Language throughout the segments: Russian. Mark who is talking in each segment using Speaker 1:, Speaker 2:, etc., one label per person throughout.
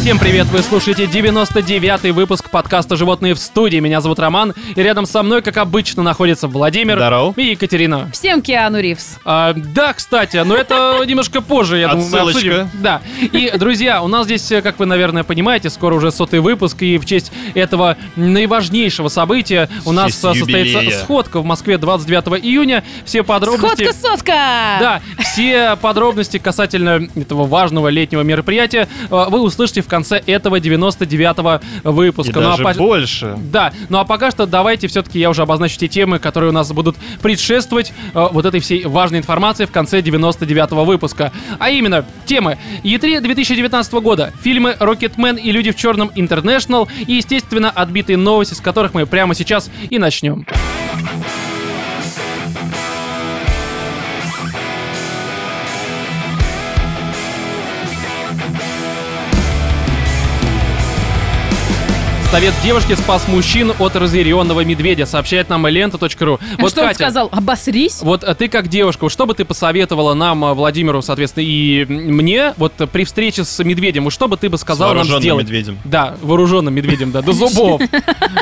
Speaker 1: Всем привет, вы слушаете 99-й выпуск подкаста «Животные в студии». Меня зовут Роман, и рядом со мной, как обычно, находится Владимир
Speaker 2: Здорово.
Speaker 1: и Екатерина.
Speaker 3: Всем Киану Ривз.
Speaker 1: А, да, кстати, но это немножко позже, я думаю, мы
Speaker 2: Отсылочка.
Speaker 1: обсудим. Да. И, друзья, у нас здесь, э, как вы, наверное, понимаете, скоро уже сотый выпуск, и в честь этого наиважнейшего события у нас
Speaker 2: честь
Speaker 1: э, состоится
Speaker 2: юбилея.
Speaker 1: сходка в Москве 29 июня. Все подробности...
Speaker 3: Сходка сотка!
Speaker 1: Да, все подробности касательно этого важного летнего мероприятия э, вы услышите в конце этого 99-го
Speaker 2: И
Speaker 1: выпуска. Ну, а
Speaker 2: даже
Speaker 1: по-
Speaker 2: больше.
Speaker 1: Да, ну а пока что давайте все-таки я уже обозначу те темы, которые у нас будут предшествовать э, вот этой всей важной информации в конце 99-го выпуска. А именно, темы E3 2019 года, фильмы «Рокетмен» и «Люди в черном Интернешнл» и, естественно, отбитые новости, с которых мы прямо сейчас и начнем. Совет девушки спас мужчин от разъяренного медведя, сообщает нам лента.ру.
Speaker 3: А что он сказал? Обосрись?
Speaker 1: Вот а ты как девушка, вот что бы ты посоветовала нам, а, Владимиру, соответственно, и м, мне, вот а, при встрече с медведем, вот что бы ты бы сказала нам
Speaker 2: вооруженным
Speaker 1: сделать?
Speaker 2: медведем.
Speaker 1: Да, вооруженным медведем, да, до зубов.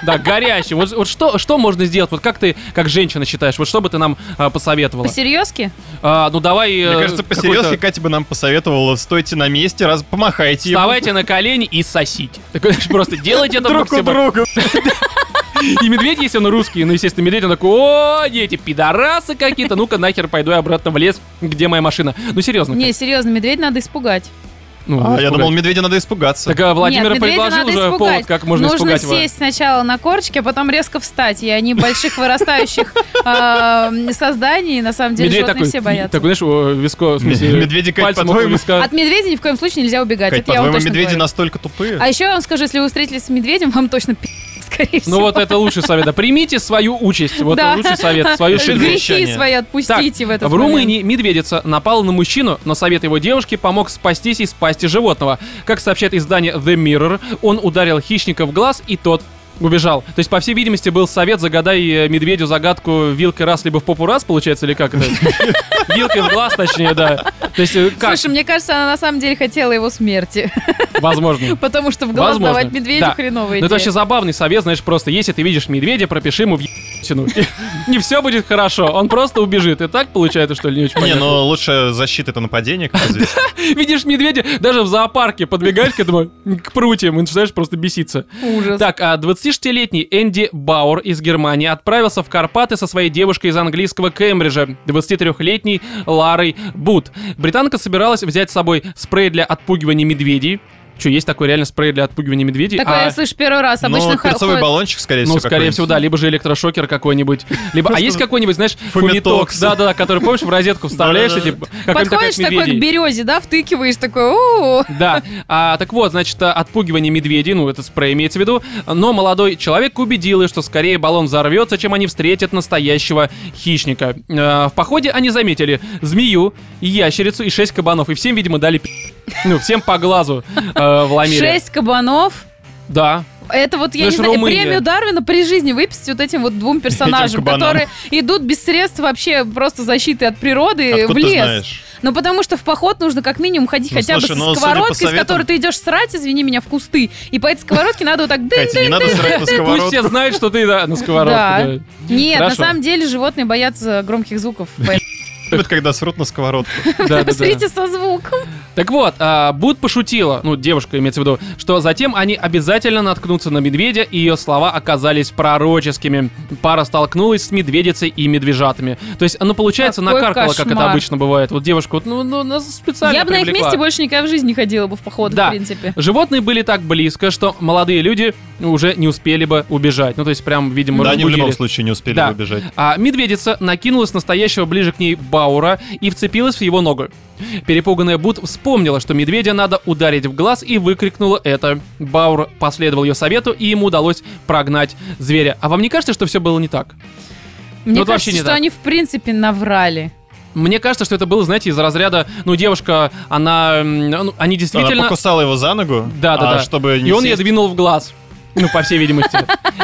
Speaker 1: Да, горящим. Вот, вот что, что можно сделать? Вот как ты, как женщина считаешь, вот что бы ты нам а, посоветовала?
Speaker 3: По-серьезки?
Speaker 1: А, ну давай...
Speaker 2: Мне кажется, по-серьезки Катя бы нам посоветовала, стойте на месте, раз помахайте ему
Speaker 1: Вставайте на колени и сосите. Так, знаешь, просто делайте это максимально-
Speaker 2: друг у друга.
Speaker 1: И медведь, если он русский, ну, естественно, медведь, он такой, о, дети, пидорасы какие-то, ну-ка нахер пойду я обратно в лес, где моя машина. Ну, серьезно.
Speaker 3: Не, серьезно, медведь надо испугать.
Speaker 1: Ну,
Speaker 2: А, я
Speaker 1: испугать.
Speaker 2: думал, медведя надо испугаться.
Speaker 1: Так а, Владимир
Speaker 3: Нет, медведя
Speaker 1: предложил
Speaker 3: надо
Speaker 1: уже
Speaker 3: испугать.
Speaker 1: повод, как можно
Speaker 3: Нужно
Speaker 1: испугать его.
Speaker 3: сесть сначала на корчики, а потом резко встать. И они больших вырастающих э, созданий, на самом деле,
Speaker 1: Медведь
Speaker 3: животные
Speaker 1: такой,
Speaker 3: все боятся.
Speaker 1: такой, э, знаешь, о, виско, в смысле,
Speaker 2: Медведи, Кать,
Speaker 1: пальцем
Speaker 2: по-твоему?
Speaker 1: около виска.
Speaker 3: От медведя ни в коем случае нельзя
Speaker 1: а
Speaker 3: убегать.
Speaker 2: Кать,
Speaker 3: это я вам
Speaker 2: по-твоему,
Speaker 3: точно
Speaker 2: медведи
Speaker 3: говорю.
Speaker 2: настолько тупые?
Speaker 3: А еще я вам скажу, если вы встретились с медведем, вам точно пи***, скорее всего.
Speaker 1: Ну вот это лучший совет. Да, Примите свою участь. Вот
Speaker 3: Да.
Speaker 1: лучший совет. Свою
Speaker 2: Решили.
Speaker 1: судьбу.
Speaker 3: Грехи
Speaker 2: Завещание.
Speaker 3: свои
Speaker 1: Так,
Speaker 3: отпустите в этот
Speaker 1: в
Speaker 3: момент.
Speaker 1: Румынии медведица напала на мужчину, но совет его девушки помог спастись из пасти животного. Как сообщает издание The Mirror, он ударил хищника в глаз, и тот убежал. То есть, по всей видимости, был совет «Загадай э, медведю загадку вилкой раз, либо в попу раз», получается, или как это? Вилкой в глаз, точнее, да. То есть, э, как?
Speaker 3: Слушай, мне кажется, она на самом деле хотела его смерти.
Speaker 1: Возможно.
Speaker 3: Потому что в глаз
Speaker 1: Возможно.
Speaker 3: давать медведю
Speaker 1: Да.
Speaker 3: хреновая
Speaker 1: Ну, это
Speaker 3: идея.
Speaker 1: вообще забавный совет, знаешь, просто если ты видишь медведя, пропиши ему в ебаную. Не все будет хорошо, он просто убежит. И так получается, что ли, не очень
Speaker 2: Не,
Speaker 1: понятно.
Speaker 2: ну лучше защита это нападение, как известно.
Speaker 1: Видишь медведя, даже в зоопарке подбегаешь к этому, к прутьям, и начинаешь просто беситься.
Speaker 3: Ужас.
Speaker 1: Так, а 26-летний Энди Бауэр из Германии отправился в Карпаты со своей девушкой из английского Кембриджа, 23-летней Ларой Бут. Британка собиралась взять с собой спрей для отпугивания медведей. Че, есть такой реально спрей для отпугивания медведей?
Speaker 3: Такое
Speaker 1: А-
Speaker 3: я слышу первый раз. Обычно
Speaker 2: Ну,
Speaker 3: хо-
Speaker 2: перцовый
Speaker 3: ходят-
Speaker 2: баллончик, скорее всего,
Speaker 1: ну, скорее всего, да,
Speaker 2: какой-нибудь.
Speaker 1: либо же электрошокер какой-нибудь. Либо, а
Speaker 2: Просто
Speaker 1: есть какой-нибудь, знаешь, фумитокс.
Speaker 2: фумитокс.
Speaker 1: Да-да-да, который, помнишь, в розетку вставляешь, и
Speaker 2: Да-да-да.
Speaker 1: типа, как он
Speaker 3: Подходишь
Speaker 1: такая, как
Speaker 3: такой к
Speaker 1: медведей.
Speaker 3: березе, да, втыкиваешь такой, «О,
Speaker 1: Да, а, так вот, значит, а, отпугивание медведей, ну, это спрей имеется в виду, но молодой человек убедил их, что скорее баллон взорвется, чем они встретят настоящего хищника. Э, в походе они заметили змею, ящерицу и шесть кабанов, и всем, видимо, дали пи***. Ну, всем по глазу э, вломили.
Speaker 3: шесть кабанов.
Speaker 1: Да.
Speaker 3: Это вот, я
Speaker 1: Это ж
Speaker 3: не знаю,
Speaker 1: Румыния.
Speaker 3: премию Дарвина при жизни выписать вот этим вот двум персонажам,
Speaker 2: кабанам.
Speaker 3: которые идут без средств вообще просто защиты от природы
Speaker 1: Э,
Speaker 2: Откуда
Speaker 3: в
Speaker 2: ты
Speaker 3: лес.
Speaker 2: А знаешь?
Speaker 3: Ну, потому что в поход нужно как минимум ходить
Speaker 2: Ну,
Speaker 3: хотя
Speaker 2: слушай,
Speaker 3: бы
Speaker 2: ну,
Speaker 3: с
Speaker 2: судя по
Speaker 3: сковородкой, с
Speaker 2: советам-
Speaker 3: которой ты идешь срать, извини меня, в кусты. И по этой сковородке надо вот так дын
Speaker 2: Катя, не надо срать на
Speaker 1: Пусть все
Speaker 2: сковородку.
Speaker 1: знают, что ты да, на сковородке.
Speaker 3: Да.
Speaker 1: да.
Speaker 3: Нет,
Speaker 1: Хорошо.
Speaker 3: на самом деле животные боятся громких звуков. поэтому
Speaker 2: Любят, когда срут на сковородку.
Speaker 1: Да-да-да.
Speaker 3: Смотрите со звуком.
Speaker 1: Так вот, а, Буд пошутила, ну, девушка имеется в виду, что затем они обязательно наткнутся на медведя, и ее слова оказались пророческими. Пара столкнулась с медведицей и медвежатами. То есть, ну, получается,
Speaker 3: Какой
Speaker 1: накаркала, как это
Speaker 3: кошмар.
Speaker 1: обычно бывает. Вот девушка, вот, ну, ну, нас специально
Speaker 3: Я бы на их
Speaker 1: привлекла.
Speaker 3: месте больше никогда в жизни не ходила бы в походы,
Speaker 1: Да.
Speaker 3: в принципе.
Speaker 1: Животные были так близко, что молодые люди уже не успели бы убежать. Ну, то есть, прям, видимо,
Speaker 2: Да, они в любом
Speaker 1: разбудили.
Speaker 2: случае не успели
Speaker 1: Да.
Speaker 2: выбежать.
Speaker 1: А медведица накинулась на настоящего ближе к ней Баура и вцепилась в его ногу. Перепуганная Бут вспомнила, что медведя надо ударить в глаз и выкрикнула это. Баур последовал ее совету, и ему удалось прогнать зверя. А вам не кажется, что все было не так?
Speaker 3: Мне
Speaker 1: Ну, вот вообще
Speaker 3: кажется,
Speaker 1: не
Speaker 3: что
Speaker 1: так.
Speaker 3: они в принципе наврали.
Speaker 1: Мне кажется, что это было, знаете, из разряда, ну, девушка, она, м, ну, они
Speaker 2: Она
Speaker 1: действительно...
Speaker 2: покусала его за ногу,
Speaker 1: Да, да,
Speaker 2: а
Speaker 1: да.
Speaker 2: чтобы не
Speaker 1: и он ей
Speaker 2: съесть-
Speaker 1: двинул в глаз. Ну, по всей видимости.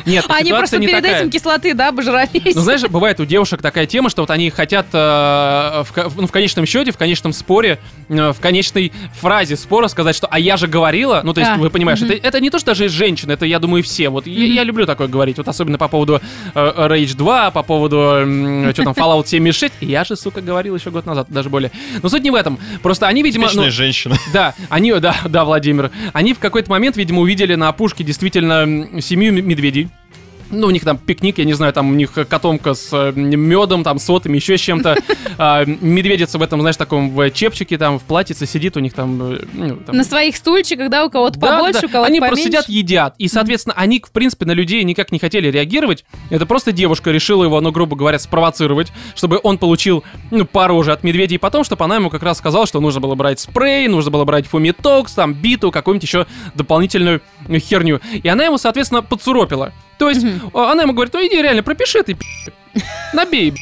Speaker 1: Нет,
Speaker 3: Они
Speaker 1: ситуация
Speaker 3: просто
Speaker 1: не
Speaker 3: перед
Speaker 1: такая.
Speaker 3: этим кислоты, да, обожрались.
Speaker 1: Ну, знаешь, бывает у девушек такая тема, что вот они хотят э, в, ко- в- ну, в конечном счете, в конечном споре, э, в конечной фразе спора сказать, что «а я же говорила». Ну, то есть,
Speaker 3: Да.
Speaker 1: вы понимаешь,
Speaker 3: Мгм.
Speaker 1: это, это не то, что даже из женщин, это, я думаю, все. Вот я,
Speaker 3: Мгм.
Speaker 1: я люблю такое говорить, вот особенно по поводу э, Rage 2, по поводу, м, что там, Fallout 76. Я же, сука, говорил еще год назад, даже более. Но суть не в этом. Просто они, видимо... ну,
Speaker 2: Типичная женщина.
Speaker 1: да, они, да, да, Владимир. Они в какой-то момент, видимо, увидели на опушке действительно м, семью м- медведей. Ну, у них там пикник, я не знаю, там у них э, котомка с э, медом, там, сотами, еще с чем-то. А, Медведица в этом, знаешь, таком в чепчике, там, в платьице сидит, у них там... э, ну, там-
Speaker 3: На своих стульчиках, да, у кого-то
Speaker 1: Да,
Speaker 3: побольше,
Speaker 1: да,
Speaker 3: у кого-то
Speaker 1: Они
Speaker 3: поменьше.
Speaker 1: просто сидят, едят. И, соответственно, они, в принципе, на людей никак не хотели реагировать. Это просто девушка решила его, ну, грубо говоря, спровоцировать, чтобы он получил ну, пару уже от медведей. И потом, чтобы она ему как раз сказала, что нужно было брать спрей, нужно было брать фумитокс, там, биту, какую-нибудь еще дополнительную ну, херню. И она ему, соответственно, подсуропила. То есть,
Speaker 3: Мгм.
Speaker 1: э, она ему говорит, ну, иди реально, пропиши ты, пи***. Набей, б***».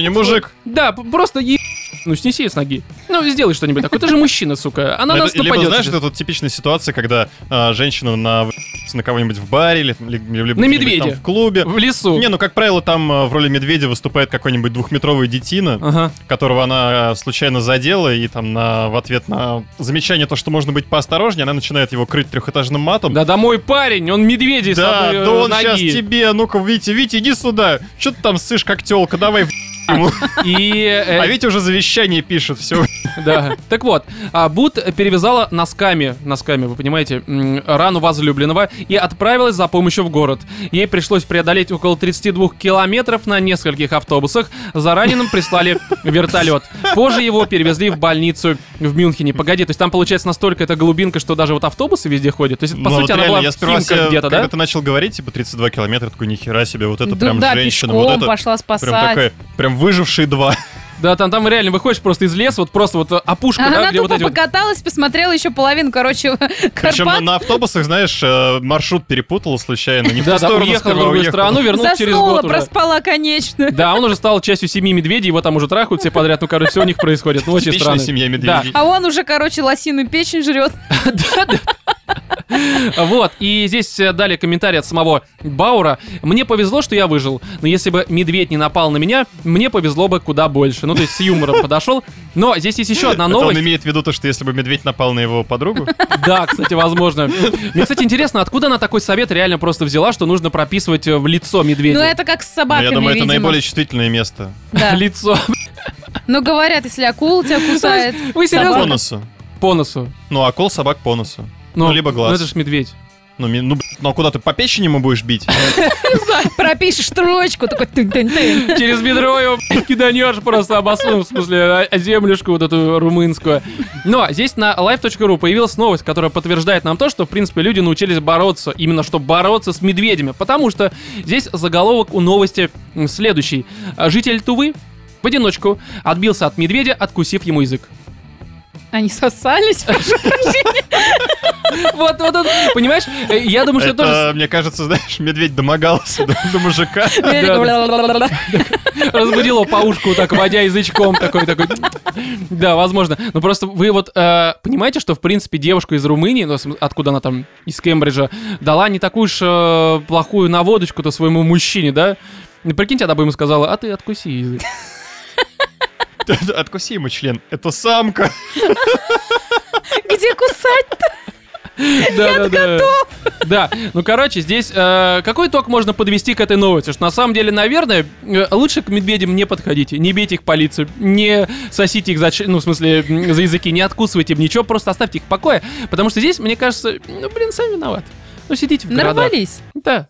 Speaker 2: не мужик?
Speaker 1: Да, п- просто е... Ну, снеси её с ноги. Ну, сделай что-нибудь такое. Ты же мужчина, сука. Она
Speaker 2: Ну,
Speaker 1: на
Speaker 2: это-
Speaker 1: нас
Speaker 2: либо,
Speaker 1: нападет.
Speaker 2: знаешь,
Speaker 1: сейчас.
Speaker 2: это тут типичная ситуация, когда а, женщина на на кого-нибудь в баре или, или- или- либо
Speaker 1: На
Speaker 2: где-нибудь
Speaker 1: медведя.
Speaker 2: там в клубе.
Speaker 1: В лесу.
Speaker 2: Не, ну как правило, там а, в роли медведя выступает какой-нибудь двухметровый детина,
Speaker 1: Ага.
Speaker 2: которого она а, случайно задела, и там на, в ответ на замечание то, что можно быть поосторожнее, она начинает его крыть трехэтажным матом.
Speaker 1: Да домой парень, он медведей с
Speaker 2: да,
Speaker 1: одной, э,
Speaker 2: да он сейчас
Speaker 1: ноги.
Speaker 2: тебе, ну-ка, Витя, Витя, иди сюда. Че ты там сышь, как телка, давай в*** ему.
Speaker 1: И, э,
Speaker 2: А Витя уже завещание пишет, все.
Speaker 1: да. Так вот, а, Бут перевязала носками, носками, вы понимаете, м, рану возлюбленного и отправилась за помощью в город. Ей пришлось преодолеть около 32 километров на нескольких автобусах. За раненым прислали вертолет. Позже его перевезли в больницу в Мюнхене. Погоди, то есть там получается настолько это глубинка, что даже вот автобусы везде ходят. То есть, по сути,
Speaker 2: Ну, вот
Speaker 1: она
Speaker 2: реально,
Speaker 1: была
Speaker 2: я
Speaker 1: в
Speaker 2: сперва себе-
Speaker 1: Химках где-то,
Speaker 2: Когда
Speaker 1: да?
Speaker 2: ты начал говорить, типа, 32 километра, такой, нихера себе, вот это
Speaker 3: Да,
Speaker 2: прям
Speaker 3: да,
Speaker 2: женщина,
Speaker 3: пешком
Speaker 2: вот это
Speaker 3: пошла спасать.
Speaker 2: прям такая, прям выжившие два.
Speaker 1: Да, там, там реально выходишь просто из леса, вот просто вот э, опушка, да,
Speaker 3: Она
Speaker 1: где вот
Speaker 3: тупо
Speaker 1: эти вот
Speaker 3: покаталась, посмотрела еще половину, короче,
Speaker 2: Причем
Speaker 3: Карпат.
Speaker 2: на автобусах, знаешь, э, маршрут перепутала случайно, не в
Speaker 1: Да, да,
Speaker 2: ту сторону
Speaker 1: уехал в
Speaker 2: сперва
Speaker 1: другую
Speaker 2: уехала.
Speaker 1: страну, вернулся через
Speaker 3: Заснула,
Speaker 1: год уже.
Speaker 3: проспала конечно.
Speaker 1: Да, он уже стал частью семьи медведей, его там уже трахают все подряд, ну, короче, все у них происходит, ну, очень
Speaker 2: Типичная
Speaker 1: странно.
Speaker 2: семья медведей.
Speaker 3: А он уже, короче, лосиную печень жрет.
Speaker 1: Да, вот, и здесь э, дали комментарий от самого Баура. Мне повезло, что я выжил, но если бы медведь не напал на меня, мне повезло бы куда больше. Ну, то есть с юмором подошел. Но здесь есть еще одна
Speaker 2: Это он
Speaker 1: новость.
Speaker 2: имеет в виду то, что если бы медведь напал на его подругу,
Speaker 1: Да, кстати, возможно. Мне, кстати, интересно, откуда она такой совет реально просто взяла, что нужно прописывать э, в лицо медведя.
Speaker 3: Ну, это как с
Speaker 2: ну, я
Speaker 3: собаками,
Speaker 2: думаю, это
Speaker 3: видимо.
Speaker 2: наиболее чувствительное место.
Speaker 3: Да.
Speaker 1: Лицо.
Speaker 3: Но говорят, если акула тебя кусает,
Speaker 1: Вы
Speaker 3: Собака.
Speaker 2: По
Speaker 1: серьезно?
Speaker 2: носу.
Speaker 1: По носу.
Speaker 2: Ну, акул собак по носу. Ну, либо глаз.
Speaker 1: Ну, это же медведь.
Speaker 2: Ну, ми- ну, блин, ну, а куда ты по печени ему будешь бить?
Speaker 3: пропишешь строчку, такой тын-тын-тын.
Speaker 1: Через бедро его блядь, киданешь просто обоснув, в смысле, а- а землюшку вот эту румынскую. Но здесь на live.ru появилась новость, которая подтверждает нам то, что, в принципе, люди научились бороться, именно что бороться с медведями, потому что здесь заголовок у новости м, следующий. А, Житель Тувы в одиночку отбился от медведя, откусив ему язык.
Speaker 3: Они сосались.
Speaker 1: Вот, вот, вот, понимаешь? Э, Я думаю, что это тоже
Speaker 2: Это, мне кажется, знаешь, медведь домогался до до мужика.
Speaker 1: Разбудил его по ушку, так водя язычком, такой, такой. Да, возможно. Но просто вы вот э, понимаете, что в принципе девушка из Румынии, ну, в смыс- откуда она там, из Кембриджа, дала не такую уж э, плохую наводочку-то своему мужчине, да? Ну, прикиньте, она бы ему сказала, а ты откуси язык.
Speaker 2: Откуси ему член. Это самка.
Speaker 3: Где кусать?
Speaker 1: Да, да, да. Да, ну короче, здесь э, какой ток можно подвести к этой новости? Что на самом деле, наверное, э, лучше к медведям не подходите, не бейте их по лицу, не сосите их за, ч- ну, в смысле, м, за языки, не откусывайте им ничего, просто оставьте их в покое, потому что здесь, мне кажется, ну, блин, сами виноваты. Ну, сидите в городах.
Speaker 3: Нарвались.
Speaker 1: Да.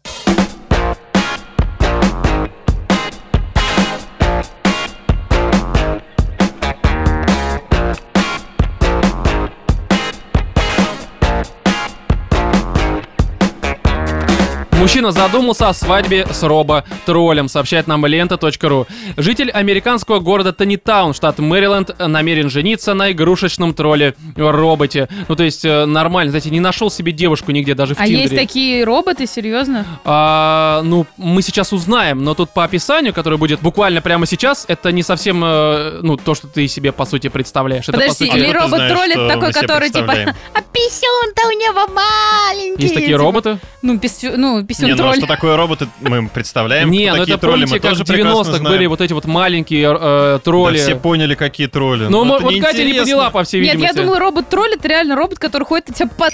Speaker 1: Мужчина задумался о свадьбе с робо-троллем, сообщает нам лента.ру. Житель американского города Танитаун, штат Мэриленд, намерен жениться на игрушечном тролле-роботе. Ну, то есть, э, нормально, знаете, не нашел себе девушку нигде, даже в
Speaker 3: А
Speaker 1: Тиндере.
Speaker 3: есть такие роботы, серьезно?
Speaker 1: А, ну, мы сейчас узнаем, но тут по описанию, которое будет буквально прямо сейчас, это не совсем, э, ну, то, что ты себе, по сути, представляешь. Это, по
Speaker 3: Подожди,
Speaker 1: сути,
Speaker 3: или
Speaker 2: Откуда А ты
Speaker 3: робот
Speaker 2: знаешь,
Speaker 3: троллит
Speaker 2: что
Speaker 3: такой,
Speaker 2: мы себе
Speaker 3: который типа,
Speaker 2: представляем?
Speaker 3: а писюн-то у него маленький.
Speaker 1: Есть такие
Speaker 3: типа.
Speaker 1: роботы?
Speaker 3: Ну, писю, ну, писюн
Speaker 2: Не, ну а
Speaker 3: тролль.
Speaker 2: что такое роботы, мы им представляем.
Speaker 1: не,
Speaker 2: кто
Speaker 1: ну
Speaker 2: такие
Speaker 1: это
Speaker 2: тролли,
Speaker 1: помните,
Speaker 2: мы
Speaker 1: как в
Speaker 2: тоже прекрасно
Speaker 1: 90-х
Speaker 2: знаем.
Speaker 1: были вот эти вот маленькие э,
Speaker 2: Да,
Speaker 1: тролли.
Speaker 2: все поняли, какие тролли.
Speaker 1: ну, мо-
Speaker 2: это
Speaker 1: вот Катя не
Speaker 2: неинтересно.
Speaker 1: поняла, по всей
Speaker 3: Нет,
Speaker 1: видимости.
Speaker 3: я думала, робот тролль это реально робот, который ходит и тебя по...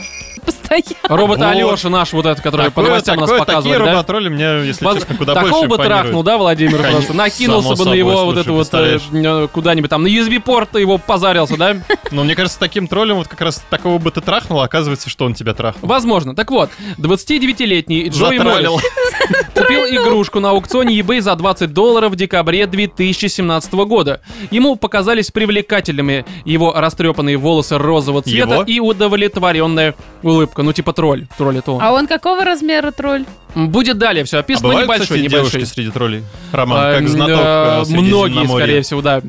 Speaker 3: постоянно.
Speaker 1: Робот
Speaker 2: Вот.
Speaker 1: Алеша наш вот этот, который по
Speaker 2: Такое-
Speaker 1: новостям нас
Speaker 2: такое-
Speaker 1: показывали,
Speaker 2: такие
Speaker 1: да?
Speaker 2: роботроли мне, если
Speaker 1: Воз-
Speaker 2: честно, куда больше
Speaker 1: Такого бы
Speaker 2: импонируют.
Speaker 1: трахнул, да, Владимир
Speaker 2: Конечно,
Speaker 1: просто? Накинулся
Speaker 2: само
Speaker 1: бы на
Speaker 2: собой,
Speaker 1: его вот
Speaker 2: слушай,
Speaker 1: это вот э, э, куда-нибудь там, на USB-порт его позарился, да?
Speaker 2: Но Ну, мне кажется, таким троллем вот как раз такого бы ты трахнул, а оказывается, что он тебя трахнул.
Speaker 1: Возможно. Так вот, 29-летний Джои
Speaker 2: Затроллил.
Speaker 1: Моррис купил игрушку на аукционе eBay за 20 долларов в декабре 2017 года. Ему показались привлекательными его растрепанные волосы розового цвета
Speaker 2: Его?
Speaker 1: и удовлетворенная улыбка. Ну, типа тролль. Тролль это он.
Speaker 3: А он какого размера тролль?
Speaker 1: Будет далее все
Speaker 2: А
Speaker 1: описано, но
Speaker 2: бывают,
Speaker 1: небольшой,
Speaker 2: кстати,
Speaker 1: небольшой.
Speaker 2: девушки среди троллей? Роман,
Speaker 1: А,
Speaker 2: как
Speaker 1: м,
Speaker 2: знаток
Speaker 1: да,
Speaker 2: э, среди
Speaker 1: Многие,
Speaker 2: Земноморья.
Speaker 1: скорее всего, да.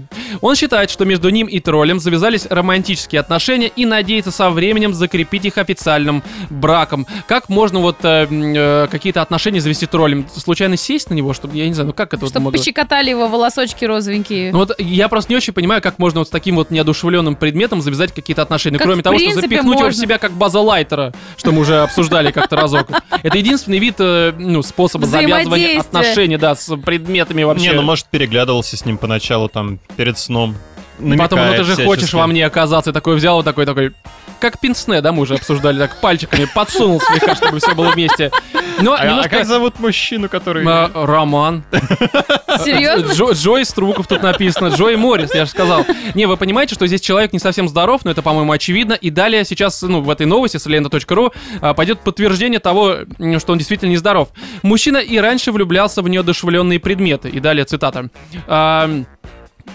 Speaker 1: Он считает, что между ним и троллем завязались романтические отношения и надеется со временем закрепить их официальным браком. Как можно вот э, м, э, какие-то отношения завести троллем? Случайно сесть на него, чтобы я не знаю, ну как это вот
Speaker 3: Чтобы
Speaker 1: могло?
Speaker 3: пощекотали его волосочки розовенькие.
Speaker 1: Ну вот я просто не очень понимаю, как можно вот с таким вот неодушевленным предметом завязать какие-то отношения, Ну,
Speaker 3: Как,
Speaker 1: кроме
Speaker 3: в
Speaker 1: того, что
Speaker 3: принципе,
Speaker 1: запихнуть его в
Speaker 3: можно.
Speaker 1: себя как база лайтера, что мы уже обсуждали как-то разок. Это единственный вид э, ну, способа завязывания
Speaker 3: Взаимодействия.
Speaker 1: отношений, да, с предметами вообще.
Speaker 2: Не, ну может переглядывался с ним поначалу там перед сном. Намекает
Speaker 1: Потом, ну ты же
Speaker 2: всячески.
Speaker 1: хочешь во мне оказаться, и такой взял, вот такой, такой, как пенсне, да, мы уже обсуждали, так пальчиками подсунул слегка, чтобы все было вместе. Но
Speaker 2: А, а
Speaker 1: немножко...
Speaker 2: как зовут мужчину, который...
Speaker 1: э, Роман. а
Speaker 3: Серьезно?
Speaker 1: Джо- Джой Струков тут написано. Джой Моррис, я же сказал. Не, вы понимаете, что здесь человек не совсем здоров, но это, по-моему, очевидно. И далее сейчас, ну, в этой новости с лента.ру а, пойдет подтверждение того, м, что он действительно нездоров. Мужчина и раньше влюблялся в неодушевленные предметы. И далее цитата. Ам,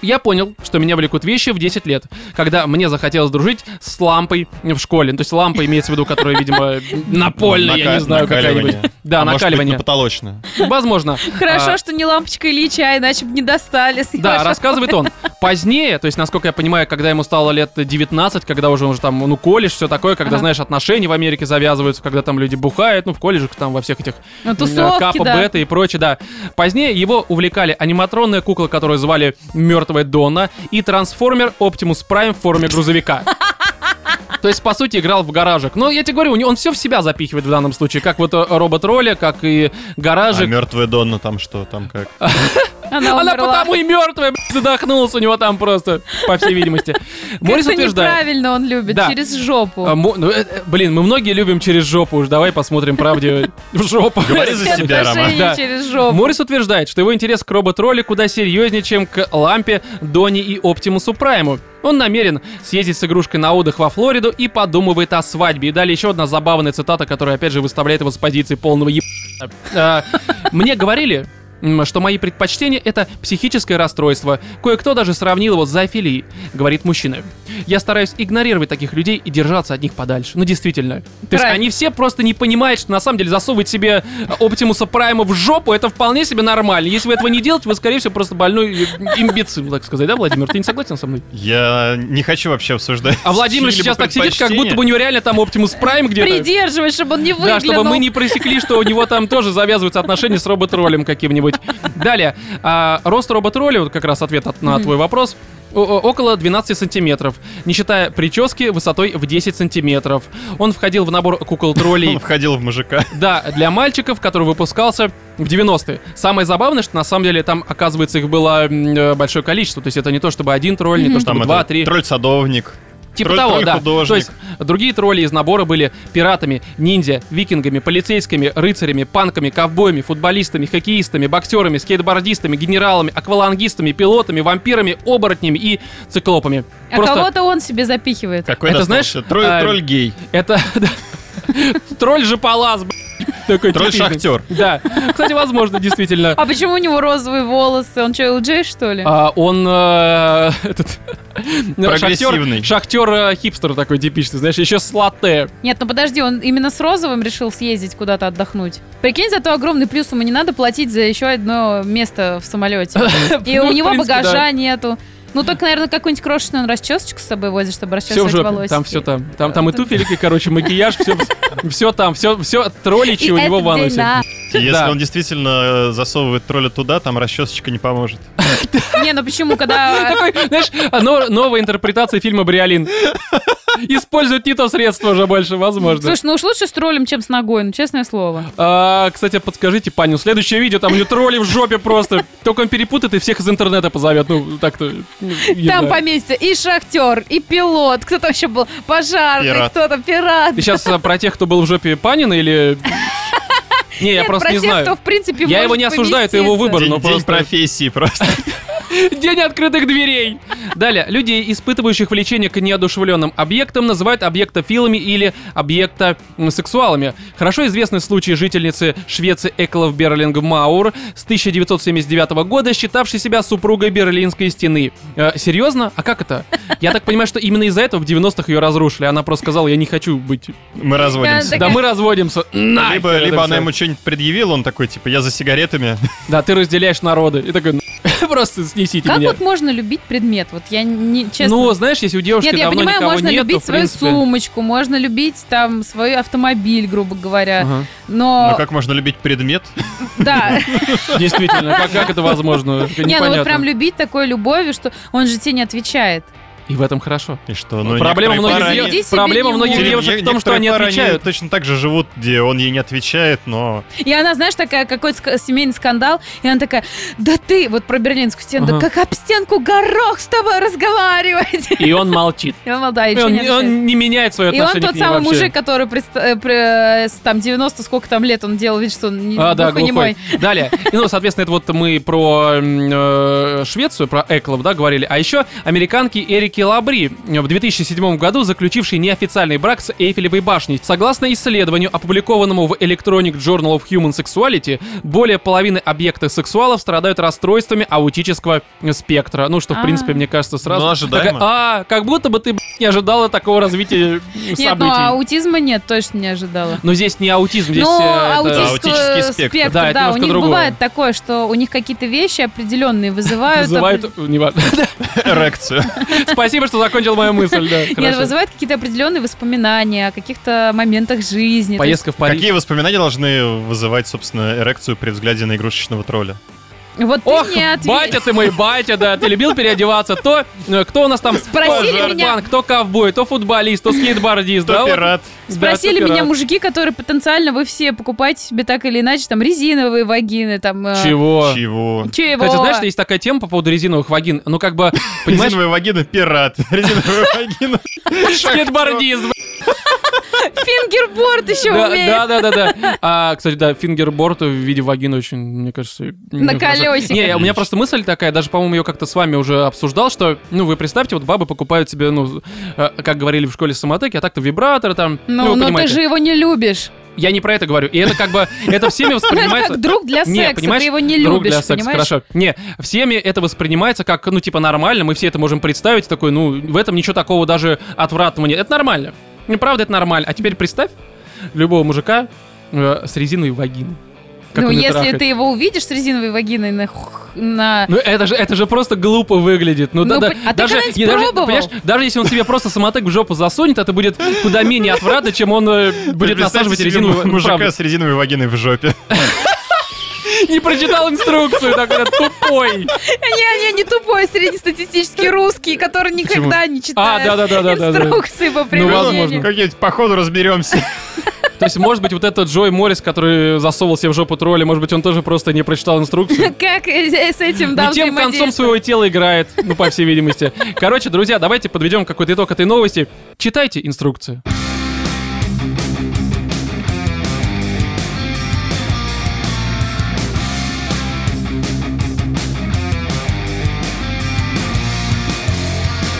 Speaker 1: я понял, что меня влекут вещи в 10 лет, когда мне захотелось дружить с лампой в школе. Ну, То есть лампа имеется в виду, которая, видимо, напольная, я
Speaker 2: Ну, Нака-
Speaker 1: не знаю,
Speaker 2: накаливание.
Speaker 1: какая-нибудь. Да,
Speaker 2: А может быть,
Speaker 1: накаливание.
Speaker 2: на потолочное.
Speaker 1: Возможно. А,
Speaker 3: Хорошо, что не лампочка Ильича, иначе бы не достали.
Speaker 1: да,
Speaker 3: Саша.
Speaker 1: рассказывает он. Позднее, то есть, насколько я понимаю, когда ему стало лет 19, когда уже он же там, ну, колледж, все такое, когда,
Speaker 3: Ага.
Speaker 1: знаешь, отношения в Америке завязываются, когда там люди бухают, ну, в колледжах там во всех этих
Speaker 3: Ну,
Speaker 1: м,
Speaker 3: тусовки,
Speaker 1: капа,
Speaker 3: да.
Speaker 1: бета и прочее, да. Позднее его увлекали аниматронная кукла, которую звали Мертвая Дона, и трансформер Оптимус Прайм в форме грузовика. То есть, по сути, играл в гаражик. Но я тебе говорю, у него- он все в себя запихивает в данном случае. Как вот э, робот-роля, как и
Speaker 2: А
Speaker 1: гаражик.
Speaker 2: мертвая Донна там что, там как?
Speaker 1: А.
Speaker 3: Она
Speaker 1: Она
Speaker 3: умерла.
Speaker 1: потому и мертвая, блядь, задохнулась у него там просто, по всей видимости. Морис
Speaker 3: Как-то
Speaker 1: утверждает.
Speaker 3: неправильно он любит,
Speaker 1: Да.
Speaker 3: через жопу.
Speaker 1: а, мо- ну, э, э, Блин, мы многие любим через жопу уж. Давай посмотрим правде в жопу.
Speaker 2: Говори за
Speaker 3: Все
Speaker 2: себя, Роман.
Speaker 3: отношения
Speaker 1: Да.
Speaker 3: через жопу.
Speaker 1: Морис утверждает, что его интерес к робот-роли куда серьезнее, чем к Лампе, Дони и Оптимусу Прайму. Он намерен съездить с игрушкой на отдых во Флориду и подумывает о свадьбе. И далее еще одна забавная цитата, которая опять же выставляет его с позиции полного еб... А, Мне говорили, м, что мои предпочтения — это психическое расстройство. Кое-кто даже сравнил его с зоофилией, говорит мужчина. Я стараюсь игнорировать таких людей и держаться от них подальше. Ну, действительно. То есть
Speaker 3: Правильно.
Speaker 1: они все просто не понимают, что на самом деле засовывать себе Оптимуса Прайма в жопу — это вполне себе нормально. Если вы этого не делаете, вы, скорее всего, просто больной э, имбецил, так сказать. Да, Владимир? Ты не согласен со мной?
Speaker 2: Я не хочу вообще обсуждать.
Speaker 1: А Владимир
Speaker 2: чьи-либо
Speaker 1: сейчас так сидит, как будто
Speaker 2: предпочтения.
Speaker 1: бы у него реально там Оптимус Прайм где-то.
Speaker 3: Придерживай, чтобы он не выглянул.
Speaker 1: Да, чтобы мы не пресекли, что у него там тоже завязываются отношения с робот-ролем каким-нибудь. Далее. а, рост робот-роля, вот как раз ответ от- на твой вопрос, о- о- около 12 сантиметров, не считая прически высотой в 10 сантиметров. Он входил в набор кукол-троллей
Speaker 2: Он входил в мужика.
Speaker 1: да, для мальчиков, который выпускался в 90-е. Самое забавное, что на самом деле там, оказывается, их было м, э, большое количество. То есть это не то, чтобы один тролль, не то, чтобы
Speaker 2: Там
Speaker 1: два,
Speaker 2: это
Speaker 1: три.
Speaker 2: тролль-садовник.
Speaker 1: Типа
Speaker 2: Тролль-
Speaker 1: того,
Speaker 2: тролль
Speaker 1: да.
Speaker 2: художник.
Speaker 1: То есть э, другие тролли из набора были пиратами, ниндзя, викингами, полицейскими, рыцарями, панками, ковбоями, футболистами, хоккеистами, боксерами, скейтбордистами, генералами, аквалангистами, пилотами, вампирами, оборотнями и циклопами.
Speaker 3: А кого-то он себе запихивает.
Speaker 2: Какой
Speaker 1: Это
Speaker 2: достался?
Speaker 1: знаешь,
Speaker 2: Тролль-
Speaker 1: а,
Speaker 2: Тролль-гей.
Speaker 1: это да. тролль же палас, б***ь. Такой типичный.
Speaker 2: Тролль-шахтер.
Speaker 1: Да. Кстати, возможно, действительно.
Speaker 3: А почему у него розовые волосы? Он что, ЛД, что ли?
Speaker 1: А, он э, этот ну,
Speaker 2: Прогрессивный.
Speaker 1: шахтер- шахтер э, хипстер такой типичный, знаешь, еще с латте.
Speaker 3: Нет, ну подожди, он именно с розовым решил съездить куда-то отдохнуть. Прикинь, зато огромный плюс ему не надо платить за еще одно место в самолете. И
Speaker 1: Ну,
Speaker 3: у
Speaker 1: в
Speaker 3: него
Speaker 1: принципе,
Speaker 3: багажа
Speaker 1: да.
Speaker 3: нету. Ну, только, наверное, какую-нибудь крошечную он расчесочку с собой возит, чтобы
Speaker 1: Все в
Speaker 3: расчесывать
Speaker 1: жопе,
Speaker 3: волосы.
Speaker 1: там все там. Там, там и туфелики, короче, макияж, все, все там, все, все тролличи у него в анусе.
Speaker 2: Если
Speaker 1: Да.
Speaker 2: он действительно э, засовывает тролля туда, там расчесочка не поможет.
Speaker 3: Не, ну почему, когда...
Speaker 1: Такой, знаешь, оно- новая интерпретация фильма «Бриолин». Используют не то средство уже больше, возможно.
Speaker 3: Слушай, ну уж лучше с троллем, чем с ногой, ну честное слово.
Speaker 1: А, кстати, подскажите, Паню, следующее видео, там у него тролли в жопе просто. Только он перепутает и всех из интернета позовет. Ну, так-то. ну, не
Speaker 3: Там
Speaker 1: знаю.
Speaker 3: поместье и шахтер, и пилот, кто там еще был, пожарный,
Speaker 2: Пират.
Speaker 3: кто там, пират.
Speaker 1: Ты сейчас а, про тех, кто был в жопе Панина или... Не, я
Speaker 3: Нет,
Speaker 1: просто
Speaker 3: про
Speaker 1: не
Speaker 3: тех, кто,
Speaker 1: знаю.
Speaker 3: в принципе,
Speaker 1: Я его
Speaker 3: может
Speaker 1: не осуждаю, это его
Speaker 3: поместиться.
Speaker 1: выбор.
Speaker 2: День,
Speaker 1: ну,
Speaker 2: день
Speaker 1: просто-
Speaker 2: профессии просто.
Speaker 1: День открытых дверей. Далее. Людей, испытывающих влечение к неодушевленным объектам, называют объектофилами или объектосексуалами. Хорошо известны случаи жительницы Швеции Эклов Берлинг Маур с 1979 года, считавшей себя супругой Берлинской стены. Э, серьезно? А как это? Я так понимаю, что именно из-за этого в 90-х ее разрушили. Она просто сказала, я не хочу быть...
Speaker 2: Мы
Speaker 3: Да,
Speaker 2: разводимся.
Speaker 1: Да мы разводимся. Нахер
Speaker 2: Либо,
Speaker 1: это
Speaker 2: либо она
Speaker 1: всё.
Speaker 2: ему что-нибудь предъявила, он такой, типа, я за сигаретами.
Speaker 1: Да, ты разделяешь народы. И такой, «Ну, просто снесите
Speaker 3: Как
Speaker 1: меня.
Speaker 3: вот можно любить предмет? Вот я не честно.
Speaker 1: Ну, знаешь, если у девушки
Speaker 3: нет, я
Speaker 1: давно
Speaker 3: понимаю,
Speaker 1: никого
Speaker 3: можно
Speaker 1: нет, то,
Speaker 3: любить
Speaker 1: в
Speaker 3: свою
Speaker 1: принципе-
Speaker 3: сумочку, можно любить там свой автомобиль, грубо говоря.
Speaker 1: Ага. А
Speaker 3: Но
Speaker 2: Ну как можно любить предмет?
Speaker 3: да,
Speaker 1: Действительно, как, как это возможно? Это
Speaker 3: не, ну
Speaker 1: непонятно.
Speaker 3: вот прям любить такой любовью, что он же тебе не отвечает.
Speaker 1: И в этом хорошо.
Speaker 2: И что? Ну,
Speaker 1: проблема
Speaker 2: некоторые
Speaker 1: многих,
Speaker 2: пары,
Speaker 1: дев-
Speaker 2: они-
Speaker 3: Иди себе
Speaker 1: проблема
Speaker 3: не
Speaker 1: многих
Speaker 3: умой.
Speaker 2: Или
Speaker 1: девушек
Speaker 2: не-
Speaker 1: в том, что
Speaker 2: некоторые
Speaker 1: они
Speaker 2: пары,
Speaker 1: отвечают.
Speaker 2: точно так же живут, где он ей не отвечает, но...
Speaker 3: И она, знаешь, такая какой-то ска- семейный скандал, и она такая: да ты вот про берлинскую стену, да
Speaker 1: Ага.
Speaker 3: как об стенку горох с тобой разговаривать.
Speaker 1: И он молчит.
Speaker 3: И он, да,
Speaker 1: И
Speaker 3: ничего
Speaker 1: он,
Speaker 3: не
Speaker 1: не-
Speaker 3: отвечает.
Speaker 1: он не меняет свое
Speaker 3: И он
Speaker 1: отношение
Speaker 3: тот
Speaker 1: к ней
Speaker 3: самый
Speaker 1: вообще.
Speaker 3: мужик, который приста- э, при- э, с, там 90 сколько там лет он делал вид, что он не,
Speaker 1: А, да,
Speaker 3: глухой,
Speaker 1: глухой.
Speaker 3: немой.
Speaker 1: Далее. И, Ну, соответственно, это вот мы про м, э, Швецию, про Эклов, да, говорили. А еще американки Эрики Лабри э, в 2007 году заключившей неофициальный брак с Эйфелевой башней. Согласно исследованию, опубликованному в Electronic Journal of Human Sexuality, более половины объектов сексуалов страдают расстройствами аутического спектра. Ну, что, в
Speaker 3: А.
Speaker 1: принципе, мне кажется, сразу...
Speaker 2: Ну, ожидаемо.
Speaker 1: такая, а, как будто бы ты б***ь, не ожидала такого развития м, событий.
Speaker 3: Нет, ну аутизма нет, точно не ожидала.
Speaker 1: Но здесь не аутизм, здесь...
Speaker 3: Но
Speaker 1: э, это-
Speaker 3: аутического
Speaker 2: аутический
Speaker 3: спектра,
Speaker 2: спектр.
Speaker 1: Да, это
Speaker 3: да, у
Speaker 1: немножко
Speaker 3: них
Speaker 1: другое.
Speaker 3: бывает такое, что у них какие-то вещи определенные вызывают... опре-
Speaker 1: Вызывает... не важно.
Speaker 2: Эрекцию.
Speaker 1: Спасибо, что закончил мою мысль, да.
Speaker 3: Нет,
Speaker 1: хорошо.
Speaker 3: вызывают какие-то определенные воспоминания о каких-то моментах жизни.
Speaker 1: Поездка в Париж.
Speaker 2: Какие воспоминания должны вызывать, собственно, эрекцию при взгляде на игрушечного тролля?
Speaker 3: То есть, вот ты
Speaker 1: Ох,
Speaker 3: не ответил.
Speaker 1: батя ты мой, батя, да, ты любил переодеваться, то, э, кто у нас там,
Speaker 3: Спросили
Speaker 1: Пожарбан,
Speaker 3: меня.
Speaker 1: кто ковбой, то футболист, то скейтбордист, да,
Speaker 2: Кто
Speaker 1: вот.
Speaker 2: пират?
Speaker 1: Да,
Speaker 3: Спросили
Speaker 1: кто
Speaker 3: меня
Speaker 1: пират.
Speaker 3: мужики, которые потенциально вы все покупаете себе так или иначе, там, резиновые вагины, там... э,
Speaker 1: Чего?
Speaker 2: Чего?
Speaker 3: Чего?
Speaker 1: Кстати, знаешь, есть такая тема по поводу резиновых вагин, ну как бы, понимаешь,
Speaker 2: Резиновая вагина пират. Резиновая вагина.
Speaker 1: скейтбордист, б***ь.
Speaker 3: Фингерборд еще
Speaker 1: да,
Speaker 3: умеет.
Speaker 1: да, да, да, да. А, кстати, да, фингерборд в виде вагины очень, мне кажется,
Speaker 3: На
Speaker 1: хорошо.
Speaker 3: колесиках.
Speaker 1: Не, у меня просто мысль такая, даже, по-моему, ее как-то с вами уже обсуждал, что, ну, вы представьте, вот бабы покупают себе, ну, э, как говорили в школе самотеки, а так-то вибраторы там.
Speaker 3: Ну,
Speaker 1: вы
Speaker 3: но ты
Speaker 1: понимаете.
Speaker 3: же его не любишь.
Speaker 1: Я не про это говорю. И это как бы, это всеми
Speaker 3: Ну, это
Speaker 1: воспринимается...
Speaker 3: как друг для
Speaker 1: Не,
Speaker 3: секса,
Speaker 1: понимаешь,
Speaker 3: ты его не
Speaker 1: друг
Speaker 3: любишь,
Speaker 1: для секса,
Speaker 3: понимаешь?
Speaker 1: хорошо. Не, всеми это воспринимается как, ну, типа, нормально, мы все это можем представить, такой, ну, в этом ничего такого даже отвратного нет. Это нормально. Ну, правда, это нормально. А теперь представь любого мужика э, с резиновой вагиной. Как
Speaker 3: Ну,
Speaker 1: он ее
Speaker 3: если
Speaker 1: трахает.
Speaker 3: ты его увидишь с резиновой вагиной на... хух- на-
Speaker 1: Ну это же, это же просто глупо выглядит. Ну,
Speaker 3: Ну,
Speaker 1: да, да,
Speaker 3: блин, а ты
Speaker 1: даже,
Speaker 3: когда-нибудь
Speaker 1: не, даже,
Speaker 3: пробовал?
Speaker 1: понимаешь, даже если он себе просто самотек в жопу засунет, это будет куда менее отвратно, чем он э, будет
Speaker 2: Представьте
Speaker 1: насаживать
Speaker 2: себе
Speaker 1: резиновую ну, правда.
Speaker 2: мужика с резиновой вагиной в жопе.
Speaker 1: Не прочитал инструкцию, такой тупой.
Speaker 3: А Не, не, не тупой среднестатистический русский, который никогда не читает
Speaker 1: А, да-да-да-да-да-да. Ну,
Speaker 3: инструкции по
Speaker 1: возможно.
Speaker 3: применению.
Speaker 2: Как-нибудь по ходу разберемся.
Speaker 1: То есть, может быть, вот этот Джой Моррис, который засовывал себе в жопу тролля, может быть, он тоже просто не прочитал инструкцию.
Speaker 3: Как э, с этим, да,
Speaker 1: Не Ну, тем концом
Speaker 3: взаимодействовать?
Speaker 1: своего тела играет, ну, по всей видимости. Короче, друзья, давайте подведем какой-то итог этой новости. Читайте инструкцию.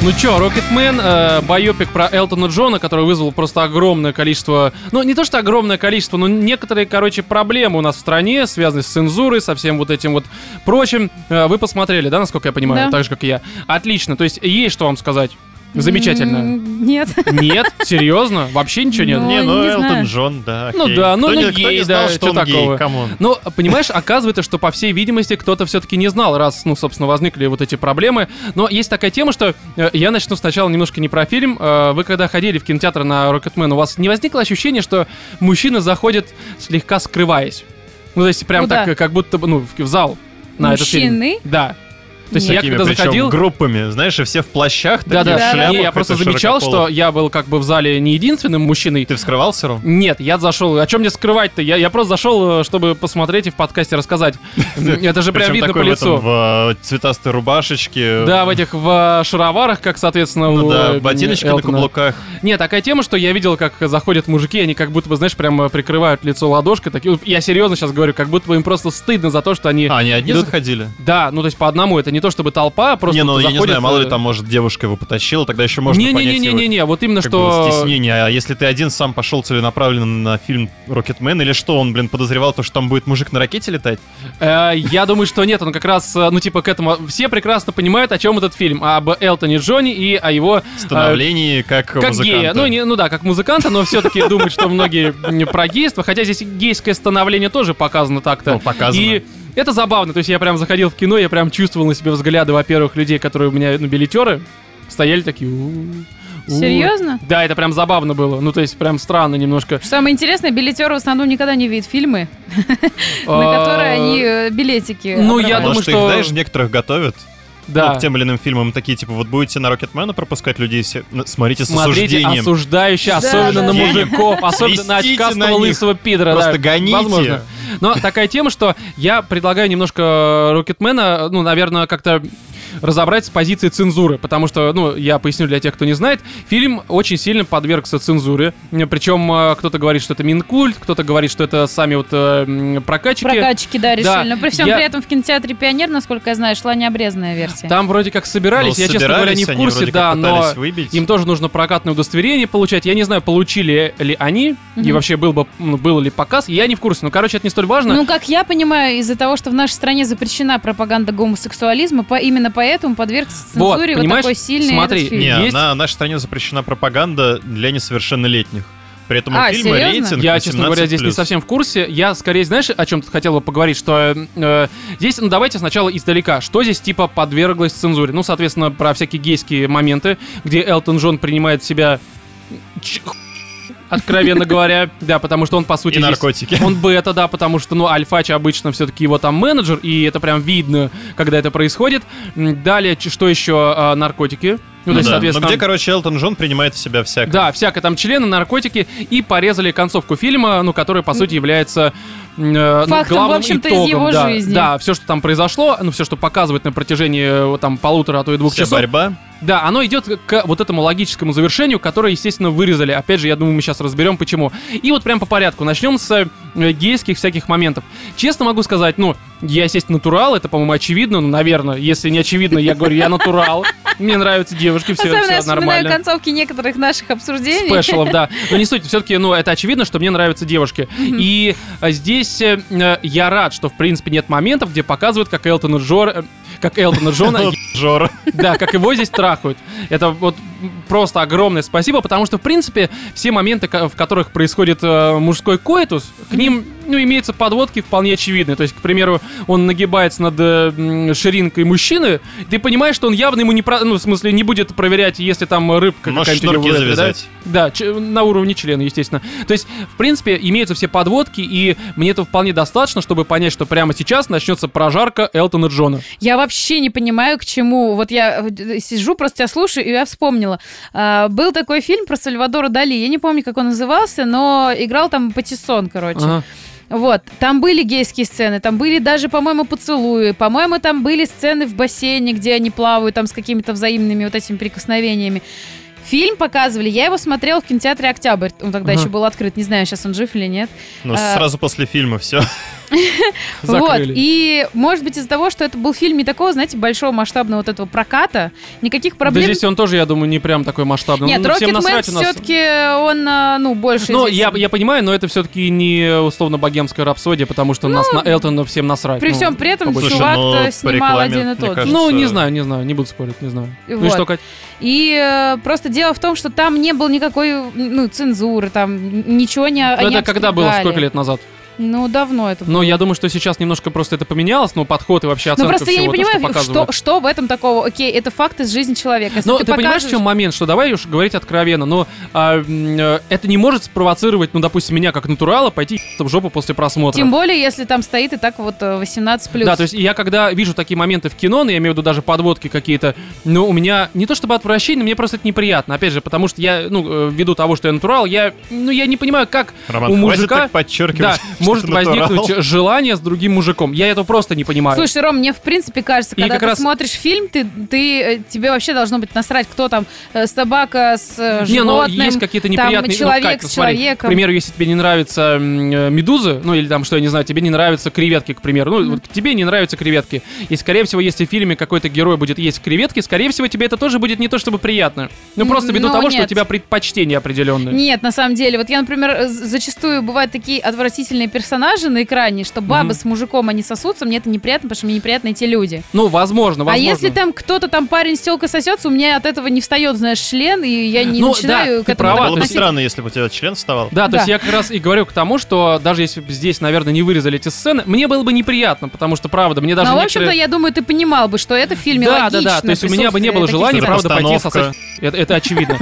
Speaker 1: Ну чё, Рокетмен, э, байопик про Элтона Джона, который вызвал просто огромное количество, ну не то что огромное количество, но некоторые, короче, проблемы у нас в стране, связанные с цензурой, со всем вот этим вот прочим. Э, вы посмотрели, да, насколько я понимаю,
Speaker 3: Да.
Speaker 1: так же, как и я. Отлично, то есть есть что вам сказать. Замечательно.
Speaker 3: М, Нет.
Speaker 1: Нет? Серьезно? Вообще ничего нет?
Speaker 3: Ну,
Speaker 2: Не, ну
Speaker 3: не
Speaker 2: Элтон
Speaker 3: знаю.
Speaker 2: Джон, да.
Speaker 1: Ну
Speaker 2: окей.
Speaker 1: да, ну,
Speaker 2: Кто
Speaker 1: ну,
Speaker 2: не- кто
Speaker 1: гей,
Speaker 2: не знал,
Speaker 1: да,
Speaker 2: что
Speaker 1: чё
Speaker 2: он
Speaker 1: такого?
Speaker 2: гей, камон.
Speaker 1: Ну, понимаешь, оказывается, что, по всей видимости, кто-то все-таки не знал, раз, ну, собственно, возникли вот эти проблемы. Но есть такая тема, что э, я начну сначала немножко не про фильм. Э, вы когда ходили в кинотеатр на Рокетмен, у вас не возникло ощущение, что мужчина заходит, слегка скрываясь? Ну, то есть, прям
Speaker 3: Ну
Speaker 1: так,
Speaker 3: да.
Speaker 1: как будто бы, ну, в, в зал на этот фильм.
Speaker 3: Мужчины?
Speaker 1: Да. То есть
Speaker 3: Нет.
Speaker 1: я когда
Speaker 2: причем
Speaker 1: заходил...
Speaker 2: группами, знаешь, и все в плащах,
Speaker 1: Да, да,
Speaker 2: такие, в
Speaker 3: Да-да.
Speaker 2: шляпах,
Speaker 1: Не, я
Speaker 2: это
Speaker 1: просто замечал, что
Speaker 2: широкополых.
Speaker 1: я был как бы в зале не единственным мужчиной.
Speaker 2: Ты вскрывал сыру?
Speaker 1: Нет, я зашел. О чем мне скрывать-то? Я, я просто зашел, э, чтобы посмотреть и в подкасте рассказать. Это же прям
Speaker 2: Причем
Speaker 1: видно по
Speaker 2: такой в этом,
Speaker 1: лицу.
Speaker 2: в э, цветастой рубашечке.
Speaker 1: Да, в этих в э, шароварах, как, соответственно,
Speaker 2: Ну
Speaker 1: у,
Speaker 2: да,
Speaker 1: э,
Speaker 2: ботиночки на
Speaker 1: Элтона.
Speaker 2: каблуках.
Speaker 1: Нет, такая тема, что я видел, как заходят мужики, они как будто бы, знаешь, прям э, прикрывают лицо ладошкой. Такие, я серьезно сейчас говорю, как будто бы им просто стыдно за то, что они...
Speaker 2: А, они одни
Speaker 1: идут-
Speaker 2: заходили?
Speaker 1: Да, ну то есть по одному, это не то чтобы толпа, а просто
Speaker 2: не, ну
Speaker 1: вот
Speaker 2: я не
Speaker 1: заходят,
Speaker 2: знаю, мало ли
Speaker 1: э,
Speaker 2: там, может, девушка его потащила, тогда еще можно понять его
Speaker 1: Не-не-не-не-не, вот именно
Speaker 2: как
Speaker 1: что...
Speaker 2: бы стеснение. А если ты один сам пошел целенаправленно на фильм «Рокетмен» или что, он, блин, подозревал то, что там будет мужик на ракете летать?
Speaker 1: Э, Я думаю, что нет, он как раз, э, ну, типа, к этому... Все прекрасно понимают, о чем этот фильм. А Об Элтоне Джонни и о его... э,
Speaker 2: Становление как,
Speaker 1: Как
Speaker 2: музыканта.
Speaker 1: гея. Ну, не, ну да, как музыканта, но все-таки думают, что многие м, про гейство. Хотя здесь и гейское становление тоже показано так-то.
Speaker 2: Ну, показано.
Speaker 1: И это забавно. То есть я прям заходил в кино, я прям чувствовал на себе взгляды, во-первых, людей, которые у меня, ну, билетеры, стояли такие... «У, у».
Speaker 3: Серьезно?
Speaker 1: Да, это прям забавно было. Ну, то есть прям странно немножко.
Speaker 3: Самое интересное, билетеры в основном никогда не видят фильмы, на
Speaker 1: А,
Speaker 3: которые они э, билетики
Speaker 1: ну, я
Speaker 2: Потому
Speaker 3: отрывают.
Speaker 1: думаю,
Speaker 2: что,
Speaker 1: что-
Speaker 2: А их, знаешь, некоторых готовят
Speaker 1: Да.
Speaker 2: ну, к тем или иным фильмам. Такие, типа, вот будете на «Рокетмена» пропускать людей, все- на- смотрите с
Speaker 1: Смотрите,
Speaker 2: осуждением.
Speaker 1: осуждающе,
Speaker 3: Да,
Speaker 1: особенно
Speaker 3: да,
Speaker 1: на
Speaker 2: да.
Speaker 1: мужиков, особенно на
Speaker 2: Свистите
Speaker 1: очкастого
Speaker 2: на них.
Speaker 1: лысого пидора.
Speaker 2: Просто
Speaker 1: да,
Speaker 2: гоните.
Speaker 1: Возможно. Но такая тема, что я предлагаю немножко э, Рокетмена, ну, наверное, как-то разобрать с позиции цензуры, потому что, ну, я поясню для тех, кто не знает, фильм очень сильно подвергся цензуре, причем э, кто-то говорит, что это Минкульт, кто-то говорит, что это сами вот э, м, прокачки.
Speaker 3: Прокачки, да, решили.
Speaker 1: Да,
Speaker 3: Но при всем
Speaker 1: я-
Speaker 3: при этом в кинотеатре «Пионер», насколько я знаю, шла необрезанная версия.
Speaker 1: Там вроде как собирались,
Speaker 2: Ну,
Speaker 1: я, честно говоря, не
Speaker 2: собирались
Speaker 1: в
Speaker 2: они,
Speaker 1: курсе,
Speaker 2: вроде
Speaker 1: да,
Speaker 2: как
Speaker 1: но...
Speaker 2: пытались выбить.
Speaker 1: Им тоже нужно прокатное удостоверение получать. Я не знаю, получили ли они, и
Speaker 3: Мгм.
Speaker 1: вообще был бы, ну, был ли показ. Я не в курсе. Ну, короче, это не столь важно.
Speaker 3: Ну, как я понимаю, из-за того, что в нашей стране запрещена пропаганда гомосексуализма, по, именно поэтому подвергся
Speaker 1: Вот,
Speaker 3: цензуре вот,
Speaker 1: понимаешь?
Speaker 3: такой сильный
Speaker 1: Смотри,
Speaker 3: этот фильм.
Speaker 2: Не,
Speaker 1: Есть?
Speaker 2: на нашей стране запрещена пропаганда для несовершеннолетних. При этом у
Speaker 3: А,
Speaker 2: фильма
Speaker 3: серьезно?
Speaker 2: рейтинг
Speaker 1: я, честно говоря, здесь не
Speaker 2: 18+.
Speaker 1: совсем в курсе. Я скорее, знаешь, о чем тут хотел бы поговорить, что э, э, здесь, ну давайте сначала издалека. Что здесь типа подверглось цензуре? Ну, соответственно, про всякие гейские моменты, где Элтон Джон принимает в себя ч- откровенно говоря, да, потому что он, по сути,
Speaker 2: И
Speaker 1: здесь-
Speaker 2: наркотики.
Speaker 1: Он бета, да, потому что, ну, Альфач обычно все-таки его там менеджер, и это прям видно, когда это происходит. М, Далее, ч- что еще? А, наркотики. Ну, то
Speaker 2: Ну
Speaker 1: есть,
Speaker 2: да.
Speaker 1: соответственно...
Speaker 2: Но где, короче, Элтон Джон принимает в себя всякое.
Speaker 1: Да, всякое там члены, наркотики, и порезали концовку фильма, ну, которая, по сути, является э, ну,
Speaker 3: Фактом,
Speaker 1: главным
Speaker 3: в общем-то, из
Speaker 1: итогом,
Speaker 3: его
Speaker 1: да.
Speaker 3: жизни.
Speaker 1: Да, все, что там произошло, ну, все, что показывает на протяжении э, вот там полутора, а то и двух
Speaker 2: Вся
Speaker 1: часов,
Speaker 2: борьба.
Speaker 1: да, оно идет к вот этому логическому завершению, которое, естественно, вырезали. Опять же, я думаю, мы сейчас разберем, почему. И вот прям по порядку. Начнем с э, гейских всяких моментов. Честно могу сказать, ну, я, естественно, натурал, это, по-моему, очевидно, ну, наверное. Если не очевидно, я говорю, я натурал. Мне нравятся девушки, все,
Speaker 3: Особенно я
Speaker 1: все
Speaker 3: вспоминаю
Speaker 1: нормально.
Speaker 3: концовки некоторых наших обсуждений.
Speaker 1: Спешалов, да. Но не суть, все-таки, ну, это очевидно, что мне нравятся девушки. И э, здесь э, э, я рад, что, в принципе, нет моментов, где показывают, как Элтона Джор... э, Как Элтона Джона
Speaker 2: Ну, Жора.
Speaker 1: да, как его здесь трахают. Это вот просто огромное спасибо, потому что, в принципе, все моменты, ко- в которых происходит э, мужской коэтус, к ним ну, имеются подводки вполне очевидные. То есть, к примеру, он нагибается над э, м, ширинкой мужчины, ты понимаешь, что он явно ему не... про- Ну, в смысле, не будет проверять, если там рыбка
Speaker 2: Может,
Speaker 1: какая-нибудь у него
Speaker 2: шнурки
Speaker 1: в этой, да?
Speaker 2: завязать.
Speaker 1: Да, ч- на уровне члена, естественно. То есть, в принципе, имеются все подводки, и мне этого вполне достаточно, чтобы понять, что прямо сейчас начнется прожарка Элтона Джона.
Speaker 3: Я вообще не понимаю, к чему. Вот я э, сижу, просто тебя слушаю, и я вспомнила. А, был такой фильм про Сальвадора Дали. Я не помню, как он назывался, но играл там Патиссон, короче.
Speaker 1: Ага.
Speaker 3: Вот. Там были гейские сцены, там были даже, по-моему, поцелуи. По-моему, там были сцены в бассейне, где они плавают там с какими-то взаимными вот этими прикосновениями. Фильм показывали, я его смотрела в кинотеатре «Октябрь». Он тогда
Speaker 1: Ага.
Speaker 3: еще был открыт, не знаю, сейчас он жив или нет.
Speaker 2: Ну,
Speaker 3: А.
Speaker 2: сразу после фильма все.
Speaker 1: Закрыли.
Speaker 3: Вот, и, может быть, из-за того, что это был фильм не такого, знаете, большого масштабного вот этого проката, никаких
Speaker 1: Да
Speaker 3: проблем...
Speaker 1: здесь он тоже, я думаю, не прям такой масштабный.
Speaker 3: Нет,
Speaker 1: Ну, всем
Speaker 3: Рокетмен
Speaker 1: насрать у нас.
Speaker 3: все-таки, он, а, ну, больше...
Speaker 1: Ну, я,
Speaker 3: известен.
Speaker 1: я понимаю, но это все-таки не условно богемская рапсодия, потому что нас на Элтона всем насрать.
Speaker 3: Ну, При
Speaker 1: ну,
Speaker 3: всем при этом
Speaker 1: по большому-
Speaker 2: Слушай, ну,
Speaker 3: чувак-то
Speaker 2: по
Speaker 3: снимал
Speaker 2: рекламе,
Speaker 3: один и
Speaker 2: мне
Speaker 3: тот же.
Speaker 2: кажется,
Speaker 1: Ну, не знаю, не знаю, не буду спорить, не знаю. Ну и
Speaker 3: Вот.
Speaker 1: что, Кать?
Speaker 3: И э, просто дело в том, что там не было никакой, ну, цензуры, там ничего не
Speaker 1: Ну,
Speaker 3: они
Speaker 1: это когда было?
Speaker 3: обсуждали.
Speaker 1: Сколько лет назад?
Speaker 3: Ну, давно это было.
Speaker 1: Ну, я думаю, что сейчас немножко просто это поменялось, но подход и вообще
Speaker 3: Ну,
Speaker 1: оценка
Speaker 3: просто я не
Speaker 1: всего, то,
Speaker 3: понимаю,
Speaker 1: что показывают.
Speaker 3: что, что в этом такого? Окей, это факт из жизни человека. Если
Speaker 1: Ну, ты, понимаешь, в
Speaker 3: показываешь-
Speaker 1: чем момент, что давай уж говорить откровенно, но а, м, э, это не может спровоцировать, ну, допустим, меня как натурала пойти в жопу после просмотра.
Speaker 3: Тем более, если там стоит и так вот э, 18+.
Speaker 1: Да, то есть я когда вижу такие моменты в кино, ну, я имею в виду даже подводки какие-то, ну, у меня не то чтобы отвращение, мне просто это неприятно. Опять же, потому что я, ну, э, ввиду того, что я натурал, я, ну, я не понимаю, как
Speaker 2: Роман,
Speaker 1: у
Speaker 2: хватит
Speaker 1: мужика...
Speaker 2: так подчеркивать.
Speaker 1: Да,
Speaker 2: что
Speaker 1: может
Speaker 2: ты натурал.
Speaker 1: возникнуть желание с другим мужиком. Я этого просто не понимаю.
Speaker 3: Слушай, Ром, мне в принципе кажется,
Speaker 1: А, И
Speaker 3: когда
Speaker 1: как
Speaker 3: ты
Speaker 1: раз-
Speaker 3: смотришь фильм, ты, ты, э, тебе вообще должно быть насрать, кто там, э, собака с э,
Speaker 1: не,
Speaker 3: животным.
Speaker 1: ну есть какие-то неприятные... ну,
Speaker 3: человек
Speaker 1: Кать, ну,
Speaker 3: с
Speaker 1: смотри,
Speaker 3: человеком.
Speaker 1: К примеру, если тебе не нравятся м, э, медузы, ну или там, что я не знаю, тебе не нравятся креветки, к примеру. Ну, вот тебе не нравятся креветки. И, скорее всего, если в фильме какой-то герой будет есть креветки, скорее всего, тебе это тоже будет не то чтобы приятно. Ну,
Speaker 3: М,
Speaker 1: просто ввиду
Speaker 3: ну,
Speaker 1: того, что у
Speaker 3: нет.
Speaker 1: тебя предпочтения определенные.
Speaker 3: Нет, на самом деле, вот я, например, э, з- зачастую бывают такие отвратительные персонажи на экране, что бабы
Speaker 1: Мгм.
Speaker 3: с мужиком, они сосутся, мне это неприятно, потому что мне неприятны эти люди.
Speaker 1: Ну, возможно, возможно.
Speaker 3: А если там кто-то там парень с телкой сосется, у меня от этого не встает, знаешь, член, и я не
Speaker 1: Ну,
Speaker 3: начинаю
Speaker 1: да,
Speaker 3: к
Speaker 1: ты
Speaker 3: этому
Speaker 1: права, то
Speaker 2: Было
Speaker 3: так
Speaker 2: бы
Speaker 1: есть-
Speaker 3: относиться.
Speaker 2: странно, если бы у тебя член вставал.
Speaker 1: Да, то
Speaker 3: Да.
Speaker 1: есть я как раз и говорю к тому, что даже если бы здесь, наверное, не вырезали эти сцены, мне было бы неприятно, потому что, правда, мне даже
Speaker 3: Но, в
Speaker 1: некоторые-
Speaker 3: общем-то, я думаю, ты понимал бы, что это в фильме
Speaker 1: да,
Speaker 3: логично.
Speaker 1: да, да. То есть у меня бы не было
Speaker 3: присутствие
Speaker 1: желания,
Speaker 3: таких
Speaker 1: правда, пойти
Speaker 2: Постановка.
Speaker 1: сосать. Это, это очевидно.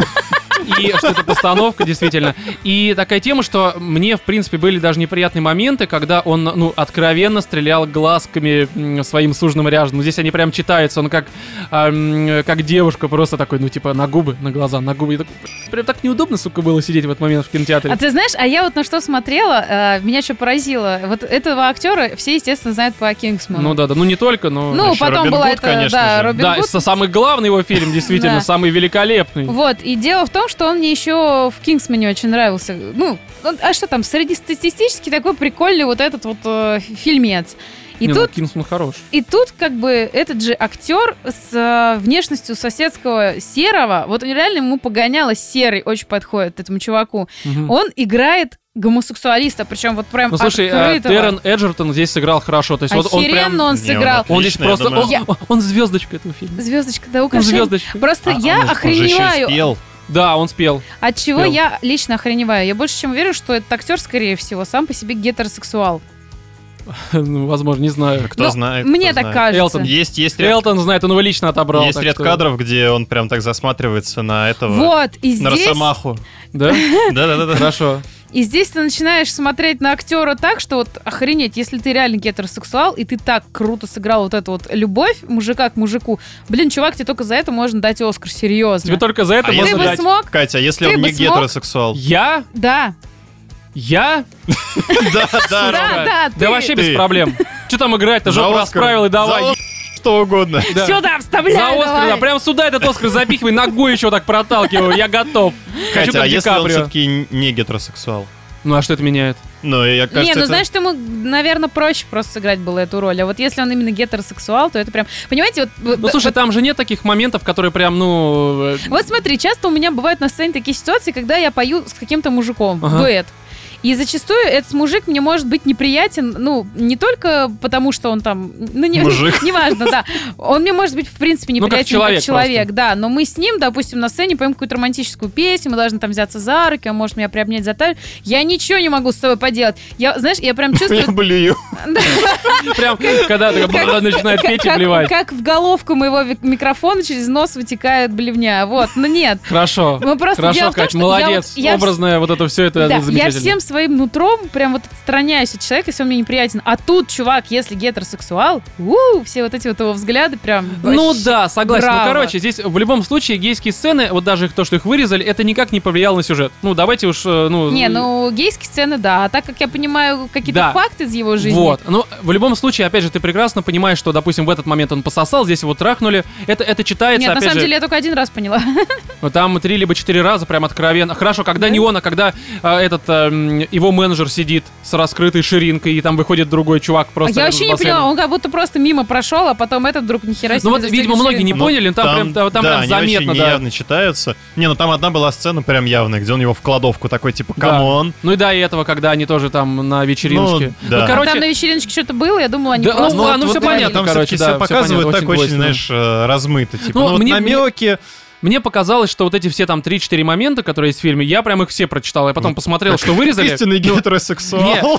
Speaker 1: И что это постановка, действительно. И такая тема, что мне, в принципе, были даже неприятные моменты, когда он, ну, откровенно стрелял глазками м, своим сужным ряженым. Здесь они прям читаются, он как, а, м, как девушка просто такой, ну, типа, на губы, на глаза, на губы. Я такой, прям так неудобно, сука, было сидеть в этот момент в кинотеатре.
Speaker 3: А ты знаешь, а я вот на что смотрела, э, меня что поразило. Вот этого актера все, естественно, знают по Кингсману.
Speaker 1: Ну да, да, ну не только, но...
Speaker 3: Ну,
Speaker 2: Еще
Speaker 3: потом
Speaker 2: Робин
Speaker 3: была
Speaker 2: Гуд,
Speaker 3: это,
Speaker 2: конечно
Speaker 3: да,
Speaker 2: же.
Speaker 3: Робин
Speaker 1: да,
Speaker 3: Гуд.
Speaker 1: со- самый главный его фильм, действительно,
Speaker 3: Да.
Speaker 1: самый великолепный.
Speaker 3: Вот, и дело в том, что он мне еще в Кингсмане очень нравился. Ну, он- а что там, среднестатистический такой прикольный вот этот вот э, фильмец. И
Speaker 1: Не, ну,
Speaker 3: тут,
Speaker 1: Кингсман хорош.
Speaker 3: и тут как бы этот же актер с э, внешностью соседского серого, вот он реально ему погоняло серый, очень подходит этому чуваку.
Speaker 1: Мгм.
Speaker 3: Он играет гомосексуалиста, причем вот прям
Speaker 1: Ну слушай, э,
Speaker 3: открытого. А
Speaker 1: Террен Эджертон здесь сыграл хорошо, то есть вот он прям,
Speaker 3: Охеренно он
Speaker 2: Не, он
Speaker 3: сыграл.
Speaker 1: он здесь
Speaker 2: Отлично, я
Speaker 1: просто,
Speaker 2: думаю.
Speaker 1: он, он звездочка этого фильма.
Speaker 3: Звездочка,
Speaker 1: Ну,
Speaker 3: да,
Speaker 1: Он
Speaker 3: украшение.
Speaker 1: звездочка.
Speaker 3: Просто
Speaker 2: А,
Speaker 3: я
Speaker 2: он же- он же еще и
Speaker 3: охреневаю
Speaker 2: спел.
Speaker 1: Да, он спел.
Speaker 3: От чего
Speaker 1: Пел.
Speaker 3: я лично охреневаю? Я больше чем уверен, что этот актер, скорее всего, сам по себе гетеросексуал.
Speaker 1: Ну, возможно, не знаю.
Speaker 2: Кто
Speaker 3: Ну,
Speaker 2: знает.
Speaker 3: Мне
Speaker 2: кто
Speaker 3: так
Speaker 2: знает.
Speaker 3: кажется.
Speaker 1: Элтон
Speaker 2: Есть, есть ряд,
Speaker 1: Элтон знает, он его лично отобрал.
Speaker 2: есть
Speaker 1: так
Speaker 2: ряд
Speaker 1: что-
Speaker 2: кадров, где он прям так засматривается на этого.
Speaker 3: Вот, и
Speaker 2: На
Speaker 3: здесь,
Speaker 2: Росомаху.
Speaker 1: Да?
Speaker 2: Да-да-да.
Speaker 1: Хорошо.
Speaker 3: и здесь ты начинаешь смотреть на актера так, что вот охренеть, если ты реально гетеросексуал, и ты так круто сыграл вот эту вот любовь мужика к мужику, блин, чувак, тебе только за это можно дать Оскар, серьезно.
Speaker 1: Тебе только за это
Speaker 2: А
Speaker 3: Ты
Speaker 1: можно
Speaker 2: если-
Speaker 3: бы
Speaker 1: дать.
Speaker 3: смог?
Speaker 2: Катя, а если
Speaker 3: Ты
Speaker 2: он
Speaker 3: бы
Speaker 2: не
Speaker 3: смог?
Speaker 2: гетеросексуал?
Speaker 1: Я?
Speaker 3: Да.
Speaker 1: Я?
Speaker 2: Да, да,
Speaker 3: Да,
Speaker 2: Рома.
Speaker 3: да, ты.
Speaker 1: Да вообще без
Speaker 2: Ты.
Speaker 1: проблем. Что там играть-то?
Speaker 2: За
Speaker 1: Жопу
Speaker 2: Оскар.
Speaker 1: расправил и
Speaker 2: За
Speaker 1: давай.
Speaker 2: Оскар, Что угодно.
Speaker 1: Да.
Speaker 3: Сюда вставляй,
Speaker 1: За Оскар,
Speaker 3: давай.
Speaker 1: да, прям сюда этот Оскар запихивай, ногой еще так проталкиваю, я готов. Хочу
Speaker 2: Катя, а
Speaker 1: как Ди
Speaker 2: если он
Speaker 1: Каприо.
Speaker 2: все-таки не гетеросексуал?
Speaker 1: Ну а что это меняет?
Speaker 2: Ну, я кажется,
Speaker 3: не, ну
Speaker 2: это-
Speaker 3: знаешь, что ему, наверное, проще просто сыграть было эту роль. А вот если он именно гетеросексуал, то это прям... Понимаете, вот...
Speaker 1: Ну
Speaker 3: вот-
Speaker 1: слушай, там же нет таких моментов, которые прям, ну... э,
Speaker 3: Вот смотри, часто у меня бывают на сцене такие ситуации, когда я пою с каким-то мужиком
Speaker 1: Ага.
Speaker 3: дуэт. И зачастую этот мужик мне может быть неприятен, ну, не только потому, что он там... Ну, не,
Speaker 2: Мужик.
Speaker 3: Неважно, да. Он мне может быть, в принципе,
Speaker 1: Ну, как
Speaker 3: неприятен
Speaker 1: человек
Speaker 3: да. Но мы с ним, допустим, на сцене поем какую-то романтическую песню, мы должны там взяться за руки, он может меня приобнять за талию. Я ничего не могу с собой поделать. Я, знаешь, я прям
Speaker 2: Я
Speaker 3: чувствую...
Speaker 2: блюю.
Speaker 3: Да.
Speaker 1: Прям, когда так бла- начинает
Speaker 3: Как-
Speaker 1: петь и
Speaker 3: как-
Speaker 1: блевать.
Speaker 3: Как в головку моего ви- микрофона через нос вытекает блевня. Вот, ну нет.
Speaker 1: Хорошо.
Speaker 3: Мы просто
Speaker 1: Хорошо,
Speaker 3: дело в том,
Speaker 1: Кать,
Speaker 3: что
Speaker 1: молодец.
Speaker 3: я вот- я
Speaker 1: Образное вот это все, это
Speaker 3: Да, я
Speaker 1: замечательно.
Speaker 3: всем своим нутром прям вот отстраняюсь от человека, если он мне неприятен. А тут, чувак, если гетеросексуал, у все вот эти вот его взгляды прям...
Speaker 1: Ну
Speaker 3: вообще.
Speaker 1: да, согласен. Ну,
Speaker 3: Браво.
Speaker 1: короче, здесь в любом случае гейские сцены, вот даже их- то, что их вырезали, это никак не повлияло на сюжет. Ну, давайте уж, э, ну...
Speaker 3: Не, ну гейские сцены, да. А так как я понимаю какие-то
Speaker 1: Да.
Speaker 3: факты из его жизни...
Speaker 1: Вот. Ну, в любом случае, опять же, ты прекрасно понимаешь, что, допустим, в этот момент он пососал, здесь его трахнули. Это, это читается,
Speaker 3: Нет, на
Speaker 1: опять
Speaker 3: самом
Speaker 1: же,
Speaker 3: деле я только один раз поняла.
Speaker 1: ну, там три либо четыре раза прям откровенно. Хорошо, когда не он, а когда э, этот э, м, бассейне, его менеджер сидит с раскрытой ширинкой, и там выходит другой чувак
Speaker 3: А
Speaker 1: просто рядом
Speaker 3: я вообще
Speaker 1: с
Speaker 3: не
Speaker 1: бассейном.
Speaker 3: поняла, он как будто просто мимо прошел, а потом этот вдруг нихера себе.
Speaker 1: Ну вот,
Speaker 3: достает
Speaker 1: видимо, многие не
Speaker 3: вечеринку.
Speaker 2: Ну,
Speaker 1: поняли, там прям- там- там
Speaker 2: да,
Speaker 1: прям
Speaker 2: они
Speaker 1: заметно,
Speaker 2: очень
Speaker 1: да.
Speaker 2: явно читаются. Не, ну там одна была сцена прям явная, где он его в кладовку такой, типа,
Speaker 1: Да.
Speaker 2: камон.
Speaker 1: Ну и до этого, когда они тоже там на вечеринке.
Speaker 2: Ну, да.
Speaker 3: А Там
Speaker 1: короче,
Speaker 3: на вечеринке что-то было, я думала, они
Speaker 1: Да,
Speaker 3: просто...
Speaker 1: ну, а, ну, всё
Speaker 3: говорили.
Speaker 1: понятно.
Speaker 2: Там
Speaker 1: короче,
Speaker 2: все-таки
Speaker 1: да,
Speaker 2: все
Speaker 1: всё
Speaker 2: показывают
Speaker 1: понятно,
Speaker 2: так
Speaker 1: очень
Speaker 2: очень,
Speaker 1: двойственно.
Speaker 2: знаешь, э, размыто. Типа,
Speaker 1: Ну,
Speaker 2: ну, вот
Speaker 1: мне-
Speaker 2: намеки.
Speaker 1: мне показалось, что вот эти все там 3-4 момента, которые есть в фильме, я прям их все прочитал. Я
Speaker 2: Ну,
Speaker 1: потом посмотрел, что ну, вырезали.
Speaker 2: Истинный гетеросексуал.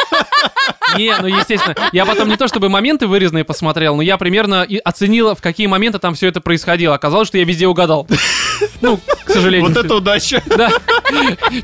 Speaker 1: Не, ну естественно. Я потом не то чтобы моменты вырезанные посмотрел, но я примерно и оценила, в какие моменты там все это происходило. Оказалось, что я везде угадал. Ну, к сожалению.
Speaker 2: Вот это удача.
Speaker 1: Да.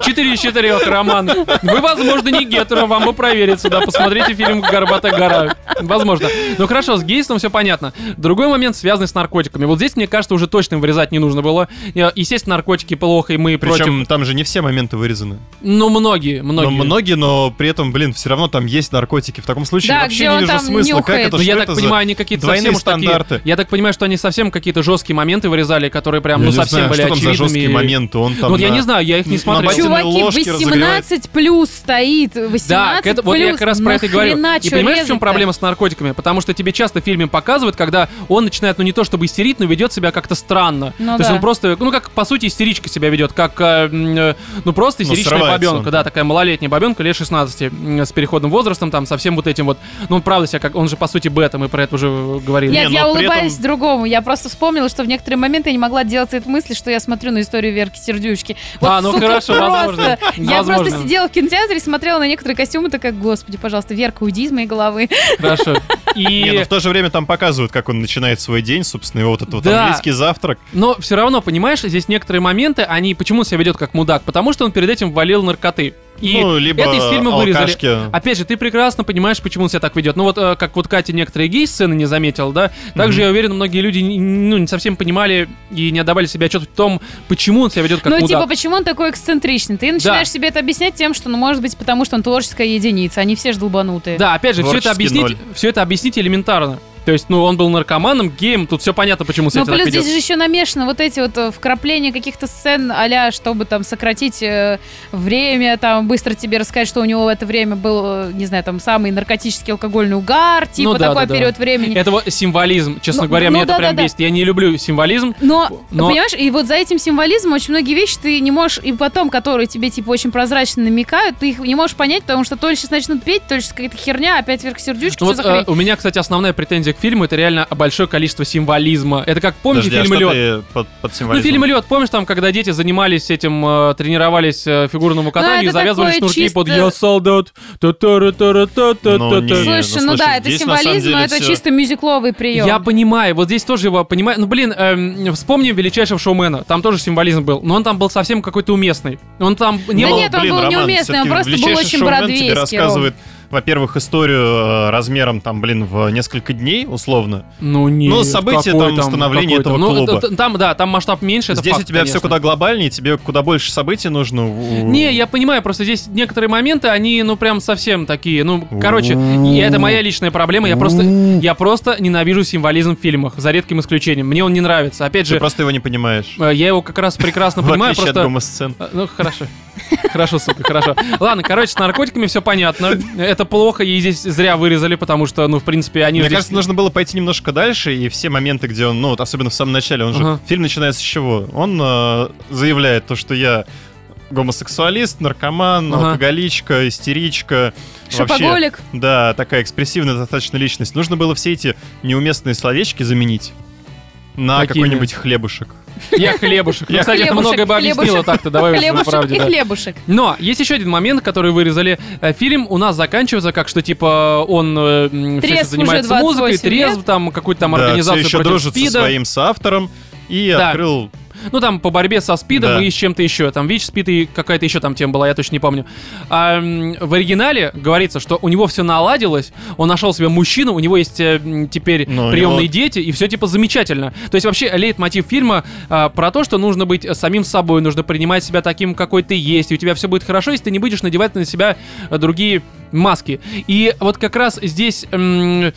Speaker 1: Четыре из четырех, Роман. Вы, возможно, не гетеро, вам бы провериться, да. Посмотрите фильм «Горбатая гора». Возможно. Ну хорошо, с гейством все понятно. Другой момент, связанный с наркотиками. Вот здесь, мне кажется, уже точно вырезать не нужно было. Э, Естественно, наркотики плохо, и мы против.
Speaker 2: Причем там же не все моменты вырезаны.
Speaker 1: Ну, многие, многие.
Speaker 2: Но многие, но при этом, блин, все равно там есть наркотики. В таком случае
Speaker 3: Да,
Speaker 2: я
Speaker 3: где
Speaker 2: вообще не
Speaker 3: он
Speaker 2: вижу
Speaker 3: там
Speaker 2: смысла. Как
Speaker 3: нюхает.
Speaker 2: это,
Speaker 1: Ну, я
Speaker 2: что
Speaker 1: так
Speaker 2: это за-
Speaker 1: понимаю, они какие-то
Speaker 2: двойные
Speaker 1: совсем уж такие-
Speaker 2: стандарты?
Speaker 1: Я так понимаю, что они совсем какие-то жесткие моменты вырезали, которые прям,
Speaker 2: Я
Speaker 1: ну,
Speaker 2: не
Speaker 1: совсем
Speaker 2: знаю,
Speaker 1: были
Speaker 2: что там за
Speaker 1: очевидными.
Speaker 2: жесткие моменты. Он
Speaker 1: Ну,
Speaker 2: там
Speaker 1: вот я
Speaker 2: на-
Speaker 1: не знаю, я их не
Speaker 2: на
Speaker 1: смотрел.
Speaker 2: батине
Speaker 3: Чуваки,
Speaker 2: ложки
Speaker 3: 18 плюс стоит, ну, 18
Speaker 1: Да, к это- вот я как раз про это и говорю. И понимаешь, в чем проблема с наркотиками? Потому что тебе часто в фильме показывают, когда он начинает, ну не то чтобы истерить, но ведет себя как-то странно.
Speaker 3: Ну
Speaker 1: то есть
Speaker 3: да.
Speaker 1: он просто, ну как по сути истеричка себя ведет, как э, м, э, ну просто
Speaker 2: Ну,
Speaker 1: истеричная
Speaker 2: срывается
Speaker 1: бабенка,
Speaker 2: он.
Speaker 1: да, такая малолетняя бабенка лет 16 м, с переходным возрастом, там совсем вот этим вот. Ну он правда себя как, он же по сути бета, мы про это уже э, говорили.
Speaker 3: Нет,
Speaker 2: Не,
Speaker 3: я
Speaker 2: но при
Speaker 3: улыбаюсь
Speaker 2: этом-
Speaker 3: другому. Я просто вспомнила, что в некоторые моменты я не могла делать этой мысли, что я смотрю на историю Верки Сердючки. Вот,
Speaker 1: А, ну
Speaker 3: сука,
Speaker 1: хорошо, возможно.
Speaker 3: просто. Я
Speaker 1: Возможно.
Speaker 3: просто сидела в кинотеатре, смотрела на некоторые костюмы, такая, господи, пожалуйста, Верка, уйди из моей головы.
Speaker 1: Хорошо.
Speaker 2: Не, но
Speaker 1: И
Speaker 2: ну, в то же время там показывают, как он начинает свой день, собственно, его вот этот вот
Speaker 1: Да.
Speaker 2: английский завтрак.
Speaker 1: Но все равно, понимаешь, здесь некоторые моменты, они почему он себя ведет как мудак? Потому что он перед этим валил наркоты. И
Speaker 2: ну, либо
Speaker 1: это из фильма вырезали.
Speaker 2: алкашки.
Speaker 1: Опять же, ты прекрасно понимаешь, почему он себя так ведет. Ну вот, э, как вот Катя некоторые гей-сцены не заметила, да, также,
Speaker 2: Мгм.
Speaker 1: я уверен, многие люди не- ну, не совсем понимали и не отдавали себе отчет в том, почему он себя ведет как
Speaker 3: Ну,
Speaker 1: мудак.
Speaker 3: типа, почему он такой эксцентричный? Ты начинаешь себе это объяснять тем, что, ну, может быть, потому что он творческая единица, они все ж долбанутые.
Speaker 1: Да, опять же, все это,
Speaker 2: Творческий
Speaker 1: объяснить,
Speaker 2: ноль.
Speaker 1: все это объяснить элементарно. То есть, ну, он был наркоманом, геем, тут все понятно, почему он себя
Speaker 3: Ну,
Speaker 1: так
Speaker 3: плюс
Speaker 1: ведет.
Speaker 3: здесь же еще намешаны вот эти вот э, вкрапления каких-то сцен а чтобы там сократить э, время, там, быстро тебе рассказать, что у него в это время был, э, не знаю, там, самый наркотический алкогольный угар, типа
Speaker 1: Ну да,
Speaker 3: такой
Speaker 1: да, да.
Speaker 3: период времени.
Speaker 1: Это вот символизм, честно
Speaker 3: Ну,
Speaker 1: говоря,
Speaker 3: ну
Speaker 1: мне это
Speaker 3: да,
Speaker 1: прям
Speaker 3: да, да.
Speaker 1: бесит. Я не люблю символизм.
Speaker 3: Но,
Speaker 1: Но-
Speaker 3: понимаешь, и вот за этим символизмом очень многие вещи ты не можешь, и потом, которые тебе, типа, очень прозрачно намекают, ты их не можешь понять, потому что то ли сейчас начнут петь, то ли сейчас какая-то херня, опять вверх сердючка,
Speaker 1: Ну
Speaker 3: что
Speaker 1: вот,
Speaker 3: за
Speaker 1: э,
Speaker 3: хрень.
Speaker 1: у меня, кстати, основная претензия к фильму это реально большое количество символизма. Это как помните
Speaker 2: Подожди, а
Speaker 1: фильм
Speaker 2: что
Speaker 1: Лед?
Speaker 2: ты под, под
Speaker 1: Ну,
Speaker 2: символизмом?
Speaker 1: фильм «Лед», помнишь, там, когда дети занимались этим, э, тренировались э, фигурному катанию и
Speaker 3: Ну, это
Speaker 1: завязывали
Speaker 3: такое
Speaker 1: шнурки под
Speaker 3: чисто-
Speaker 1: «Я солдат». та-та-ра-та-ра-та-та-та-та.
Speaker 2: Ну, не,
Speaker 1: э, Слушай,
Speaker 2: ну,
Speaker 3: Слушай, ну
Speaker 2: слушай,
Speaker 3: да, это
Speaker 2: здесь на самом
Speaker 3: символизм, но
Speaker 2: деле
Speaker 3: это
Speaker 2: всё-
Speaker 3: чисто мюзикловый прием.
Speaker 1: Я понимаю, вот здесь тоже его понимаю. Ну, блин, эм, вспомним величайшего шоумена. Там тоже символизм был, но он там был совсем какой-то уместный. Он там не
Speaker 3: Да
Speaker 1: был...
Speaker 3: нет,
Speaker 2: Ну,
Speaker 3: он
Speaker 2: Блин,
Speaker 3: был
Speaker 2: Роман,
Speaker 3: неуместный, он
Speaker 2: всё-таки
Speaker 3: просто был
Speaker 2: величайший
Speaker 3: очень
Speaker 2: шоумен
Speaker 3: бродвейский,
Speaker 2: тебе рассказывает, во-первых, историю э, размером там, блин, в несколько дней, условно.
Speaker 1: Ну, нет.
Speaker 2: Ну, события
Speaker 1: какой
Speaker 2: там, становление
Speaker 1: какой
Speaker 2: этого
Speaker 1: там. Ну,
Speaker 2: клуба.
Speaker 1: т- т- Там, да, там масштаб меньше, это
Speaker 2: Здесь
Speaker 1: факт,
Speaker 2: у тебя все
Speaker 1: конечно.
Speaker 2: куда глобальнее, тебе куда больше событий нужно. у-
Speaker 1: Не, я понимаю, просто здесь некоторые моменты, они, ну, прям совсем такие, ну, короче, и это моя личная проблема, я просто, я просто ненавижу символизм в фильмах, за редким исключением, мне он не нравится, опять
Speaker 2: Ты
Speaker 1: же,
Speaker 2: просто его не понимаешь.
Speaker 1: э, я его как раз прекрасно
Speaker 2: В
Speaker 1: понимаю,
Speaker 2: отличие от
Speaker 1: просто...
Speaker 2: гомосцен.
Speaker 1: Э, Ну, хорошо. Хорошо, сука, хорошо. Ладно, короче, с наркотиками все понятно. Это плохо, и здесь зря вырезали, потому что, ну, в принципе, они...
Speaker 2: Мне
Speaker 1: здесь-
Speaker 2: кажется, нужно было пойти немножко дальше, и все моменты, где он, ну, вот особенно в самом начале, он же...
Speaker 1: Ага.
Speaker 2: Фильм начинается с чего? Он э, заявляет то, что я гомосексуалист, наркоман,
Speaker 1: Ага.
Speaker 2: алкоголичка, истеричка. Вообще,
Speaker 3: Шопоголик.
Speaker 2: да, такая экспрессивная достаточно личность. Нужно было все эти неуместные словечки заменить на
Speaker 1: Какими?
Speaker 2: какой-нибудь хлебушек.
Speaker 1: Я хлебушек. Ну,
Speaker 2: Я
Speaker 1: кстати, это
Speaker 3: хлебушек,
Speaker 1: многое бы объяснило
Speaker 3: хлебушек.
Speaker 1: так-то, давай уж на
Speaker 3: Хлебушек
Speaker 1: правде,
Speaker 3: и
Speaker 1: да.
Speaker 3: хлебушек.
Speaker 1: Но есть еще один момент, который вырезали. Э, Фильм у нас заканчивается как, что типа он э, м, всё
Speaker 3: Трезв
Speaker 1: еще занимается
Speaker 3: уже 28
Speaker 1: музыкой,
Speaker 3: лет.
Speaker 1: трезв, там какую-то там
Speaker 2: Да,
Speaker 1: организацию
Speaker 2: всё еще
Speaker 1: против
Speaker 2: дружит
Speaker 1: СПИДа.
Speaker 2: со своим соавтором и
Speaker 1: Да.
Speaker 2: открыл...
Speaker 1: Ну там по борьбе со СПИДом
Speaker 2: Да.
Speaker 1: и с чем-то еще. Там ВИЧ, СПИД и какая-то еще там тема была, я точно не помню. А, м, в оригинале говорится, что у него все наладилось, он нашел себе мужчину, у него есть э, м, теперь
Speaker 2: Ну, у
Speaker 1: приемные
Speaker 2: него-
Speaker 1: дети, и все типа замечательно. То есть вообще лейтмотив фильма а, про то, что нужно быть э, самим собой, нужно принимать себя таким, какой ты есть, и у тебя все будет хорошо, если ты не будешь надевать на себя э, другие маски. И вот как раз здесь м,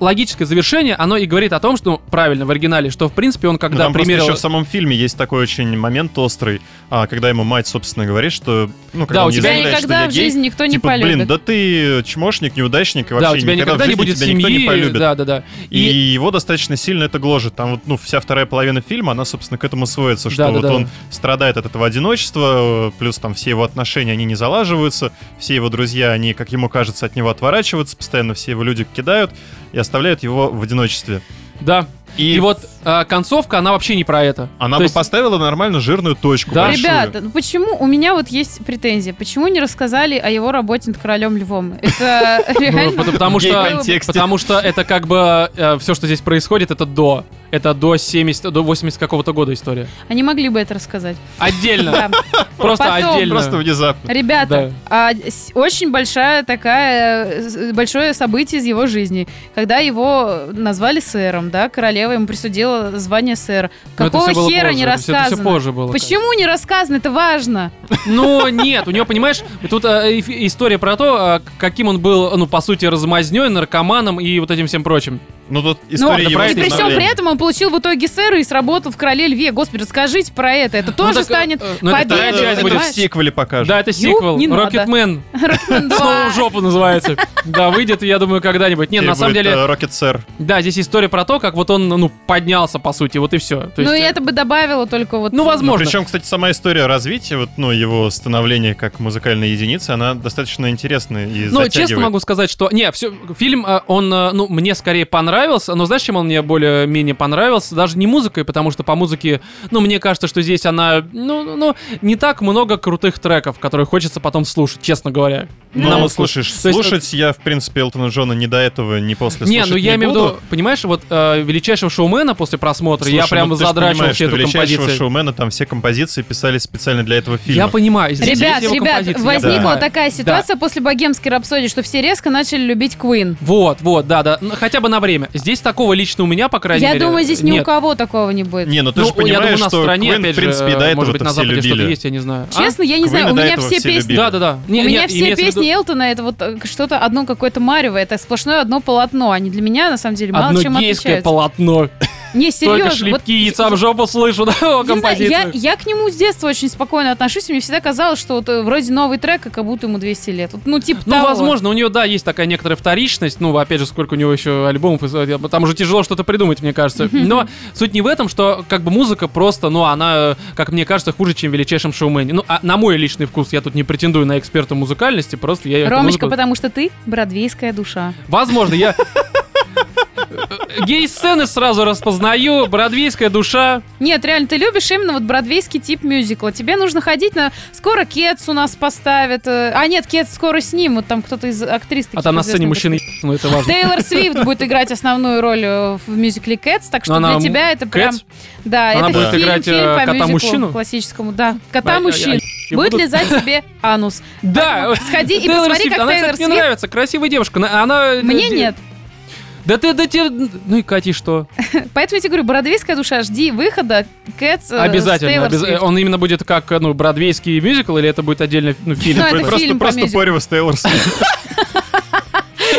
Speaker 1: логическое завершение, оно и говорит о том, что ну, правильно в оригинале, что в принципе он
Speaker 2: Ну,
Speaker 1: когда
Speaker 2: там просто
Speaker 1: примерил...
Speaker 2: еще в самом фильме есть такой очень момент острый, а, когда ему мать, собственно, говорит, что... Ну,
Speaker 1: Да,
Speaker 2: когда он
Speaker 1: у
Speaker 2: ей
Speaker 1: тебя
Speaker 3: Тебя
Speaker 2: заявляет, что я
Speaker 3: никогда в
Speaker 2: гей,
Speaker 3: жизни никто не
Speaker 2: типа, блин,
Speaker 3: полюбит.
Speaker 2: да ты чмошник, неудачник, и вообще
Speaker 1: Да, у тебя никогда,
Speaker 2: в
Speaker 1: не
Speaker 2: жизни
Speaker 1: будет
Speaker 2: тебя
Speaker 1: семьи,
Speaker 2: никто не полюбит.
Speaker 1: да, да, да.
Speaker 2: И... его достаточно сильно это гложет. Там вот, ну, вся вторая половина фильма, она, собственно, к этому сводится, что
Speaker 1: Да, да,
Speaker 2: вот
Speaker 1: да.
Speaker 2: он страдает от этого одиночества, э, плюс там все его отношения, они не залаживаются, все его друзья, они, как ему кажется, от него отворачиваются, постоянно все его люди кидают и оставляют его в одиночестве.
Speaker 1: да. И, вот а, концовка, она вообще не про это.
Speaker 2: она
Speaker 1: То
Speaker 2: бы
Speaker 1: есть-
Speaker 2: поставила нормально жирную точку.
Speaker 1: Да.
Speaker 2: большую.
Speaker 3: Ребята, ну почему у меня вот есть претензия? Почему не рассказали о его работе над королем львом? Это
Speaker 1: Ну,
Speaker 3: реально.
Speaker 1: пот- потому что,
Speaker 2: гей-контексте.
Speaker 1: потому что это как бы все, что здесь происходит, это до. Это до 70, до 80 какого-то года история.
Speaker 3: Они могли бы это рассказать.
Speaker 1: Отдельно.
Speaker 3: Да.
Speaker 1: Просто
Speaker 3: Потом.
Speaker 1: отдельно.
Speaker 2: Просто внезапно.
Speaker 3: Ребята, а, с- очень большая такая э, большое событие из его жизни, когда его назвали сэром, да, королева ему присудила звание сэра.
Speaker 1: Но это
Speaker 3: Какого
Speaker 1: всё было
Speaker 3: хера
Speaker 1: позже,
Speaker 3: не
Speaker 1: это всё- это всё
Speaker 3: рассказано?
Speaker 1: позже было.
Speaker 3: Почему не рассказано? Это важно.
Speaker 1: Ну, нет, у него, понимаешь, тут а, и- и история про то, а, каким он был, ну, по сути, размазнёй, наркоманом и вот этим всем прочим.
Speaker 2: Ну тут
Speaker 3: Ну,
Speaker 2: история его
Speaker 1: про
Speaker 3: и при всем
Speaker 2: становления.
Speaker 3: при этом он получил в итоге сэра и сработал в короле льве. Господи, расскажите про это. Это тоже
Speaker 1: так,
Speaker 3: станет
Speaker 1: э, ну, это
Speaker 2: Да,
Speaker 1: вторая часть
Speaker 3: победой,
Speaker 2: это
Speaker 1: будет.
Speaker 2: в
Speaker 3: понимаешь?
Speaker 2: сиквеле покажут.
Speaker 1: Да, это сиквел.
Speaker 3: не надо.
Speaker 1: Рокетмен.
Speaker 3: Рокетмен два.
Speaker 1: Снова в жопу называется. Да, выйдет, я думаю, когда-нибудь. Нет,
Speaker 2: Теперь
Speaker 1: на самом
Speaker 2: будет,
Speaker 1: деле,
Speaker 2: э, Rocket Sir.
Speaker 1: да, здесь история про то, как вот он, ну, поднялся, по сути, вот и все.
Speaker 3: Ну и это бы добавило только вот...
Speaker 1: Ну, возможно.
Speaker 2: Ну, причем, кстати, сама история развития, вот, ну, его становления как музыкальной единицы, она достаточно интересная и
Speaker 1: Ну,
Speaker 2: затягивает.
Speaker 1: честно могу сказать, что... Не, все, фильм, э, он, э, ну, мне скорее понравился, но знаешь, чем он мне более-менее понравился? Даже не музыкой, потому что по музыке, ну, мне кажется, что здесь она, ну, ну, ну, не так много крутых треков, которые хочется потом слушать, честно говоря.
Speaker 2: Ну,
Speaker 1: на мой слух.
Speaker 2: слушаешь,
Speaker 1: То есть, э,
Speaker 2: слушать я, в принципе, Элтона Джона не до этого, не после
Speaker 1: Не,
Speaker 2: слушать
Speaker 1: ну я
Speaker 2: не
Speaker 1: имею в
Speaker 2: буду.
Speaker 1: виду, понимаешь, вот э, величайшего шоумена после просмотра я
Speaker 2: Слушай,
Speaker 1: прям
Speaker 2: ну, ты ж
Speaker 1: задрачивал
Speaker 2: понимаешь,
Speaker 1: все эту
Speaker 2: что величайшего
Speaker 1: композицию.
Speaker 2: шоумена там все композиции писались специально для этого фильма.
Speaker 1: Я понимаю, здесь
Speaker 3: Ребят,
Speaker 1: есть его
Speaker 3: ребят,
Speaker 1: композиции, я
Speaker 3: возникла
Speaker 1: понимаю.
Speaker 3: такая
Speaker 1: Да.
Speaker 3: ситуация после богемской рапсодии, что все резко начали любить Queen.
Speaker 1: Вот, вот, да, да. Ну, Хотя бы на время. Здесь такого лично у меня, по крайней
Speaker 3: Я
Speaker 1: мере.
Speaker 3: думаю, здесь ни
Speaker 1: нет.
Speaker 3: у кого такого не будет.
Speaker 2: Не, ну ты
Speaker 1: Ну,
Speaker 2: же
Speaker 1: я думаю,
Speaker 2: понимаешь,
Speaker 1: у нас в
Speaker 2: что
Speaker 1: стране,
Speaker 2: Queen,
Speaker 1: опять
Speaker 2: в принципе, и
Speaker 1: же,
Speaker 2: до этого
Speaker 1: может быть, на
Speaker 2: все
Speaker 1: Западе что-то
Speaker 2: любили.
Speaker 1: есть, я не знаю. А?
Speaker 3: Честно, я не
Speaker 2: Queen
Speaker 3: знаю, у
Speaker 2: до
Speaker 3: меня
Speaker 2: этого
Speaker 3: все
Speaker 2: все
Speaker 3: песни...
Speaker 2: любили.
Speaker 1: Да, да, да. Не,
Speaker 3: у меня
Speaker 1: не,
Speaker 3: все
Speaker 1: имеется в виду-
Speaker 3: песни Элтона это вот э, что-то одно какое-то марево, это сплошное одно полотно. Они для меня на самом деле мало
Speaker 1: Одно
Speaker 3: чем
Speaker 1: «А, ну, гейское
Speaker 3: отличаются.
Speaker 1: полотно.
Speaker 3: Не
Speaker 1: Только
Speaker 3: серьезно. вот
Speaker 1: шлепки яйца в жопу слышу, да, о
Speaker 3: Не знаю, я,
Speaker 1: композиции.
Speaker 3: я к нему с детства очень спокойно отношусь, и мне всегда казалось, что вот э, вроде новый трек, и как будто ему 200 лет. Вот, ну, типа
Speaker 1: Ну,
Speaker 3: того.
Speaker 1: возможно, у нее, да, есть такая некоторая вторичность. Ну, опять же, сколько у него еще альбомов. и- Там уже тяжело что-то придумать, мне кажется. Но суть не в этом, что как бы музыка просто, ну, она, э, как мне кажется, хуже, чем в величайшем шоумене. Ну, а на мой личный вкус я тут не претендую на эксперта музыкальности, просто я... эту
Speaker 3: Ромочка,
Speaker 1: музыку-
Speaker 3: потому что ты бродвейская душа.
Speaker 1: Возможно, я... Гей-сцены сразу распознаю, бродвейская душа.
Speaker 3: Нет, реально, ты любишь именно вот бродвейский тип мюзикла. Тебе нужно ходить на... Скоро Кетс у нас поставят. э, А нет, Кетс скоро с ним. Вот там кто-то из актрис таких
Speaker 1: А там на сцене
Speaker 3: известных.
Speaker 1: мужчины еб- ну это важно.
Speaker 3: Тейлор Свифт будет играть основную роль э, в мюзикле Кэтс, так что
Speaker 1: Но Ну, она
Speaker 3: для тебя это прям...
Speaker 1: Кэтс?
Speaker 3: Да,
Speaker 1: Она
Speaker 3: это
Speaker 1: будет
Speaker 3: фильм,
Speaker 1: играть, э,
Speaker 3: фильм по
Speaker 1: кота-мужчину?
Speaker 3: мюзиклу классическому, да.
Speaker 1: А, а,
Speaker 3: Кота-мужчин.
Speaker 1: а,
Speaker 3: Будет
Speaker 1: будут-
Speaker 3: лизать тебе анус.
Speaker 1: Да,
Speaker 3: Сходи и
Speaker 1: Тейлор
Speaker 3: посмотри,
Speaker 1: Свифт,
Speaker 3: как
Speaker 1: она,
Speaker 3: Тейлор
Speaker 1: кстати, мне
Speaker 3: Свифт.
Speaker 1: нравится, красивая девушка. на- Она...
Speaker 3: Мне
Speaker 1: де-
Speaker 3: нет.
Speaker 1: Да ты, да тебе... Ну и Кати что?
Speaker 3: Поэтому я тебе говорю, бродвейская душа, жди выхода Кэтс э, с
Speaker 1: Обязательно.
Speaker 3: Тейлор
Speaker 1: обяз-
Speaker 3: Свифт.
Speaker 1: Он именно будет как, ну, бродвейский мюзикл, или это будет отдельный ну, фильм?
Speaker 3: Ну, это
Speaker 2: Просто,
Speaker 3: фильм про
Speaker 2: просто
Speaker 3: мюзикл.
Speaker 2: порево с Тейлор Свифт.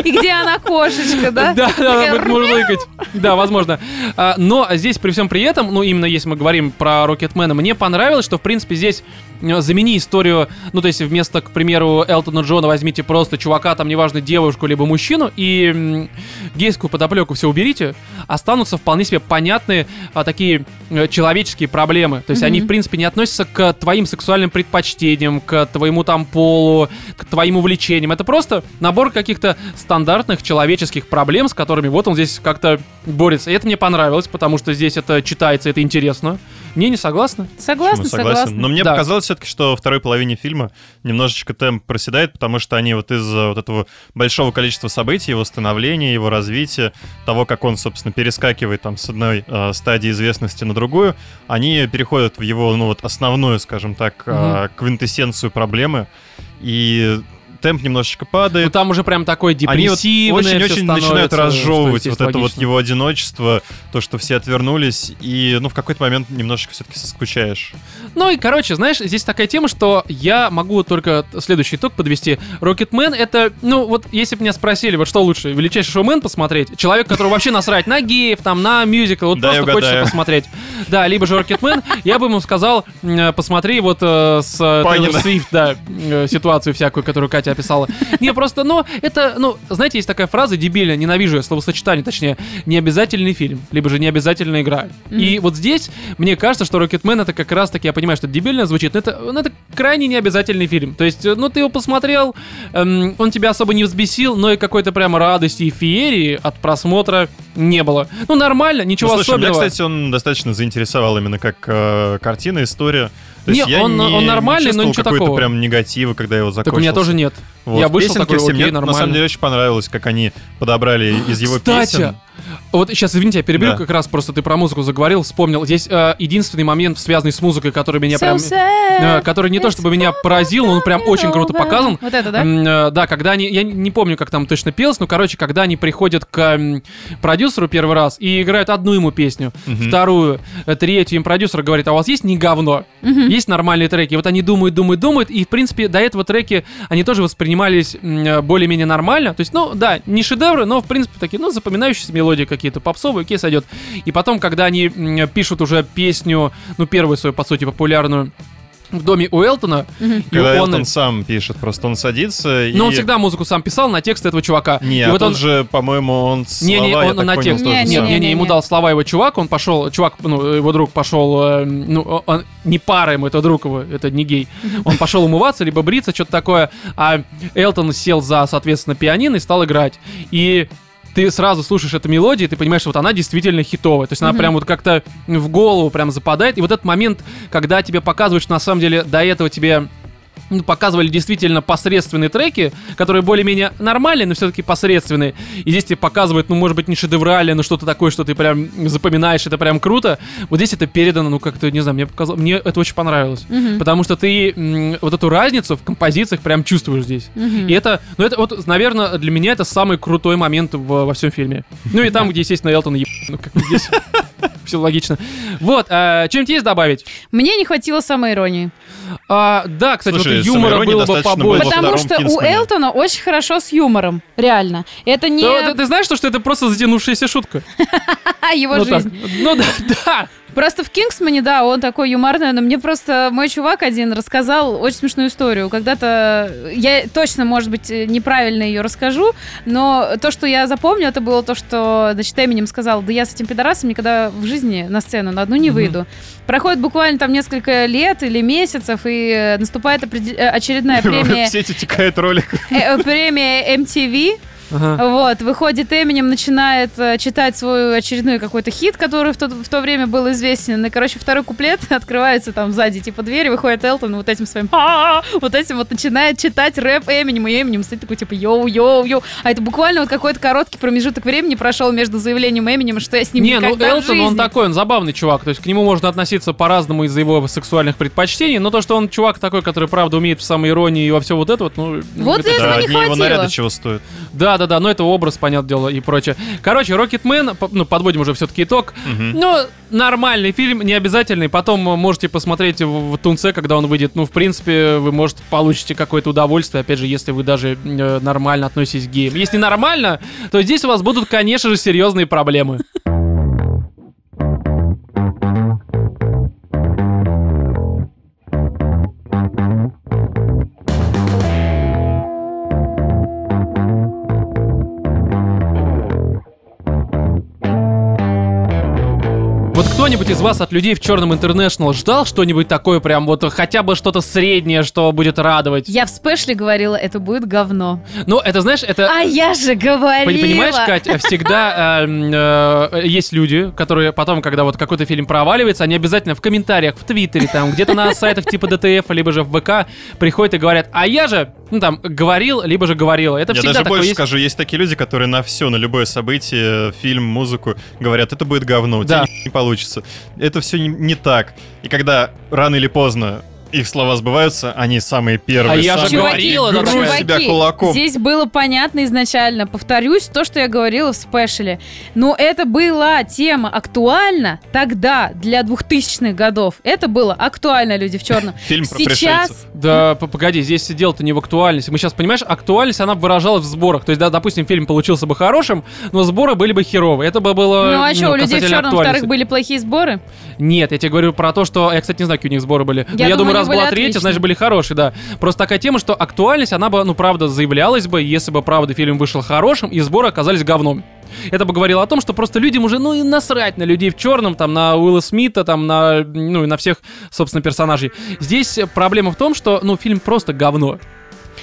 Speaker 3: И где она кошечка, да?
Speaker 1: Да, да,
Speaker 3: Такая,
Speaker 1: будет мурлыкать. Да, возможно. А, Но здесь при всем при этом, ну, именно если мы говорим про Рокетмена, мне понравилось, что, в принципе, здесь э, замени историю, ну, то есть вместо, к примеру, Элтона Джона возьмите просто чувака, там, неважно, девушку либо мужчину, и м, гейскую подоплеку все уберите, останутся вполне себе понятные а, такие э, человеческие проблемы. То есть они,
Speaker 3: Мгм.
Speaker 1: в принципе, не относятся к твоим сексуальным предпочтениям, к твоему там полу, к твоим увлечениям. Это просто набор каких-то стандартных человеческих проблем, с которыми вот он здесь как-то борется. И это мне понравилось, потому что здесь это читается, это интересно. Не, не согласна?
Speaker 3: Согласна,
Speaker 2: Ну,
Speaker 3: согласна.
Speaker 2: Но мне
Speaker 1: Да.
Speaker 2: показалось все-таки, что во второй половине фильма немножечко темп проседает, потому что они вот из-за вот этого большого количества событий, его становления, его развития, того, как он, собственно, перескакивает там с одной э, стадии известности на другую, они переходят в его, ну вот, основную, скажем так, э,
Speaker 1: Мгм.
Speaker 2: квинтэссенцию проблемы. И темп немножечко
Speaker 1: Ну,
Speaker 2: падает.
Speaker 1: там уже прям такое
Speaker 2: Они вот
Speaker 1: депрессивное всё
Speaker 2: очень-очень
Speaker 1: становится,
Speaker 2: начинают
Speaker 1: что
Speaker 2: разжевывать
Speaker 1: естественно,
Speaker 2: вот это вот
Speaker 1: логично.
Speaker 2: его одиночество, то, что все отвернулись, и, ну, в какой-то момент немножечко все-таки соскучаешь.
Speaker 1: Ну и, короче, знаешь, здесь такая тема, что я могу только т- следующий итог подвести. Рокетмен — это, ну, вот если бы меня спросили, вот что лучше, величайший шоумен посмотреть, человек, которого вообще насрать на геев, там, на мюзикл, вот
Speaker 2: Да, я
Speaker 1: просто хочется
Speaker 2: угадаю.
Speaker 1: посмотреть. Да, либо же Рокетмен, я бы ему сказал, м, э, посмотри вот э, с э,
Speaker 2: Панина.
Speaker 1: Тейлор Свифт, да, э, ситуацию всякую, которую Катя описала. Не, просто, ну, это, ну, знаете, есть такая фраза дебильная, ненавижу я словосочетание, точнее, необязательный фильм, либо же необязательная игра. И вот здесь мне кажется, что Рокетмен это как раз таки, я понимаю, что это дебильно звучит, но это, ну, это крайне необязательный фильм. То есть, э, ну, ты его посмотрел, эм, он тебя особо не взбесил, но и какой-то прямо радости и феерии от просмотра не было. Ну, нормально, ничего
Speaker 2: Ну, слушай, меня,
Speaker 1: особенного.
Speaker 2: кстати, он достаточно заинтересовал именно как э, картина, история. То
Speaker 1: Не,
Speaker 2: есть я
Speaker 1: он-
Speaker 2: не,
Speaker 1: он нормальный,
Speaker 2: не
Speaker 1: но
Speaker 2: чувствовал
Speaker 1: ничего
Speaker 2: какой-то
Speaker 1: такого.
Speaker 2: прям негатива, когда я его закончил.
Speaker 1: так у меня тоже нет. Я вышел
Speaker 2: Песенки
Speaker 1: такой,
Speaker 2: все
Speaker 1: окей,
Speaker 2: мне, на самом
Speaker 1: нормально. А,
Speaker 2: деле, очень понравилось, как они подобрали из его
Speaker 1: Кстати,
Speaker 2: песен.
Speaker 1: вот сейчас, извините, я перебью,
Speaker 2: Да.
Speaker 1: как раз просто ты про музыку заговорил, вспомнил. Здесь э, единственный момент, связанный с музыкой, который меня прям... э, который не то чтобы меня поразил, но он прям очень круто показан.
Speaker 3: Вот это, да?
Speaker 1: М, э, Да, когда они, я не- не помню, как там точно пелось, но, короче, когда они приходят к м, продюсеру первый раз и играют одну ему песню,
Speaker 2: Мгм.
Speaker 1: вторую, э, третью, им продюсер говорит, а у вас есть не говно,
Speaker 3: Мгм.
Speaker 1: есть нормальные треки. И Вот они думают, думают, думают, и, в принципе, до этого треки, они тоже воспринимались м, э, более-менее нормально. То есть, ну, да, не шедевры, но, в принципе, такие, ну, запоминающиеся мелодии какие-то, попсовые, окей, сойдет. И потом, когда они м, э, пишут уже песню, ну, первую свою, по сути, популярную, в доме у Элтона,
Speaker 3: Мгм.
Speaker 1: и
Speaker 2: Когда
Speaker 1: он...
Speaker 2: Элтон сам пишет, просто он садится и...
Speaker 1: Но он всегда музыку сам писал на тексты этого чувака.
Speaker 2: Не,
Speaker 1: и
Speaker 2: а
Speaker 1: вот
Speaker 2: тот
Speaker 1: он
Speaker 2: же, по-моему, он слова,
Speaker 1: не, не,
Speaker 2: я
Speaker 1: он
Speaker 2: так
Speaker 1: на
Speaker 2: понял,
Speaker 1: текст.
Speaker 2: тоже
Speaker 3: Не,
Speaker 1: Нет,
Speaker 2: сам.
Speaker 1: не, не, ему
Speaker 3: Не-не-не.
Speaker 1: дал слова его чувак, он пошел, чувак, ну, его друг пошел, э, ну, он, не пара ему, это друг его, это не гей. Он пошел умываться, либо бриться, что-то такое, а Элтон сел за, соответственно, пианино и стал играть. И ты сразу слушаешь эту мелодию, и ты понимаешь, что вот она действительно хитовая. То есть она
Speaker 3: Мгм.
Speaker 1: прям вот как-то в голову прям западает. И вот этот момент, когда тебе показывают, что на самом деле до этого тебе ну, показывали действительно посредственные треки, которые более-менее нормальные, но все-таки посредственные. И здесь тебе показывают, ну, может быть, не шедевральное, но что-то такое, что ты прям запоминаешь, это прям круто. Вот здесь это передано, ну, как-то, не знаю, мне показалось, мне это очень понравилось.
Speaker 3: Мгм.
Speaker 1: Потому что ты м, вот эту разницу в композициях прям чувствуешь здесь.
Speaker 3: Мгм.
Speaker 1: И это, ну это вот, наверное, для меня это самый крутой момент в- во всем фильме. Ну и там, где, естественно, Элтон еб... Ну, как бы здесь. Все логично. Вот, а, чем-то есть добавить?
Speaker 3: Мне не хватило самой иронии.
Speaker 1: А, да, кстати,
Speaker 2: Слушай,
Speaker 1: вот юмора
Speaker 2: самоиронии
Speaker 1: было бы
Speaker 2: достаточно
Speaker 1: побольше.
Speaker 2: было.
Speaker 3: Потому
Speaker 2: втором
Speaker 3: что у
Speaker 2: Кингсмане.
Speaker 3: Элтона очень хорошо с юмором. Реально. Это не
Speaker 1: Да, ты, ты знаешь, что это просто затянувшаяся шутка?
Speaker 3: его
Speaker 1: ну, так.
Speaker 3: жизнь.
Speaker 1: Ну да, да.
Speaker 3: Просто в Кингсмане, да, он такой юморный, но мне просто мой чувак один рассказал очень смешную историю. Когда-то, я точно, может быть, неправильно ее расскажу, но то, что я запомню, это было то, что, значит, Эминем сказал, да я с этим пидорасом никогда в жизни на сцену на одну не
Speaker 1: Мгм.
Speaker 3: выйду. Проходит буквально там несколько лет или месяцев, и э, наступает опреде- э, очередная
Speaker 2: В
Speaker 3: премия,
Speaker 2: сети текает ролик.
Speaker 3: э, э, премия MTV,
Speaker 1: Ага.
Speaker 3: вот, выходит Эминем, начинает э, читать свой очередной какой-то хит, который в то, в то время был известен. И, короче, второй куплет открывается там сзади, типа, дверь, выходит Элтон вот этим своим «А-а-а», вот этим вот начинает читать рэп Эминем, и Эминем стоит такой, типа, йоу-йоу-йоу. А это буквально вот какой-то короткий промежуток времени прошел между заявлением Эминема, что я с ним
Speaker 1: Не, ну
Speaker 3: никогда в
Speaker 1: Элтон, он
Speaker 3: жизни.
Speaker 1: такой, он забавный чувак. То есть к нему можно относиться по-разному из-за его сексуальных предпочтений, но то, что он чувак такой, который правда умеет в самой иронии и во все вот это вот, ну...
Speaker 3: Вот
Speaker 1: это да.
Speaker 2: Да,
Speaker 3: и- Этого не
Speaker 2: одни его
Speaker 3: хватило.
Speaker 2: наряды чего стоят.
Speaker 1: Да, да, да, но ну, это образ, понятное дело, и прочее. Короче, Рокетмен, по- ну, подводим уже все-таки итог.
Speaker 2: Мгм.
Speaker 1: Ну, нормальный фильм, не обязательный. Потом э, можете посмотреть в, в Тунце, когда он выйдет. Ну, в принципе, вы, может, получите какое-то удовольствие, опять же, если вы даже э, нормально относитесь к геям. Если нормально, то здесь у вас будут, конечно же, серьезные проблемы. Вот кто-нибудь из вас от людей в черном интернешнл ждал что-нибудь такое, прям вот хотя бы что-то среднее, что будет радовать?
Speaker 3: Я в спешле говорила, это будет говно.
Speaker 1: Ну, это знаешь, это.
Speaker 3: А я же говорила!
Speaker 1: Пон- Понимаешь, Кать, всегда эм, э, есть люди, которые потом, когда вот какой-то фильм проваливается, они обязательно в комментариях, в Твиттере, там, где-то на сайтах типа ДТФ, либо же в ВК приходят и говорят, а я же, ну там, говорил, либо же говорила. Это
Speaker 2: Я
Speaker 1: всегда
Speaker 2: даже
Speaker 1: такое
Speaker 2: больше
Speaker 1: есть.
Speaker 2: скажу, есть такие люди, которые на все, на любое событие, фильм, музыку, говорят, это будет говно, у
Speaker 1: Да.
Speaker 2: тебя ни- не получится. Это все не, не так. И когда рано или поздно их слова сбываются, они самые первые.
Speaker 1: А я же
Speaker 2: самые-
Speaker 1: говорила,
Speaker 2: Гру
Speaker 1: Чуваки,
Speaker 2: себя кулаком.
Speaker 3: здесь было понятно изначально. Повторюсь то, что я говорила в спешле. Но это была тема актуальна тогда, для 2000-х годов. Это было актуально, люди в черном.
Speaker 2: Фильм про пришельцев.
Speaker 3: Сейчас...
Speaker 1: Да, п- погоди, здесь дело-то не в актуальности. Мы сейчас, понимаешь, актуальность, она выражалась в сборах. То есть, да, допустим, фильм получился бы хорошим, но сборы были бы херовые. Это бы было...
Speaker 3: Ну а что, у людей в
Speaker 1: касательно
Speaker 3: черном, во-вторых,
Speaker 1: актуальности.
Speaker 3: были плохие сборы?
Speaker 1: Нет, я тебе говорю про то, что... Я, кстати, не знаю, какие у них сборы были. Но
Speaker 3: Я
Speaker 1: я
Speaker 3: думаю,
Speaker 1: думаю, раз
Speaker 3: они были
Speaker 1: была третья,
Speaker 3: отличные.
Speaker 1: значит, были хорошие, да. Просто такая тема, что актуальность, она бы, ну, правда, заявлялась бы, если бы, правда, фильм вышел хорошим, и сборы оказались говном. Это бы говорило о том, что просто людям уже, ну, и насрать на людей в черном, там, на Уилла Смита, там, на, ну, и на всех, собственно, персонажей. Здесь проблема в том, что, ну, фильм просто говно.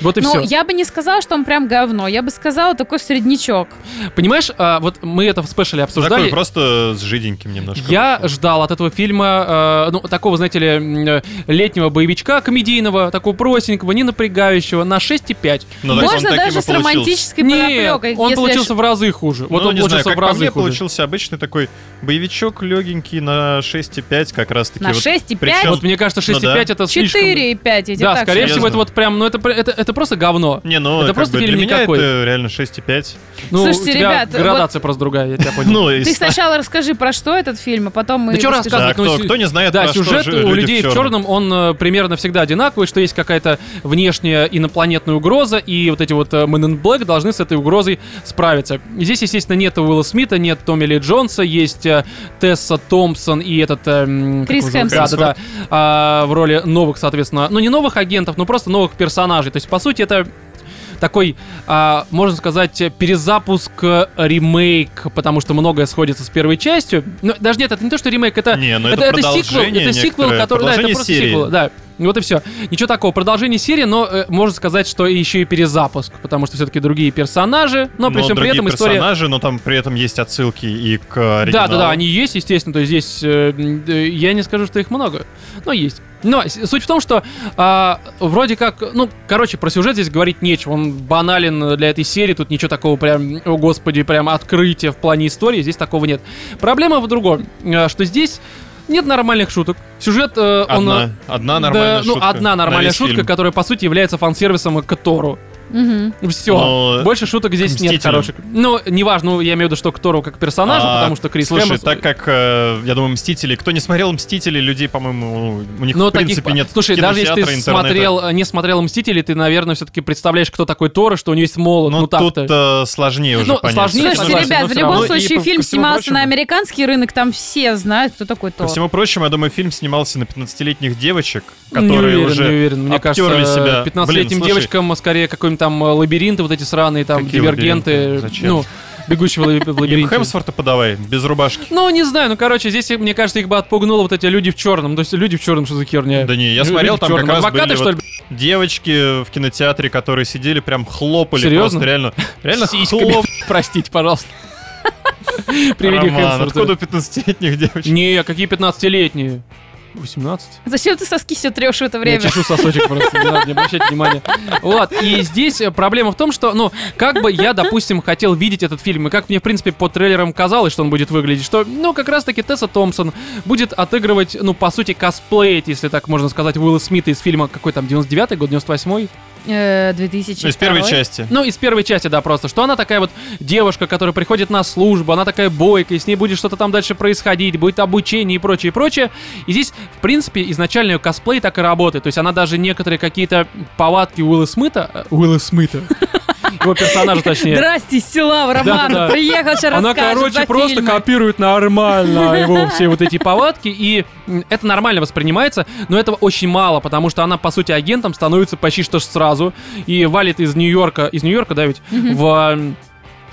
Speaker 1: Вот и
Speaker 3: Ну,
Speaker 1: все.
Speaker 3: я бы не сказала, что он прям говно. Я бы сказала, такой среднячок.
Speaker 1: Понимаешь, а, вот мы это в спешле
Speaker 2: Такой
Speaker 1: обсуждали.
Speaker 2: просто с жиденьким немножко. Ну,
Speaker 1: Я
Speaker 2: вышел.
Speaker 1: ждал от этого фильма, э, ну, такого, знаете ли, м, э, летнего боевичка комедийного, такого простенького, не напрягающего, на 6,5.
Speaker 2: Ну, так он
Speaker 3: Можно
Speaker 2: таким и
Speaker 3: даже с
Speaker 2: получился.
Speaker 3: романтической
Speaker 1: Нет,
Speaker 3: подоплекой.
Speaker 1: он
Speaker 3: если
Speaker 1: получился в разы хуже. Вот
Speaker 2: ну,
Speaker 1: он
Speaker 2: не знаю,
Speaker 1: получился
Speaker 2: как
Speaker 1: в
Speaker 2: по
Speaker 1: разы
Speaker 2: мне,
Speaker 1: хуже.
Speaker 2: получился обычный такой боевичок легенький на 6,5, как раз таки.
Speaker 3: На
Speaker 2: вот
Speaker 3: 6,5?
Speaker 2: причем-
Speaker 1: Вот мне
Speaker 2: Ну
Speaker 1: кажется, 6,5 это слишком...
Speaker 3: 4,5, я тебе
Speaker 1: Да,
Speaker 3: так
Speaker 1: скорее
Speaker 3: скажу.
Speaker 1: всего,
Speaker 2: серьезно.
Speaker 1: это вот прям, ну, это, пр- это, это просто говно.
Speaker 2: Не, ну,
Speaker 1: Это
Speaker 2: как
Speaker 1: просто
Speaker 2: бы
Speaker 1: фильм
Speaker 2: для меня
Speaker 1: никакой.
Speaker 2: это реально 6,5.
Speaker 1: Ну,
Speaker 3: Слушайте,
Speaker 1: у тебя
Speaker 3: ребят,
Speaker 1: градация просто другая, я тебя понял.
Speaker 2: Ну, и
Speaker 3: Ты
Speaker 2: с-
Speaker 3: сначала расскажи, про что этот фильм, а потом мы...
Speaker 1: Да чё
Speaker 3: расскажем.
Speaker 1: рассказывать?
Speaker 2: Да,
Speaker 1: ну,
Speaker 2: кто,
Speaker 1: сю-
Speaker 2: кто не знает,
Speaker 1: Да,
Speaker 2: про что
Speaker 1: сюжет
Speaker 2: жи-
Speaker 1: у
Speaker 2: люди
Speaker 1: людей в черном, он э, примерно всегда одинаковый, что есть какая-то внешняя инопланетная угроза, и вот эти вот э, Men in Black должны с этой угрозой справиться. Здесь, естественно, нет Уилла Смита, нет Томми Ли Джонса, есть э, Тесса Томпсон и этот... э, м, как
Speaker 3: Крис
Speaker 1: его зовут?
Speaker 3: Хемсворт.
Speaker 1: Да, да, да. А, в роли новых, соответственно, ну не новых агентов, но просто новых персонажей. То есть, по сути, это такой, а, можно сказать, э, перезапуск, э, ремейк, потому что многое сходится с первой частью. Но даже нет, это не то, что ремейк, это
Speaker 2: Не, ну это,
Speaker 1: это, это сиквел,
Speaker 2: продолжение
Speaker 1: это сиквел,
Speaker 2: некоторое,
Speaker 1: который, да, это
Speaker 2: продолжение
Speaker 1: просто
Speaker 2: серии.
Speaker 1: сиквел, да. Ну Вот и все. Ничего такого. Продолжение серии, но э, можно сказать, что еще и перезапуск, потому что все-таки другие персонажи, но при всем при
Speaker 2: Ну, другие
Speaker 1: этом история.
Speaker 2: персонажи, но там при этом есть отсылки и к оригиналу.
Speaker 1: Да, да, да, они есть, естественно. То есть здесь э, м, э, я не скажу, что их много, но есть. Но с- суть в том, что а, вроде как, ну, короче, про сюжет здесь говорить нечего. Он банален для этой серии, тут ничего такого прям, о господи, прям открытия в плане истории, здесь такого нет. Проблема в другом, э, что здесь нет нормальных шуток. Сюжет, э, он... э,
Speaker 2: Одна, одна нормальная
Speaker 1: Да, ну,
Speaker 2: шутка
Speaker 1: одна
Speaker 2: на
Speaker 1: нормальная
Speaker 2: весь
Speaker 1: шутка,
Speaker 2: фильм.
Speaker 1: которая, по сути, является фан-сервисом к Тору.
Speaker 3: Мгм.
Speaker 1: Все.
Speaker 2: Но-
Speaker 1: Больше шуток здесь нет
Speaker 2: Мстителям.
Speaker 1: хороших. Ну, неважно, ну, я имею в виду, что к Тору как к персонажу,
Speaker 2: А,
Speaker 1: потому что Крис
Speaker 2: Слушай,
Speaker 1: Хемсворт-
Speaker 2: так как, э, я думаю, «Мстители», кто не смотрел «Мстители», людей, по-моему, у них,
Speaker 1: Ну,
Speaker 2: в принципе,
Speaker 1: таких...
Speaker 2: нет
Speaker 1: Слушай, даже если ты
Speaker 2: кинотеатра, интернета.
Speaker 1: смотрел, э, не смотрел «Мстители», ты, наверное, все-таки представляешь, кто такой Тора, что у него есть молот.
Speaker 2: Ну,
Speaker 1: Ну,
Speaker 2: тут
Speaker 1: так-то.
Speaker 2: э, сложнее уже
Speaker 1: Ну,
Speaker 2: понять.
Speaker 1: сложнее,
Speaker 2: Согласен.
Speaker 3: Слушайте,
Speaker 1: согласен,
Speaker 3: ребят,
Speaker 1: но
Speaker 3: в
Speaker 1: всё
Speaker 3: любом
Speaker 1: равно.
Speaker 2: Ну, и
Speaker 3: случае
Speaker 2: по-
Speaker 3: фильм
Speaker 2: ко всему
Speaker 3: снимался
Speaker 2: прочему-
Speaker 3: на американский рынок, там все знают, кто такой
Speaker 2: Ко
Speaker 3: Тор.
Speaker 2: всему прочему, я думаю, фильм снимался на 15-летних девочек, которые
Speaker 1: не уверен,
Speaker 2: уже
Speaker 1: не уверен. Мне
Speaker 2: обтерли
Speaker 1: кажется,
Speaker 2: себя.
Speaker 1: э,
Speaker 2: Блин,
Speaker 1: 15-летним
Speaker 2: слушай,
Speaker 1: девочкам скорее какой-нибудь там э, лабиринты, вот эти сраные там
Speaker 2: Какие
Speaker 1: дивергенты.
Speaker 2: лабиринты? Зачем?
Speaker 1: Ну, бегущего в
Speaker 2: Им
Speaker 1: лабиринте.
Speaker 2: Хемсворта подавай, без рубашки.
Speaker 1: Ну, не знаю, ну, короче, здесь, мне кажется, их бы отпугнуло вот эти люди в черном. То есть люди в черном, что за херня?
Speaker 2: Да не, я
Speaker 1: Люди
Speaker 2: смотрел,
Speaker 1: в
Speaker 2: там
Speaker 1: чёрном.
Speaker 2: как раз
Speaker 1: Адвокаты,
Speaker 2: были
Speaker 1: что ли,
Speaker 2: вот девочки в кинотеатре, которые сидели, прям хлопали
Speaker 1: Серьезно?
Speaker 2: просто, реально. Реально
Speaker 1: сиськами?
Speaker 2: хлоп.
Speaker 1: Простите, пожалуйста. Приведи
Speaker 2: Роман,
Speaker 1: Хемсворта.
Speaker 2: откуда у 15-летних девочек?
Speaker 1: Не, а какие 15-летние? 18?
Speaker 3: Зачем ты соски все трешь в это
Speaker 1: Я
Speaker 3: время?
Speaker 1: чешу сосочек просто, не надо, не обращать внимания. Вот, и здесь э, проблема в том, что, ну, как бы я, допустим, хотел видеть этот фильм, и как мне, в принципе, по трейлерам казалось, что он будет выглядеть, что, ну, как раз-таки Тесса Томпсон будет отыгрывать, ну, по сути, косплеить, если так можно сказать, Уилла Смита из фильма, какой там, 99-й год, 98-й?
Speaker 3: Э, 2000.
Speaker 2: Ну, из первой части.
Speaker 1: Ну, из первой части, да, просто, что она такая вот девушка, которая приходит на службу, она такая бойкая, с ней будет что-то там дальше происходить, будет обучение и прочее, и прочее. И здесь, в принципе, изначально ее косплей так и работает. То есть она даже некоторые какие-то повадки Уилла Смита... э, Уилла Смита. Его персонажа, точнее.
Speaker 3: Здрасте, из села, Роман,
Speaker 1: Да-да-да.
Speaker 3: приехал, сейчас
Speaker 1: Она,
Speaker 3: расскажет
Speaker 1: короче,
Speaker 3: за
Speaker 1: просто
Speaker 3: фильмы.
Speaker 1: копирует нормально его все вот эти повадки, и м, это нормально воспринимается, но этого очень мало, потому что она, по сути, агентом становится почти что ж сразу, и валит из Нью-Йорка, из Нью-Йорка, да, ведь, в м,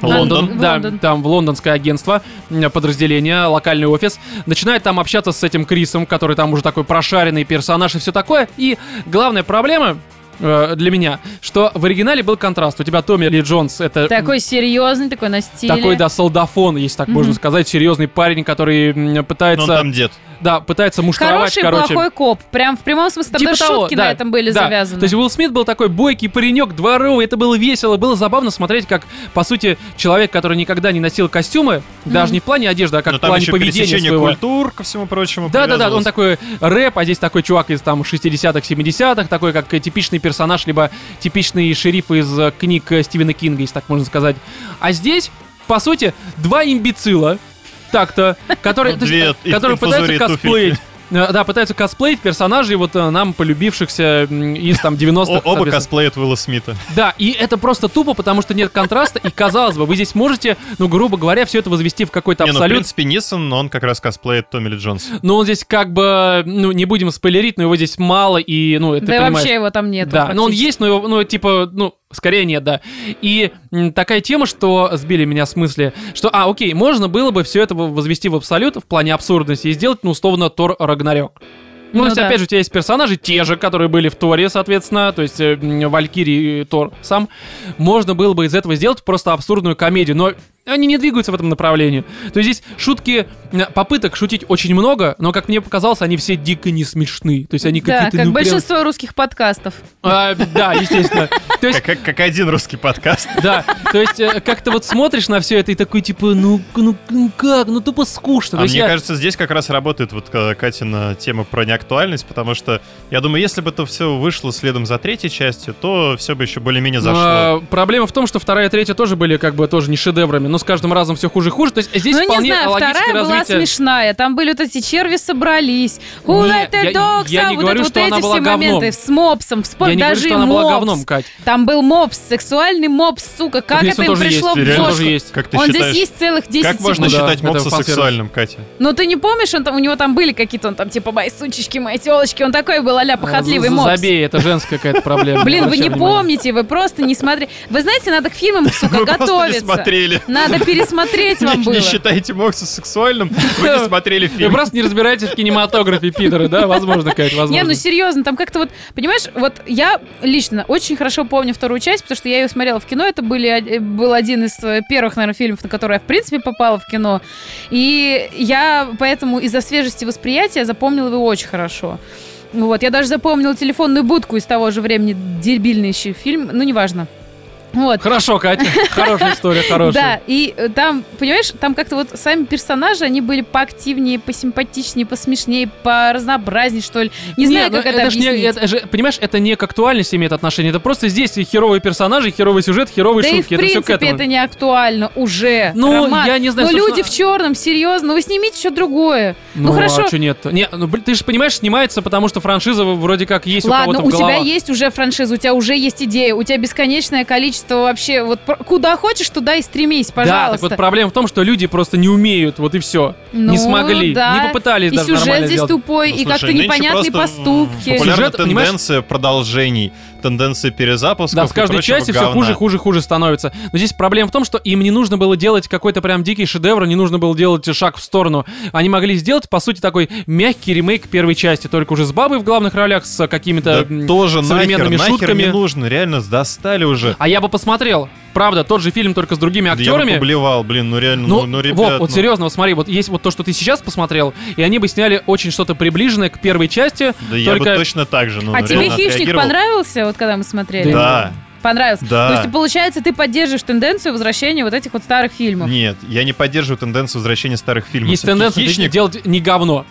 Speaker 2: Лондон.
Speaker 3: В
Speaker 1: Ну, Да,
Speaker 3: Лондон.
Speaker 1: там в лондонское агентство, м, подразделение, локальный офис. Начинает там общаться с этим Крисом, который там уже такой прошаренный персонаж и все такое. И главная проблема э, для меня, что в оригинале был контраст. У тебя Томми Ли Джонс это
Speaker 3: Такой серьезный, такой на стиле.
Speaker 1: такой, да, солдафон, если так можно
Speaker 3: Мгм.
Speaker 1: сказать, серьезный парень, который м,
Speaker 2: Но Ну, он
Speaker 1: пытается,
Speaker 2: там дед.
Speaker 1: да, пытается муштровать,
Speaker 3: Хороший,
Speaker 1: короче.
Speaker 3: плохой коп. Прям в прямом смысле. Там
Speaker 1: Типа
Speaker 3: даже
Speaker 1: того,
Speaker 3: шутки
Speaker 1: да,
Speaker 3: на этом были
Speaker 1: да.
Speaker 3: завязаны.
Speaker 1: То есть Уилл Смит был такой бойкий паренек, дворовый, это было весело, было забавно смотреть, как, по сути, человек, который никогда не носил костюмы, даже
Speaker 3: Мгм.
Speaker 1: не в плане одежды, а как
Speaker 2: Но
Speaker 1: в
Speaker 2: там
Speaker 1: плане
Speaker 2: еще
Speaker 1: поведения
Speaker 2: пересечение
Speaker 1: своего.
Speaker 2: культур, ко всему прочему.
Speaker 1: Да, да, да, он
Speaker 2: привязывалось.
Speaker 1: такой рэп, а здесь такой чувак из там 60-х, 70-х, такой как э, типичный персонаж, либо типичный шериф из э, книг э, Стивена Кинга, если так можно сказать. А здесь, по сути, два имбецила, так-то, которые,
Speaker 2: Ну,
Speaker 1: то есть, э,
Speaker 2: две
Speaker 1: которые
Speaker 2: инфузории
Speaker 1: пытаются
Speaker 2: туфельки.
Speaker 1: косплеить. Э, Да, пытаются косплеить персонажей вот э, нам полюбившихся м, из там 90-х.
Speaker 2: О- Оба
Speaker 1: соответственно.
Speaker 2: косплеят Уилла Смита.
Speaker 1: Да, и это просто тупо, потому что нет контраста, и казалось бы, вы здесь можете, ну, грубо говоря, все это возвести в какой-то
Speaker 2: Не, ну, в
Speaker 1: абсолют.
Speaker 2: принципе, Нисон, но он как раз косплеит Томми Ли Джонс.
Speaker 1: Но он здесь как бы, ну, не будем спойлерить, но его здесь мало, и, ну, это
Speaker 3: да и
Speaker 1: понимаешь.
Speaker 3: вообще его там нет.
Speaker 1: да, но он есть, но его, ну, типа, ну, скорее нет, да. И м, такая тема, что сбили меня с мысли, что, а, окей, можно было бы все это возвести в абсолют в плане абсурдности и сделать, ну, условно, Тор Рагнарёк. Ну,
Speaker 3: Ну
Speaker 1: то есть,
Speaker 3: да.
Speaker 1: опять же, у тебя есть персонажи, те же, которые были в Торе, соответственно, то есть э, м, Валькирии и Тор сам. Можно было бы из этого сделать просто абсурдную комедию, но они не двигаются в этом направлении. То есть здесь шутки, э, попыток шутить очень много, но, как мне показалось, они все дико не смешны. То есть они
Speaker 3: Да,
Speaker 1: какие-то...
Speaker 3: как
Speaker 1: ну, прям-
Speaker 3: большинство русских подкастов.
Speaker 1: А, да, естественно. То есть,
Speaker 2: Как, как- как один русский подкаст.
Speaker 1: да, то есть, э, как ты вот смотришь на все это и такой, типа, ну, ну, ну как, ну тупо скучно.
Speaker 2: А
Speaker 1: То есть
Speaker 2: мне
Speaker 1: я-
Speaker 2: кажется, здесь как раз работает вот э, Катина тема про неактуальность, потому что я думаю, если бы это все вышло следом за третьей частью, то все бы еще более-менее зашло.
Speaker 1: А, проблема в том, что вторая и третья тоже были как бы тоже не шедеврами, но с каждым разом все хуже и хуже. То есть здесь
Speaker 3: ну, не
Speaker 1: вполне
Speaker 3: знаю,
Speaker 1: логическое
Speaker 3: вторая была
Speaker 1: развитие.
Speaker 3: смешная. Там были вот эти черви собрались. Who
Speaker 1: Не,
Speaker 3: let the
Speaker 1: я-
Speaker 3: dogs
Speaker 1: я
Speaker 3: out?
Speaker 1: не
Speaker 3: вот
Speaker 1: говорю,
Speaker 3: это-
Speaker 1: что
Speaker 3: вот
Speaker 1: она
Speaker 3: эти
Speaker 1: была
Speaker 3: все
Speaker 1: говном.
Speaker 3: моменты. С мопсом. Вспомни,
Speaker 1: Я не говорю,
Speaker 3: даже
Speaker 1: что
Speaker 3: и
Speaker 1: она была
Speaker 3: мопс.
Speaker 1: говном, Кать.
Speaker 3: Там был мопс, сексуальный мопс, сука. Как
Speaker 1: Конечно,
Speaker 3: это им
Speaker 1: тоже есть,
Speaker 3: пришло в
Speaker 1: реально
Speaker 3: бошку?
Speaker 1: тоже есть.
Speaker 2: Как ты
Speaker 3: Он
Speaker 2: считаешь,
Speaker 3: здесь есть целых 10
Speaker 2: как можно
Speaker 1: секунд.
Speaker 2: считать
Speaker 1: Да, это
Speaker 2: мопса
Speaker 1: фан-сервис.
Speaker 2: сексуальным, Катя?
Speaker 3: Ну ты не помнишь, он там, у него там были какие-то, он там типа мои сучечки, мои телочки, он такой был а-ля похотливый
Speaker 1: З-
Speaker 3: мопс.
Speaker 1: Ну, Забей, это женская какая-то проблема.
Speaker 3: Блин, вы
Speaker 1: Обращай
Speaker 3: не
Speaker 1: внимание.
Speaker 3: помните, вы просто не смотрели. Вы знаете, надо к фильмам, сука,
Speaker 2: Вы просто не
Speaker 3: готовиться.
Speaker 2: смотрели.
Speaker 3: Надо пересмотреть
Speaker 2: Не,
Speaker 3: вам было. Ну,
Speaker 2: не считаете мопса сексуальным, вы не смотрели
Speaker 1: Вы
Speaker 2: фильм.
Speaker 1: просто не разбираетесь в кинематографе, пидоры, да? Возможно, Кать,
Speaker 3: Не, ну
Speaker 1: возможно.
Speaker 3: серьезно, там как-то вот, понимаешь, вот я лично очень хорошо помню вторую часть, потому что я ее смотрела в кино, это были, од- был один из э, первых, наверное, фильмов, на который я, в принципе, попала в кино, и я поэтому из-за свежести восприятия запомнила его очень хорошо. Вот, я даже запомнила телефонную будку из того же времени, дебильный еще фильм, ну, неважно. Вот.
Speaker 1: Хорошо, Катя, хорошая история, хорошая.
Speaker 3: Да, и э, там, понимаешь, там как-то вот сами персонажи, они были поактивнее, посимпатичнее, посмешнее, поразнообразнее, что ли. Не знаю,
Speaker 1: ну,
Speaker 3: как это
Speaker 1: ж не-
Speaker 3: объяснить.
Speaker 1: это же, понимаешь, это не к актуальности имеет отношение. Это просто здесь и херовые персонажи, херовый сюжет, херовые
Speaker 3: Да и в
Speaker 1: шутки. это все к
Speaker 3: принципе
Speaker 1: этому.
Speaker 3: это не актуально уже.
Speaker 1: Ну,
Speaker 3: Роман.
Speaker 1: я не знаю,
Speaker 3: Но
Speaker 1: собственно-
Speaker 3: люди в черном, серьезно, вы снимите что другое. Ну, хорошо.
Speaker 1: а чё нет? Не, ну, блин, ты же понимаешь, снимается, потому что франшиза вроде как есть у
Speaker 3: Ладно,
Speaker 1: кого-то
Speaker 3: у
Speaker 1: в
Speaker 3: тебя
Speaker 1: головах.
Speaker 3: есть уже франшиза, у тебя уже есть идея, у тебя бесконечное количество вообще. Вот про- куда хочешь, туда и стремись,
Speaker 1: Да, так
Speaker 3: пожалуйста.
Speaker 1: вот проблема в том, что люди просто не умеют, вот и все.
Speaker 3: Ну,
Speaker 1: не смогли,
Speaker 3: да.
Speaker 1: не попытались
Speaker 3: И
Speaker 1: даже
Speaker 3: сюжет
Speaker 1: нормально
Speaker 3: здесь
Speaker 1: сделать.
Speaker 3: тупой,
Speaker 2: Ну,
Speaker 3: и
Speaker 2: слушай,
Speaker 3: как-то
Speaker 2: нынче
Speaker 3: непонятные
Speaker 2: просто
Speaker 3: поступки.
Speaker 2: Популярна
Speaker 1: Сюжет, понимаешь-
Speaker 2: тенденция продолжений, тенденция перезапусков.
Speaker 1: Да, в
Speaker 2: и
Speaker 1: каждой
Speaker 2: прочего
Speaker 1: части все
Speaker 2: говна.
Speaker 1: хуже, хуже, хуже становится. Но здесь проблема в том, что им не нужно было делать какой-то прям дикий шедевр, не нужно было делать шаг в сторону. Они могли сделать, по сути, такой мягкий ремейк первой части, только уже с бабой в главных ролях, с какими-то...
Speaker 2: Да
Speaker 1: м,
Speaker 2: тоже нахер,
Speaker 1: современными
Speaker 2: нахер
Speaker 1: шутками.
Speaker 2: не нужно, реально достали уже.
Speaker 1: А я бы посмотрел. Правда, тот же фильм, только с другими
Speaker 2: Да я бы
Speaker 1: актерами.
Speaker 2: поблевал, блин, ну реально,
Speaker 1: Ну,
Speaker 2: ну, ну, ребят.
Speaker 1: Вов, вот
Speaker 2: ну.
Speaker 1: серьезно, вот смотри, вот есть вот то, что ты сейчас посмотрел, и они бы сняли очень что-то приближенное к первой части.
Speaker 2: Да я бы
Speaker 1: только-
Speaker 2: точно так же, ну,
Speaker 3: А
Speaker 2: ну,
Speaker 3: тебе
Speaker 2: реально
Speaker 3: хищник
Speaker 2: отреагировал.
Speaker 3: понравился, вот когда мы смотрели?
Speaker 2: Да.
Speaker 3: Понравился.
Speaker 2: Да.
Speaker 3: То есть, получается, ты поддерживаешь тенденцию возвращения вот этих вот старых фильмов.
Speaker 2: Нет, я не поддерживаю тенденцию возвращения старых фильмов.
Speaker 1: есть
Speaker 2: Всё-таки
Speaker 1: тенденция
Speaker 2: Хищник,
Speaker 1: делать не говно.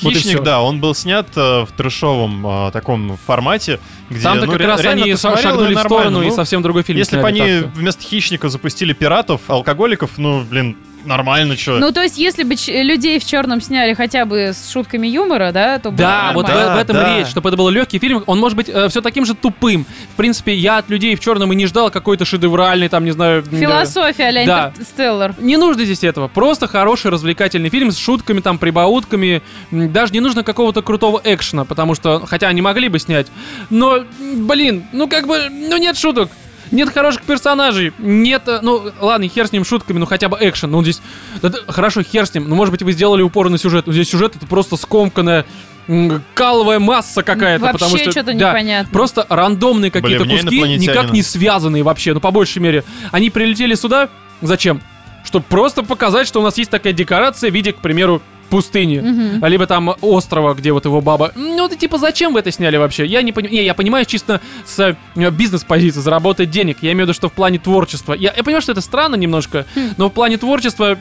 Speaker 1: Вот и
Speaker 2: Хищник,
Speaker 1: всё.
Speaker 2: да, он был снят э, в трешовом э, таком формате, где
Speaker 1: Там-то
Speaker 2: ну,
Speaker 1: как
Speaker 2: ре-
Speaker 1: раз
Speaker 2: реально
Speaker 1: они
Speaker 2: ты
Speaker 1: ша-
Speaker 2: смотрел,
Speaker 1: шагнули
Speaker 2: и
Speaker 1: в
Speaker 2: нормально,
Speaker 1: сторону и
Speaker 2: ну,
Speaker 1: совсем другой фильм
Speaker 2: Если
Speaker 1: сняли
Speaker 2: бы они
Speaker 1: так-то.
Speaker 2: вместо хищников запустили пиратов, алкоголиков, ну, блин, нормально, что.
Speaker 3: Ну, то есть, если бы ч- людей в черном сняли хотя бы с шутками юмора, да, то было
Speaker 1: Да, вот в,
Speaker 3: нормально.
Speaker 1: в этом
Speaker 2: Да, да.
Speaker 1: речь, чтобы это был легкий фильм, он может быть все таким же тупым. В принципе, я от людей в черном и не ждал какой-то шедевральный, там, не знаю... м,
Speaker 3: Философия а-ля
Speaker 1: Да.
Speaker 3: Интерстеллар.
Speaker 1: Не нужно здесь этого. Просто хороший развлекательный фильм с шутками, там, прибаутками. М, Даже не нужно какого-то крутого экшена, потому что, хотя они могли бы снять, но, м, блин, ну как бы, ну нет шуток. Нет хороших персонажей, нет... э, Ну, ладно, хер с ним шутками, ну хотя бы экшен. Ну, здесь... да, да, хорошо, хер с ним, но, может быть, вы сделали упор на сюжет. Но здесь сюжет — это просто скомканная м, каловая масса какая-то,
Speaker 3: Вообще
Speaker 1: потому что...
Speaker 3: что-то
Speaker 1: да,
Speaker 3: непонятно.
Speaker 1: Просто рандомные какие-то
Speaker 2: мне
Speaker 1: куски,
Speaker 2: инопланетянина.
Speaker 1: никак не связанные вообще, ну, по большей мере. Они прилетели сюда, зачем? Чтобы просто показать, что у нас есть такая декорация в виде, к примеру, пустыни.
Speaker 3: Мгм.
Speaker 1: А Либо там острова, где вот его баба. Ну, это типа зачем вы это сняли вообще? Я не понимаю. Не, я понимаю чисто с э, бизнес-позиции, заработать денег. Я имею в виду, что в плане творчества. Я, я понимаю, что это странно немножко,
Speaker 3: Хм.
Speaker 1: но в плане творчества...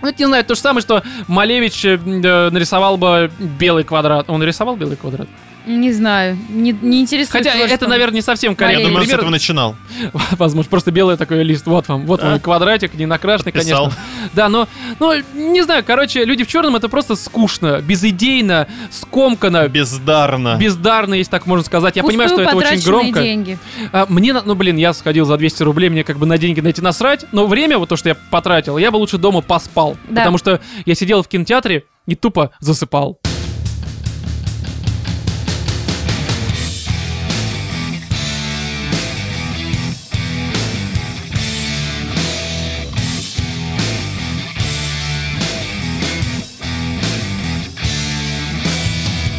Speaker 1: Ну, это не знаю, то же самое, что Малевич э, э, нарисовал бы белый квадрат. Он нарисовал белый квадрат?
Speaker 3: Не знаю, не, не интересует
Speaker 1: Хотя
Speaker 3: творчеством.
Speaker 1: это, наверное, не совсем
Speaker 2: Я
Speaker 1: корректный
Speaker 3: Малевич.
Speaker 2: думаю, он с
Speaker 1: пример.
Speaker 2: этого начинал.
Speaker 1: Возможно, просто белый такой лист. Вот вам, вот
Speaker 2: А.
Speaker 1: вам квадратик, не накрашенный,
Speaker 2: Подписал.
Speaker 1: конечно. Да, но, ну, не знаю, короче, люди в черном это просто скучно, безидейно, скомканно,
Speaker 2: Бездарно.
Speaker 1: бездарно, если так можно сказать. Я
Speaker 3: Впустую
Speaker 1: понимаю, что это очень
Speaker 3: потраченные
Speaker 1: громко.
Speaker 3: деньги.
Speaker 1: А, мне, на- ну блин, я сходил за 200 рублей, мне как бы на деньги на эти насрать, но время, вот то, что я потратил, я бы лучше дома поспал.
Speaker 3: Да.
Speaker 1: Потому что я сидел в кинотеатре и тупо засыпал.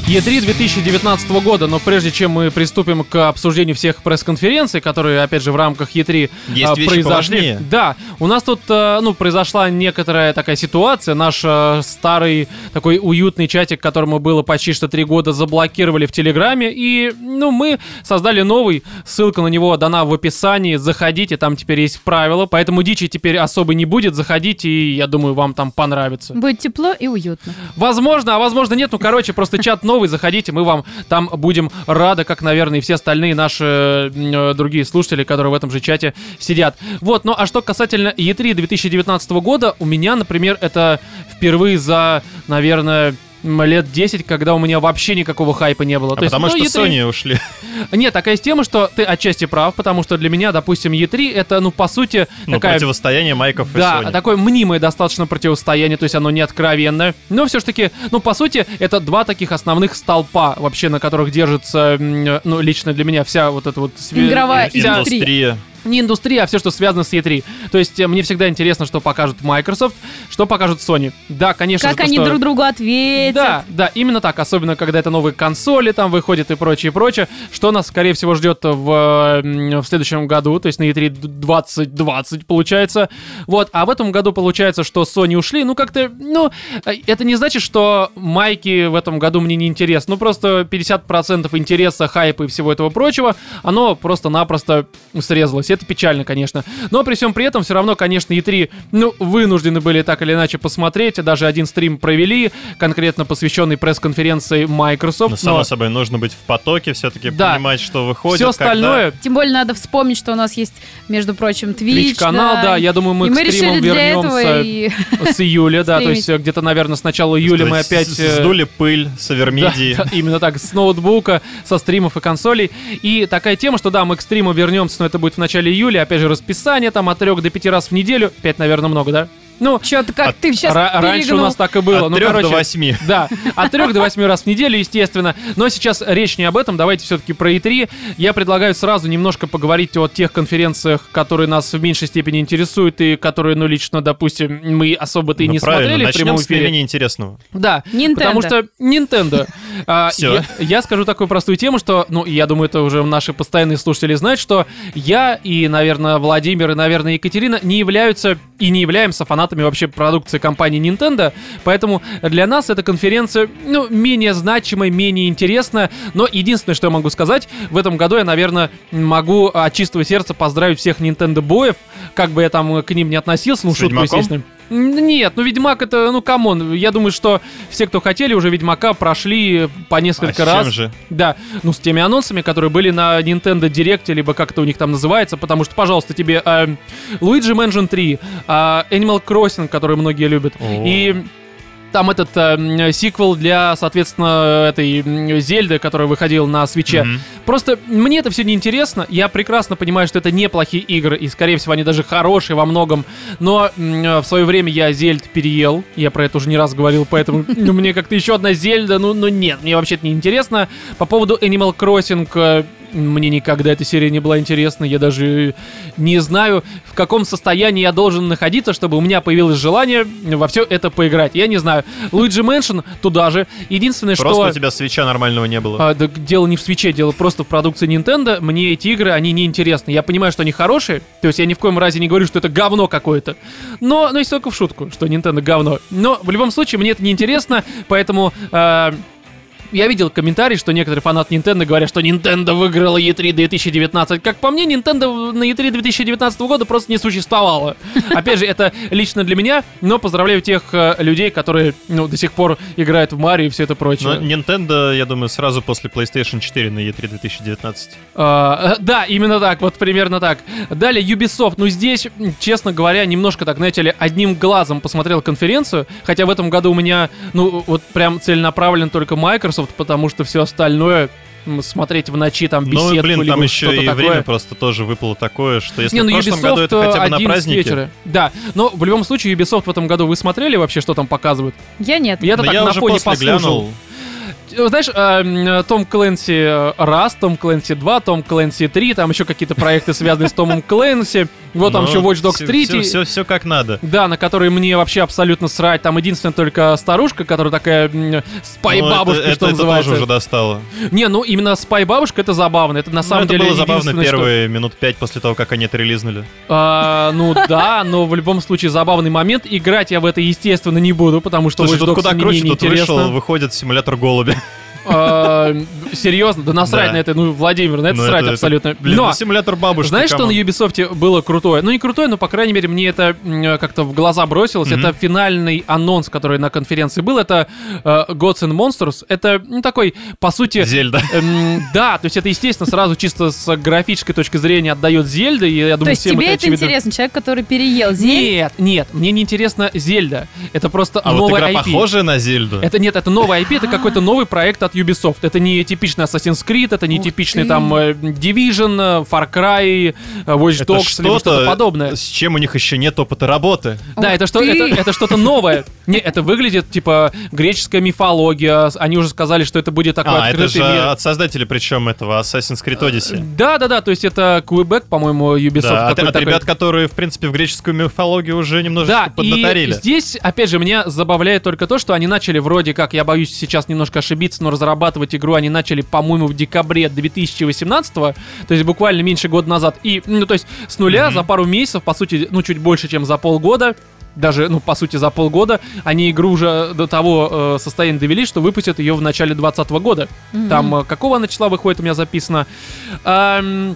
Speaker 1: E3 2019 года, но прежде чем мы приступим к обсуждению всех пресс-конференций, которые, опять же, в рамках E3
Speaker 2: Есть
Speaker 1: а,
Speaker 2: вещи
Speaker 1: произошли.
Speaker 2: поважнее.
Speaker 1: Да, у нас тут, а, ну, произошла некоторая такая ситуация. Наш а, старый такой уютный чатик, которому было почти что три года, заблокировали в Телеграме, и, ну, мы создали новый. Ссылка на него дана в описании. Заходите, там теперь есть правила, поэтому дичи теперь особо не будет. Заходите, и я думаю, вам там понравится.
Speaker 3: Будет тепло и уютно.
Speaker 1: Возможно, а возможно нет. Ну, короче, просто чат новый, заходите, мы вам там будем рады, как, наверное, и все остальные наши э, другие слушатели, которые в этом же чате сидят. Вот, ну а что касательно E3 2019 года, у меня, например, это впервые за, наверное, м, лет 10, когда у меня вообще никакого хайпа не было.
Speaker 2: А потому
Speaker 1: ну,
Speaker 2: что
Speaker 1: E3
Speaker 2: Sony ушли.
Speaker 1: Нет, такая есть тема, что ты отчасти прав, потому что для меня, допустим, E3 это, ну, по сути,
Speaker 2: Ну,
Speaker 1: такая
Speaker 2: противостояние Майков
Speaker 1: да, а
Speaker 2: и Sony.
Speaker 1: такое мнимое достаточно противостояние, то есть оно не откровенное. Но все-таки, ну, по сути, это два таких основных столпа, вообще, на которых держится, м, э, ну, лично для меня вся вот эта вот... све-
Speaker 3: Игровая
Speaker 1: вся-
Speaker 3: индустрия.
Speaker 2: Индустрия.
Speaker 1: Не индустрия, а все, что связано с E3. То есть э, мне всегда интересно, что покажут Microsoft, что покажут Sony. Да, конечно же,
Speaker 3: как
Speaker 1: то,
Speaker 3: они
Speaker 1: что-
Speaker 3: друг другу ответят.
Speaker 1: да, да, именно так, особенно когда это новые консоли там выходят и прочее, прочее, что нас, скорее всего, ждет в, э, в следующем году, то есть на E3 2020 получается, вот, а в этом году получается, что Sony ушли, ну как-то, ну, э, это не значит, что майки в этом году мне не интересны, ну просто 50% интереса, хайпа и всего этого прочего, оно просто-напросто срезалось, это печально, конечно, но при всем при этом, все равно, конечно, E3, ну, вынуждены были так или иначе посмотреть, даже один стрим провели, конкретно посвященный пресс-конференции
Speaker 2: Ну,
Speaker 1: Microsoft,
Speaker 2: само
Speaker 1: но
Speaker 2: собой, нужно быть в потоке, все-таки
Speaker 1: Да.
Speaker 2: понимать, что выходит.
Speaker 1: все
Speaker 2: когда.
Speaker 1: остальное...
Speaker 3: Тем более надо вспомнить, что у нас есть, между прочим, Twitch.
Speaker 1: Twitch-канал, да, я думаю, мы
Speaker 3: и
Speaker 1: к
Speaker 3: мы
Speaker 1: стримам
Speaker 3: решили для этого
Speaker 1: вернемся
Speaker 3: и...
Speaker 1: с июля, да, то есть э, где-то, наверное, с начала июля
Speaker 2: То
Speaker 1: мы
Speaker 2: есть
Speaker 1: опять...
Speaker 2: с-
Speaker 1: э,
Speaker 2: Сдули пыль с Авермидии.
Speaker 1: Да, да, именно так, с ноутбука, со стримов и консолей. И такая тема, что да, мы к стриму вернемся, но это будет в начале июля. Опять же, расписание там от 3 до 5 раз в неделю. 5, наверное, много, да? Ну,
Speaker 3: Чё-то как
Speaker 2: От-
Speaker 3: ты сейчас
Speaker 1: ра- раньше у нас так и было.
Speaker 2: От
Speaker 1: ну,
Speaker 2: трех
Speaker 1: короче,
Speaker 2: до восьми.
Speaker 1: да, от 3 до 8 раз в неделю, естественно. Но сейчас речь не об этом, давайте все-таки про E3. Я предлагаю сразу немножко поговорить о тех конференциях, которые нас в меньшей степени интересуют и которые, ну, лично, допустим, мы особо-то и
Speaker 2: Ну,
Speaker 1: не
Speaker 2: правильно,
Speaker 1: смотрели в
Speaker 2: начнем
Speaker 1: прямом
Speaker 2: с
Speaker 1: эфире.
Speaker 2: наименее интересного.
Speaker 1: Да,
Speaker 3: Nintendo.
Speaker 1: потому что Nintendo. А,
Speaker 2: Всё.
Speaker 1: Я, я скажу такую простую тему, что, ну, я думаю, это уже наши постоянные слушатели знают, что я и, наверное, Владимир и, наверное, Екатерина не являются и не являемся фанатами вообще продукции компании Nintendo, поэтому для нас эта конференция, ну, менее значимая, менее интересная, но единственное, что я могу сказать, в этом году я, наверное, могу от чистого сердца поздравить всех Nintendo боев, как бы я там э, к ним не относился, ну,
Speaker 2: С
Speaker 1: шутку,
Speaker 2: Ведьмаком?
Speaker 1: естественно. М, Нет, ну Ведьмак это, ну камон, я думаю, что все, кто хотели, уже Ведьмака прошли по
Speaker 2: А с
Speaker 1: несколько раз.
Speaker 2: чем же?
Speaker 1: Да, ну с теми анонсами, которые были на Nintendo Direct, либо как это у них там называется, потому что, пожалуйста, тебе э, Luigi Mansion 3, э, Animal Crossing, который многие любят,
Speaker 2: О.
Speaker 1: и там этот э, м, сиквел для, соответственно, этой м, Зельды, которая выходила на свече.
Speaker 2: Мгм.
Speaker 1: Просто мне это все неинтересно. Я прекрасно понимаю, что это неплохие игры, и, скорее всего, они даже хорошие во многом. Но м, э, в свое время я Зельд переел. Я про это уже не раз говорил, поэтому ну, мне как-то еще одна Зельда, ну, ну нет, мне вообще это неинтересно. По поводу Animal Crossing... э, Мне никогда эта серия не была интересна. Я даже не знаю, в каком состоянии я должен находиться, чтобы у меня появилось желание во все это поиграть. Я не знаю. Луиджи Мэншн туда же. Единственное,
Speaker 2: Просто у
Speaker 1: что...
Speaker 2: тебя свеча нормального не было.
Speaker 1: А, да дело не в свече, дело просто в продукции Nintendo. Мне эти игры, они не интересны. Я понимаю, что они хорошие, то есть я ни в коем разе не говорю, что это говно какое-то. Но, ну, если только в шутку, что Nintendo говно. Но в любом случае мне это не интересно, поэтому а, я видел комментарий, что некоторые фанаты Nintendo говорят, что Nintendo выиграла E E3 2019. Как по мне, Nintendo на E E3 2019 года просто не существовало. Опять же, это лично для меня, но поздравляю тех э, людей, которые ну, до сих пор играют в Марио и все это прочее.
Speaker 2: Но Nintendo, я думаю, сразу после PlayStation 4 на E E3 2019.
Speaker 1: А, э, да, именно так, вот примерно так. Далее Ubisoft. Ну здесь, м, честно говоря, немножко так, знаете ли, одним глазом посмотрел конференцию. Хотя в этом году у меня, ну, вот прям целенаправлен только Microsoft, потому что все остальное м, смотреть в ночи там беседку
Speaker 2: Ну, блин,
Speaker 1: либо
Speaker 2: там еще
Speaker 1: что-то
Speaker 2: и
Speaker 1: такое.
Speaker 2: время просто тоже выпало такое, что если
Speaker 1: Не,
Speaker 2: в
Speaker 1: ну
Speaker 2: прошлом году
Speaker 1: Ubisoft
Speaker 2: это
Speaker 1: э,
Speaker 2: хотя бы на
Speaker 1: 11
Speaker 2: празднике.
Speaker 1: вечера. Да, но в любом случае Ubisoft в этом году вы смотрели вообще, что там показывают?
Speaker 3: Я нет.
Speaker 1: Я-то
Speaker 2: Но
Speaker 1: так
Speaker 2: я
Speaker 1: на
Speaker 2: уже
Speaker 1: фоне
Speaker 2: после
Speaker 1: послушал.
Speaker 2: глянул.
Speaker 1: Э, Знаешь, э, м, э, Том Кленси э, раз, Том Кленси 2, Том Кленси 3, там еще какие-то проекты, связанные с Томом Кленси. Вот там
Speaker 2: Ну,
Speaker 1: еще Watch Dogs
Speaker 2: всё-
Speaker 1: 3.
Speaker 2: всё- всё- всё как надо.
Speaker 1: Да, на которые мне вообще абсолютно срать. Там единственная только старушка, которая такая м,
Speaker 2: Ну,
Speaker 1: спай-бабушка,
Speaker 2: это,
Speaker 1: что
Speaker 2: это- это
Speaker 1: называется.
Speaker 2: тоже уже достало.
Speaker 1: Не, ну именно спай-бабушка это забавно. Это на
Speaker 2: Ну,
Speaker 1: самом
Speaker 2: это
Speaker 1: деле
Speaker 2: было забавно
Speaker 1: единственное, что-
Speaker 2: первые минут пять после того, как они это релизнули.
Speaker 1: А, ну да, но в любом случае забавный момент. Играть я в это, естественно, не буду, потому что
Speaker 2: Слушай,
Speaker 1: Watch Dogs
Speaker 2: тут куда
Speaker 1: мне
Speaker 2: круче, тут
Speaker 1: неинтересно.
Speaker 2: вышел, выходит симулятор голубя.
Speaker 1: А, Серьезно, да насрать
Speaker 2: Да.
Speaker 1: на это, ну, Владимир, на это
Speaker 2: Ну,
Speaker 1: срать абсолютно.
Speaker 2: Блин,
Speaker 1: Но-
Speaker 2: ну, симулятор бабушки.
Speaker 1: Знаешь, что на
Speaker 2: камон.
Speaker 1: Ubisoft было крутое? Ну, не крутое, но, по крайней мере, мне это м, как-то в глаза бросилось.
Speaker 2: Мгм.
Speaker 1: Это финальный анонс, который на конференции был. Это э, Gods and Monsters. Это, ну, такой, по сути...
Speaker 2: Зельда.
Speaker 1: эм, да, то есть это, естественно, сразу чисто с графической точки зрения отдает Зельда, и я думаю,
Speaker 3: То есть
Speaker 1: всем
Speaker 3: тебе это
Speaker 1: это очевидно.
Speaker 3: интересно, человек, который переел зелень?
Speaker 1: Нет, нет, мне не интересно Зельда. Это просто
Speaker 2: А вот
Speaker 1: новая
Speaker 2: игра
Speaker 1: IP.
Speaker 2: похожая на
Speaker 3: Э.
Speaker 2: Зельду.
Speaker 1: Это нет, это новая
Speaker 3: А.
Speaker 1: IP, это какой-то новый проект от Ubisoft. Это не типичный Assassin's Creed, это не
Speaker 3: Ух
Speaker 1: типичный
Speaker 3: ты.
Speaker 1: там э, Division, э, Far Cry, э, Watch
Speaker 2: Это э,
Speaker 1: Dogs, либо что-то подобное.
Speaker 2: с чем у них еще нет опыта работы.
Speaker 1: Да,
Speaker 3: Ух
Speaker 1: это, что,
Speaker 3: ты!
Speaker 1: это, это что-то новое. Не, это выглядит типа греческая мифология. Они уже сказали, что это будет такой
Speaker 2: а, это
Speaker 1: открытый
Speaker 2: же
Speaker 1: мир.
Speaker 2: от создателей причем этого Assassin's Creed Odyssey.
Speaker 1: Да, да, да, то есть это Квебек, по-моему, Ubisoft.
Speaker 2: Да, от,
Speaker 1: какой-то
Speaker 2: от
Speaker 1: такой.
Speaker 2: ребят, которые, в принципе, в греческую мифологию уже немножечко
Speaker 1: Да, и
Speaker 2: поднаторили.
Speaker 1: здесь, опять же, меня забавляет только то, что они начали вроде как, я боюсь сейчас немножко ошибиться, но разрабатывать игру они начали, по-моему, в декабре 2018, то есть буквально меньше года назад. И, ну, то есть с нуля
Speaker 2: Мгм.
Speaker 1: за пару месяцев, по сути, ну, чуть больше, чем за полгода, даже, ну, по сути, за полгода, они игру уже до того э, состояния довели, что выпустят ее в начале 2020 года.
Speaker 3: Мгм.
Speaker 1: Там э, какого она числа выходит, у меня записано. Ам,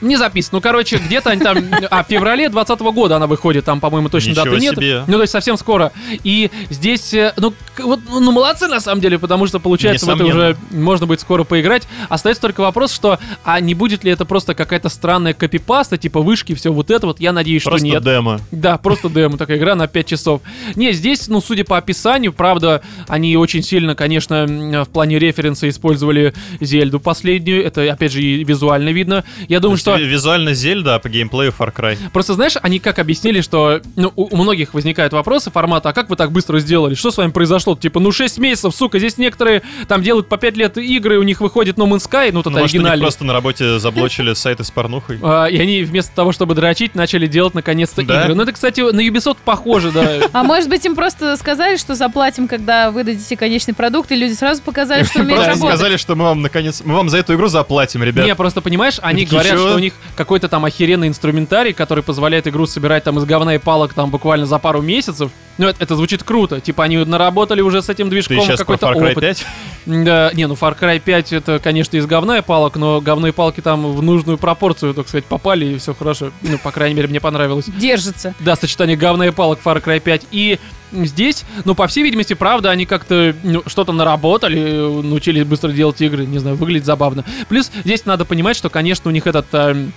Speaker 1: не записано. Ну, короче, где-то они там... А, в феврале 2020 года она выходит, там, по-моему, точно
Speaker 2: Ничего
Speaker 1: даты нет.
Speaker 2: себе.
Speaker 1: Ну, то есть совсем скоро. И здесь, э, ну, к- вот, ну, ну, молодцы на самом деле, потому что, получается, в это
Speaker 2: Несомненно.
Speaker 1: уже можно будет скоро поиграть. Остается только вопрос, что, а не будет ли это просто какая-то странная копипаста, типа вышки, все вот это вот, я надеюсь,
Speaker 2: Просто
Speaker 1: что нет.
Speaker 2: демо.
Speaker 1: Да, просто демо, такая игра на 5 часов. Не, здесь, ну, судя по описанию, правда, они очень сильно, конечно, м, в плане референса использовали Зельду последнюю. Это, опять же, и визуально видно. Я думаю,
Speaker 2: То
Speaker 1: что...
Speaker 2: есть ви- Визуально Зельда, а по геймплею Far Cry.
Speaker 1: Просто, знаешь, они как объяснили, что ну, у, у многих возникают вопросы формата, а как вы так быстро сделали? Что с вами произошло? Типа, ну 6 месяцев, сука, здесь некоторые там делают по 5 лет игры, у них выходит No Man's Sky, ну
Speaker 2: Ну,
Speaker 1: тут
Speaker 2: может, они
Speaker 1: оригинальный.
Speaker 2: просто на работе заблочили сайты с порнухой.
Speaker 1: А, и они вместо того, чтобы дрочить, начали делать наконец-то
Speaker 2: Да?
Speaker 1: игры. Ну это, кстати, на Ubisoft похоже, да.
Speaker 3: А может быть, им просто сказали, что заплатим, когда выдадите конечный продукт, и люди сразу показали, что умеют
Speaker 2: Просто
Speaker 3: работать.
Speaker 2: сказали, что мы вам наконец... Мы вам за эту игру заплатим, ребят.
Speaker 1: Не, просто понимаешь, они
Speaker 2: Такие,
Speaker 1: говорят,
Speaker 2: «Чё?»
Speaker 1: что у них какой-то там охеренный инструментарий, который позволяет игру собирать там из говна и палок там буквально за пару месяцев. Ну, это, это звучит круто. Типа они наработали уже с этим
Speaker 2: Ты
Speaker 1: движком
Speaker 2: сейчас про
Speaker 1: какой-то
Speaker 2: Far Cry
Speaker 1: опыт.
Speaker 2: 5?
Speaker 1: Да, не, ну Far Cry 5 это, конечно, из говна и палок, но говно и палки там в нужную пропорцию, так сказать, попали, и все хорошо. Ну, по крайней мере, мне понравилось.
Speaker 3: Держится.
Speaker 1: Да, сочетание говна и палок Far Cry 5. И здесь, ну, по всей видимости, правда, они как-то ну, что-то наработали, э, научились быстро делать игры, не знаю, выглядит забавно. Плюс здесь надо понимать, что, конечно, у них этот... эм,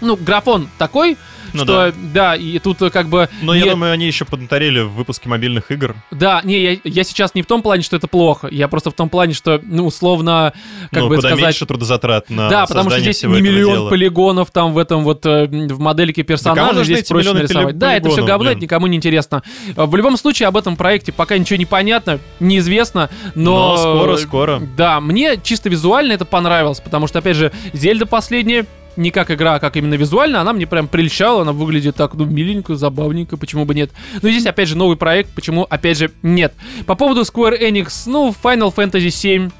Speaker 1: ну, графон такой,
Speaker 2: Ну
Speaker 1: что, да. и тут э, как бы...
Speaker 2: Но
Speaker 1: не-
Speaker 2: я думаю, они еще поднаторели в выпуске мобильных игр.
Speaker 1: Да, не, я, я сейчас не в том плане, что это плохо, я просто в том плане, что, ну, условно, как
Speaker 2: ну,
Speaker 1: бы это
Speaker 2: куда
Speaker 1: сказать...
Speaker 2: меньше трудозатрат на
Speaker 1: Да, потому что
Speaker 2: создание
Speaker 1: здесь
Speaker 2: А, всего
Speaker 1: не
Speaker 2: этого
Speaker 1: миллион
Speaker 2: дела.
Speaker 1: полигонов там в этом вот э, в модельке персонажа
Speaker 2: нужны
Speaker 1: здесь
Speaker 2: эти
Speaker 1: проще
Speaker 2: миллионы
Speaker 1: нарисовать.
Speaker 2: пили-
Speaker 1: Да, это все
Speaker 2: полигонов,
Speaker 1: говно,
Speaker 2: блин?
Speaker 1: это никому не интересно. Э, В любом случае об этом проекте пока ничего не понятно, неизвестно, но,
Speaker 2: Но скоро, скоро.
Speaker 1: Да, мне чисто визуально это понравилось, потому что опять же Зельда последняя не как игра, а как именно визуально, она мне прям прельщала, она выглядит так, ну, миленько, забавненько, почему бы нет. Ну, и здесь, опять же, новый проект, почему, опять же, нет. По поводу Square Enix, ну, Final Fantasy 7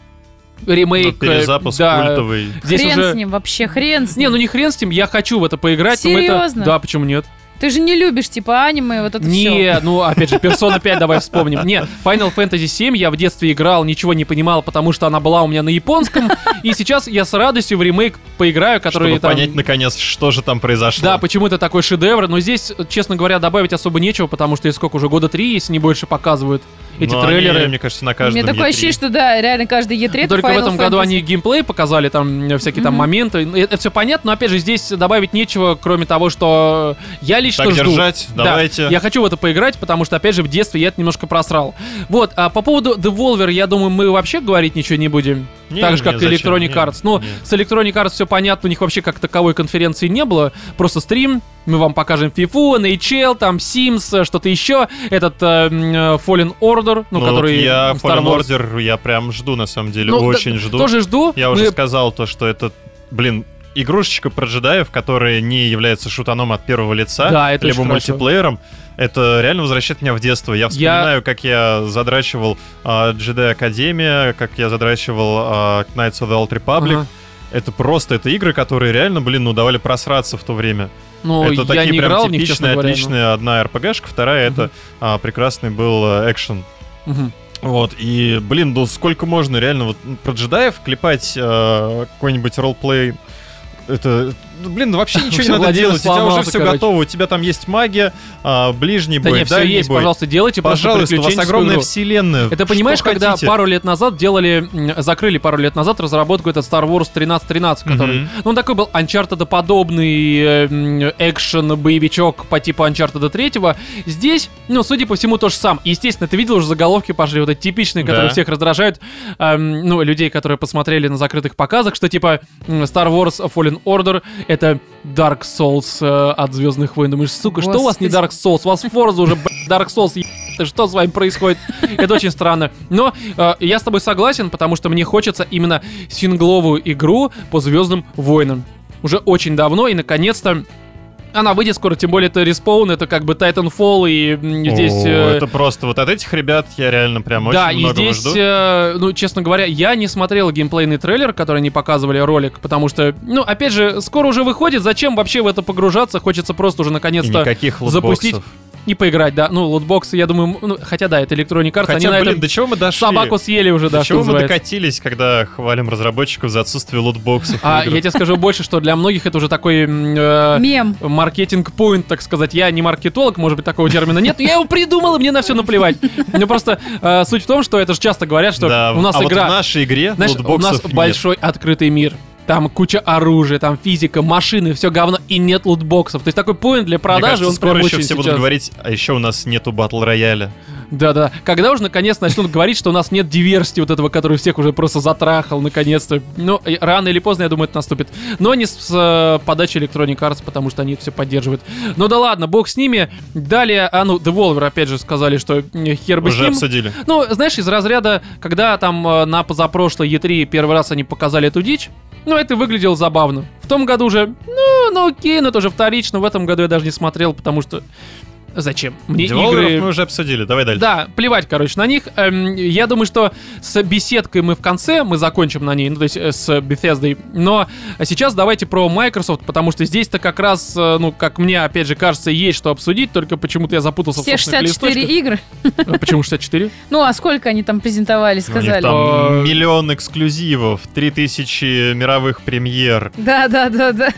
Speaker 1: ремейк. э,
Speaker 2: Ну, Перезапуск
Speaker 1: да,
Speaker 2: культовый.
Speaker 1: Здесь
Speaker 3: хрен
Speaker 1: уже...
Speaker 3: с ним, вообще хрен с
Speaker 1: Не,
Speaker 3: ним.
Speaker 1: ну не хрен с ним, я хочу в это поиграть. но мы это-
Speaker 3: Серьезно?
Speaker 1: Да, почему нет?
Speaker 3: Ты же не любишь, типа, аниме, вот это
Speaker 1: не,
Speaker 3: все.
Speaker 1: ну опять же, Persona 5 давай вспомним. Не, Final Fantasy 7 я в детстве играл, ничего не понимал, потому что она была у меня на японском. И сейчас я с радостью в ремейк поиграю, который
Speaker 2: Чтобы
Speaker 1: там...
Speaker 2: понять, наконец, что же там произошло.
Speaker 1: Да, почему это такой шедевр, но здесь, честно говоря, добавить особо нечего, потому что и сколько уже года три, если не больше, показывают эти
Speaker 2: Но Ну, они,
Speaker 1: трейлеры.
Speaker 2: мне кажется, на
Speaker 3: У
Speaker 2: каждом
Speaker 3: меня такое
Speaker 2: E3.
Speaker 3: ощущение, что да, реально каждый Е3
Speaker 1: Только в
Speaker 3: Final
Speaker 1: этом году
Speaker 3: Fantasy.
Speaker 1: они геймплей показали, там э, всякие там
Speaker 3: Мгм.
Speaker 1: моменты. И Это, все понятно, но опять же, здесь добавить нечего, кроме того, что я лично
Speaker 2: Так
Speaker 1: жду.
Speaker 2: держать,
Speaker 1: Да,
Speaker 2: давайте.
Speaker 1: я хочу в это поиграть, потому что, опять же, в детстве я это немножко просрал. Вот, а по поводу Devolver, я думаю, мы вообще говорить ничего не будем.
Speaker 2: Не,
Speaker 1: так же, как
Speaker 2: не,
Speaker 1: и
Speaker 2: зачем?
Speaker 1: Electronic
Speaker 2: Не,
Speaker 1: Arts. Ну,
Speaker 2: не.
Speaker 1: с Electronic Arts все понятно, у них вообще как таковой конференции не было. Просто стрим, мы вам покажем FIFA, NHL, там Sims, э, что-то еще. Этот э, м, э, Fallen Order, ну,
Speaker 2: Ну, вот
Speaker 1: который...
Speaker 2: я
Speaker 1: в Star
Speaker 2: Fallen
Speaker 1: Wars.
Speaker 2: Order, я прям жду, на самом деле,
Speaker 1: Ну, да,
Speaker 2: очень жду.
Speaker 1: Тоже жду.
Speaker 2: Я
Speaker 1: Мы-
Speaker 2: уже сказал то, что это, блин, игрушечка про джедаев, которая не является шутаном от первого лица,
Speaker 1: Да, это
Speaker 2: либо
Speaker 1: очень хорошо.
Speaker 2: мультиплеером. Это реально возвращает меня в детство. Я вспоминаю, как я задрачивал а, Джедай Академия, как я задрачивал а, Knights of the Old Republic.
Speaker 1: Ага.
Speaker 2: Это просто, это игры, которые реально, блин, ну давали просраться в то время.
Speaker 1: Ну,
Speaker 2: это
Speaker 1: я
Speaker 2: такие
Speaker 1: не
Speaker 2: прям
Speaker 1: играл в них, честно
Speaker 2: типичные,
Speaker 1: говоря. ну.
Speaker 2: отличные. Одна РПГшка, вторая это а, прекрасный был э, экшен.
Speaker 1: Мгм.
Speaker 2: Вот, и, блин, да сколько можно реально вот м, про джедаев клепать э, какой-нибудь ролплей. Это, ну, блин, вообще ничего не
Speaker 1: Всё,
Speaker 2: надо
Speaker 1: Владимир
Speaker 2: делать, у тебя уже
Speaker 1: сломался,
Speaker 2: все
Speaker 1: короче.
Speaker 2: готово, у тебя там есть магия, а, ближний
Speaker 1: Да
Speaker 2: бой,
Speaker 1: не, все
Speaker 2: дальний
Speaker 1: есть,
Speaker 2: бой.
Speaker 1: пожалуйста, делайте. просто
Speaker 2: Пожалуйста, у вас
Speaker 1: приключенческую
Speaker 2: огромная
Speaker 1: игру.
Speaker 2: вселенная.
Speaker 1: Это
Speaker 2: Э, Что
Speaker 1: понимаешь, когда
Speaker 2: хотите?
Speaker 1: пару лет назад делали, м, закрыли пару лет назад разработку этот Star Wars 1313, который,
Speaker 2: Мгм.
Speaker 1: ну он такой был Uncharted подобный э, м, экшен боевичок по типу Uncharted 3. Здесь, ну судя по всему, то же самое. Естественно, ты видел уже заголовки пошли вот эти типичные, которые
Speaker 2: Да.
Speaker 1: всех раздражают, эм, ну людей, которые посмотрели на закрытых показах, что типа м, Star Wars Fallen Order это Dark Souls э, от Звездных войн. Думаешь, сука, что у вас не Dark
Speaker 3: Господи.
Speaker 1: Souls, у вас Forza уже блядь, Dark Souls. Ты что с вами происходит? Это очень странно. Но э, я с тобой согласен, потому что мне хочется именно сингловую игру по Звездным войнам. Уже очень давно, и наконец-то она выйдет скоро, тем более это респаун, это как бы Titanfall, и м, здесь...
Speaker 2: О,
Speaker 1: э,
Speaker 2: это просто вот от этих ребят я реально прям
Speaker 1: да,
Speaker 2: очень
Speaker 1: и
Speaker 2: многого
Speaker 1: здесь,
Speaker 2: жду.
Speaker 1: э, ну, честно говоря, я не смотрел геймплейный трейлер, который они показывали ролик, потому что, ну, опять же, скоро уже выходит, зачем вообще в это погружаться, хочется просто уже
Speaker 2: И
Speaker 1: наконец-то
Speaker 2: никаких
Speaker 1: запустить
Speaker 2: лутбоксов.
Speaker 1: и поиграть, да. Ну, лотбоксы, я думаю, м, ну, хотя да, это Electronic Arts, они
Speaker 2: Хотя,
Speaker 1: на
Speaker 2: блин,
Speaker 1: этом
Speaker 2: до чего мы дошли?
Speaker 1: собаку съели уже, да,
Speaker 2: до
Speaker 1: что
Speaker 2: чего мы
Speaker 1: называется.
Speaker 2: докатились, когда хвалим разработчиков за отсутствие лутбоксов? в
Speaker 1: А
Speaker 2: играх?
Speaker 1: я тебе скажу больше, что для многих это уже такой м, э,
Speaker 3: Мем.
Speaker 1: маркетинг поинт, так сказать. Я не маркетолог, может быть, такого термина нет, но я его придумал, и мне на все наплевать. Ну просто э, суть в том, что это же часто говорят, что
Speaker 2: Да,
Speaker 1: у нас
Speaker 2: а вот
Speaker 1: игра...
Speaker 2: в нашей игре
Speaker 1: Знаешь, у
Speaker 2: лутбоксов
Speaker 1: нас
Speaker 2: нет.
Speaker 1: большой открытый мир. Там куча оружия, там физика, машины, все говно, и нет лутбоксов. То есть такой поинт для
Speaker 2: Мне
Speaker 1: продажи,
Speaker 2: кажется,
Speaker 1: он
Speaker 2: скоро
Speaker 1: прям
Speaker 2: еще
Speaker 1: очень
Speaker 2: все будут
Speaker 1: сейчас.
Speaker 2: говорить, а еще у нас нету батл рояля.
Speaker 1: Да-да. Когда уже наконец начнут говорить, что у нас нет диверсии вот этого, который всех уже просто затрахал, наконец-то. Ну, и рано или поздно, я думаю, это наступит. Но не с, с, э, подачи Electronic Arts, потому что они это все поддерживают. Ну да ладно, бог с ними. Далее, а ну, Devolver опять же сказали, что э, хер бы с
Speaker 2: Уже
Speaker 1: ним.
Speaker 2: обсудили.
Speaker 1: Ну, знаешь, из разряда, когда там э, на позапрошлой E3 первый раз они показали эту дичь, ну, это выглядело забавно. В том году уже, ну, ну окей, но это уже вторично. В этом году я даже не смотрел, потому что... Зачем? Мне
Speaker 2: Девелоперов
Speaker 1: игры...
Speaker 2: мы уже обсудили, давай дальше.
Speaker 1: Да, плевать, короче, на них. Эм, я думаю, что с беседкой мы в конце, мы закончим на ней, ну, то есть э, с Bethesda. Но сейчас давайте про Microsoft, потому что здесь-то как раз, э, ну, как мне, опять же, кажется, есть что обсудить, только почему-то я запутался
Speaker 3: Все
Speaker 1: в собственных
Speaker 3: 64
Speaker 1: листочках.
Speaker 3: игры.
Speaker 1: Э, Почему 64?
Speaker 3: Ну, а сколько они там
Speaker 2: У
Speaker 3: презентовали,
Speaker 2: них
Speaker 3: сказали?
Speaker 1: А.
Speaker 2: там миллион эксклюзивов, 3000 мировых премьер.
Speaker 3: Да, да, да, да.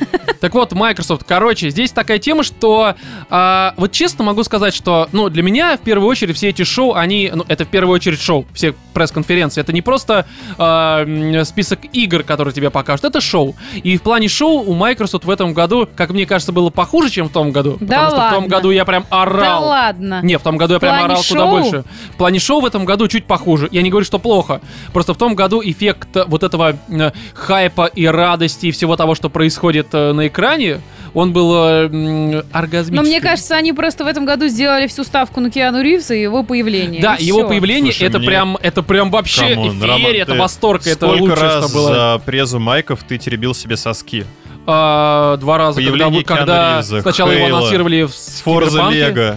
Speaker 1: Так вот, Microsoft, короче, здесь такая тема, что а, вот честно могу сказать, что, ну, для меня в первую очередь все эти шоу, они, ну, это в первую очередь шоу, все пресс-конференции, это не просто э, м, список игр, которые тебе покажут, это шоу. И в плане шоу у Microsoft в этом году, как мне кажется, было похуже, чем в том году.
Speaker 3: Да
Speaker 1: потому что в том
Speaker 3: ладно.
Speaker 1: году я прям орал.
Speaker 3: Да ладно.
Speaker 1: Не, в том году я прям
Speaker 3: плане
Speaker 1: орал куда
Speaker 3: шоу?
Speaker 1: больше. В плане шоу в этом году чуть похуже. Я не говорю, что плохо. Просто в том году эффект э, вот этого э, хайпа и радости и всего того, что происходит э, на экране, он был э, м, оргазмический.
Speaker 3: Но мне кажется, они просто в этом году сделали всю ставку на Киану Ривза и его появление.
Speaker 1: да,
Speaker 3: И
Speaker 1: его
Speaker 3: всё.
Speaker 1: появление
Speaker 2: Слушай,
Speaker 1: это
Speaker 2: мне-
Speaker 1: прям, это прям вообще
Speaker 2: Камон,
Speaker 1: эфирия,
Speaker 2: Роман,
Speaker 1: это
Speaker 2: ты
Speaker 1: восторг, это
Speaker 2: Сколько
Speaker 1: лучше,
Speaker 2: раз
Speaker 1: что было.
Speaker 2: за презу майков ты теребил себе соски?
Speaker 1: А, два раза, когда,
Speaker 2: Появление
Speaker 1: вы- когда
Speaker 2: Киану Ривза,
Speaker 1: сначала его
Speaker 2: Хейла,
Speaker 1: анонсировали в
Speaker 2: С Форза
Speaker 1: Киберпанке.
Speaker 2: Лего.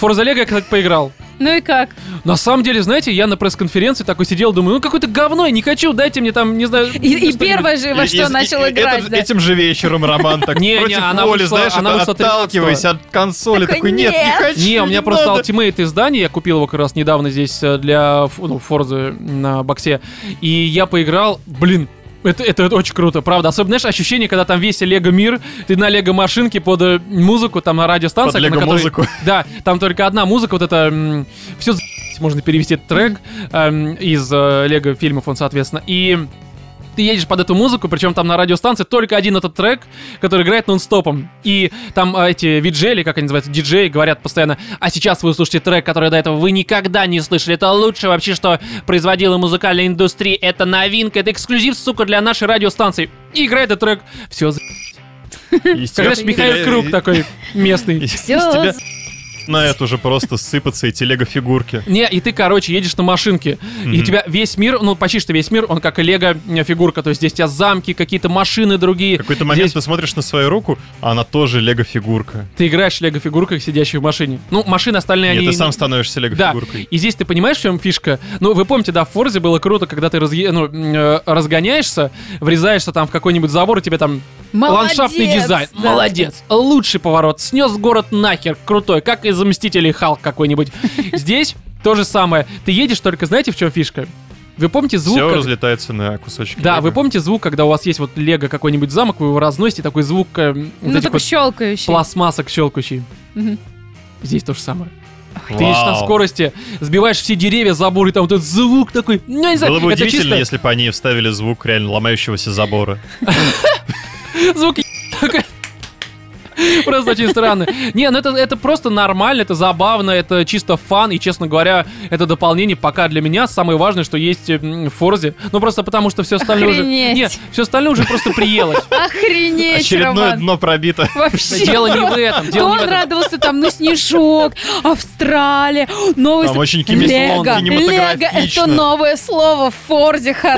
Speaker 1: Forza Lego я, кстати, поиграл.
Speaker 3: Ну и как?
Speaker 1: На самом деле, знаете, я на пресс-конференции такой сидел, думаю, ну какое-то говно, я не хочу, дайте мне там, не знаю.
Speaker 3: И, и
Speaker 1: что-нибудь.
Speaker 3: первое же, во
Speaker 2: И- и-
Speaker 3: что
Speaker 2: и-
Speaker 3: начал
Speaker 2: и-
Speaker 3: играть,
Speaker 2: этот-
Speaker 3: да.
Speaker 2: Этим же вечером, Роман, так
Speaker 1: Не, не,
Speaker 2: против
Speaker 1: она
Speaker 2: воли,
Speaker 1: вышла-
Speaker 2: знаешь,
Speaker 1: она
Speaker 2: это
Speaker 1: вышла 13-го.
Speaker 2: отталкиваясь от консоли.
Speaker 3: Такой,
Speaker 2: Такой, нет, не
Speaker 3: «Нет».
Speaker 2: хочу,
Speaker 1: Не, у меня просто
Speaker 2: надо».
Speaker 1: ультимейт издание, я купил его как раз недавно здесь э, для ф- ну, Форзы на боксе, и я поиграл, блин, это, это, это очень круто, правда. Особенно, знаешь, ощущение, когда там весь Лего мир, ты на Лего машинке под э, музыку, там на радиостанции.
Speaker 2: Под
Speaker 1: на которой-
Speaker 2: лего-музыку.
Speaker 1: Да, там только одна музыка, вот это все можно перевести этот трек эм, из э, Лего фильмов, он, соответственно. И ты едешь под эту музыку, причем там на радиостанции только один этот трек, который играет нон-стопом. И там а, эти виджели, как они называются, диджеи, говорят постоянно, а сейчас вы услышите трек, который до этого вы никогда не слышали. Это лучше вообще, что производила музыкальная индустрия. Это новинка, это эксклюзив, сука, для нашей радиостанции. И играет этот трек. Все, как
Speaker 2: Естественно,
Speaker 1: знаешь, Михаил
Speaker 2: и-
Speaker 1: Круг
Speaker 2: и-
Speaker 1: такой местный.
Speaker 2: и- из
Speaker 3: Всё,
Speaker 2: тебя На это уже просто сыпаться эти лего-фигурки.
Speaker 1: Не, и ты, короче, едешь на машинке, и у
Speaker 2: Мгм.
Speaker 1: тебя весь мир, ну почти что весь мир, он как лего-фигурка, то есть здесь у тебя замки, какие-то машины другие.
Speaker 2: В какой-то момент
Speaker 1: Здесь
Speaker 2: ты смотришь на свою руку, а она тоже лего-фигурка.
Speaker 1: ты играешь лего-фигуркой, сидящей в машине. Ну, машины остальные,
Speaker 2: И
Speaker 1: они...
Speaker 2: ты сам становишься
Speaker 1: Да,
Speaker 2: лего-фигуркой.
Speaker 1: и здесь ты понимаешь, в чем фишка? Ну, вы помните, да, в Форзе было круто, когда ты разъе- ну, м, э, разгоняешься, врезаешься там в какой-нибудь забор, и тебе там
Speaker 3: Молодец,
Speaker 1: ландшафтный дизайн.
Speaker 3: да.
Speaker 1: Молодец. Лучший поворот. Снес город нахер. Крутой. Как из «Мстителей Халк» какой-нибудь. Здесь то же самое. Ты едешь только, знаете, в чем фишка? Вы помните звук?
Speaker 2: Все
Speaker 1: как-
Speaker 2: разлетается на кусочки.
Speaker 1: Да,
Speaker 2: лего.
Speaker 1: вы помните звук, когда у вас есть вот лего какой-нибудь замок, вы его разносите, такой звук э, м, вот
Speaker 3: Ну
Speaker 1: этих
Speaker 3: такой
Speaker 1: вот
Speaker 3: щелкающий.
Speaker 1: пластмассок щелкающий.
Speaker 3: Мгм.
Speaker 1: Здесь то же самое.
Speaker 2: Вау.
Speaker 1: Ты едешь на скорости, сбиваешь все деревья, заборы, там вот этот звук такой. Ну, я не знаю,
Speaker 2: Было бы
Speaker 1: это
Speaker 2: удивительно,
Speaker 1: чисто
Speaker 2: если бы они вставили звук реально ломающегося забора.
Speaker 1: звук е- такой. Просто очень странно. Не, ну это, это просто нормально, это забавно, это чисто фан, и, честно говоря, это дополнение пока для меня самое важное, что есть э, м, в Форзе. Ну просто потому, что все остальное уже...
Speaker 3: Охренеть.
Speaker 1: Нет, все остальное уже просто приелось.
Speaker 3: Охренеть,
Speaker 2: Очередное
Speaker 3: Роман.
Speaker 2: дно пробито.
Speaker 3: Вообще.
Speaker 1: Дело не в
Speaker 3: просто.
Speaker 1: этом,
Speaker 3: То
Speaker 1: дело не в
Speaker 3: он
Speaker 1: этом.
Speaker 3: радовался там, ну, снежок, Австралия, новый...
Speaker 2: Там
Speaker 3: с-
Speaker 2: очень кими-
Speaker 3: Лего, Лего,
Speaker 2: кинематографично.
Speaker 3: это новое слово в Форзе
Speaker 1: Не, э,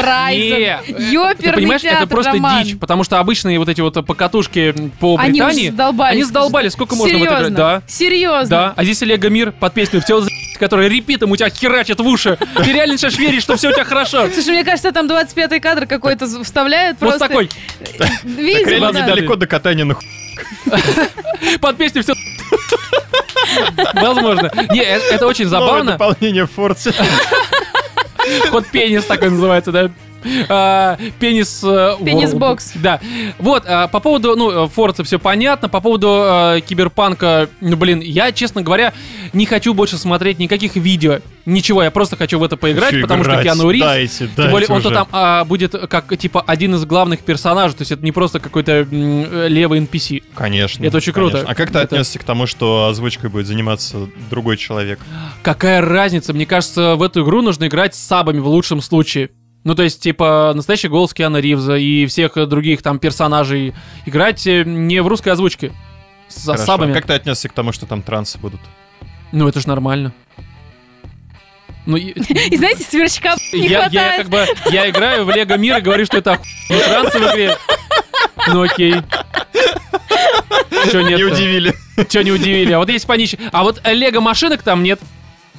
Speaker 3: Horizon.
Speaker 1: Ты
Speaker 3: Ёперный
Speaker 1: понимаешь, это
Speaker 3: театр,
Speaker 1: просто
Speaker 3: Роман.
Speaker 1: дичь, потому что обычные вот эти вот покатушки по
Speaker 3: Они уже
Speaker 1: Британии,
Speaker 3: задолбали,
Speaker 1: они
Speaker 3: слушай.
Speaker 1: задолбали, сколько можно в это играть?
Speaker 3: Серьезно?
Speaker 1: Да.
Speaker 3: Серьезно?
Speaker 1: Да, а здесь Лего Мир под песню «Все за***», которая репитом у тебя херачит в уши. Ты реально сейчас веришь, что все у тебя хорошо.
Speaker 3: Слушай, мне кажется, там 25-й кадр какой-то з- вставляют
Speaker 1: Вот с
Speaker 3: просто.
Speaker 1: такой,
Speaker 2: Так
Speaker 3: Видимо,
Speaker 2: реально
Speaker 1: да.
Speaker 2: недалеко до катания на ху...
Speaker 1: под песню все Возможно. Не, э- это очень
Speaker 2: Новое
Speaker 1: забавно.
Speaker 2: дополнение в Форте.
Speaker 1: Ход пенис такой называется, да. А, пенис... э,
Speaker 3: Пенис-бокс.
Speaker 1: World. Да. Вот, а, по поводу, ну, э, Форца все понятно, по поводу э, Киберпанка, ну, блин, я, честно говоря, не хочу больше смотреть никаких видео, ничего, я просто хочу в это поиграть,
Speaker 2: Ещё
Speaker 1: потому
Speaker 2: играть.
Speaker 1: что Киану Ривз,
Speaker 2: Дайте,
Speaker 1: Тем более,
Speaker 2: дайте
Speaker 1: он-то
Speaker 2: уже.
Speaker 1: там а, будет как, типа, один из главных персонажей, то есть это не просто какой-то м, э, левый NPC.
Speaker 2: Конечно.
Speaker 1: Это очень круто.
Speaker 2: конечно. А как ты
Speaker 1: Это-
Speaker 2: отнесся к тому, что озвучкой будет заниматься другой человек?
Speaker 1: Какая разница? Мне кажется, в эту игру нужно играть с сабами в лучшем случае. Ну, то есть, типа, настоящий голос Киана Ривза и всех э, других там персонажей играть э, не в русской озвучке. С
Speaker 2: Хорошо.
Speaker 1: сабами.
Speaker 2: Как ты отнесся к тому, что там трансы будут?
Speaker 1: Ну, это же нормально. Ну, и-
Speaker 3: И знаете, сверчка
Speaker 1: я,
Speaker 3: не
Speaker 1: я
Speaker 3: хватает.
Speaker 1: как бы, я играю в Лего Мир и говорю, что это охуенный транс в игре. Ну, окей. Че
Speaker 2: Не
Speaker 1: нет
Speaker 2: удивили.
Speaker 1: Че не удивили? А вот есть понищ. А вот Лего машинок там нет.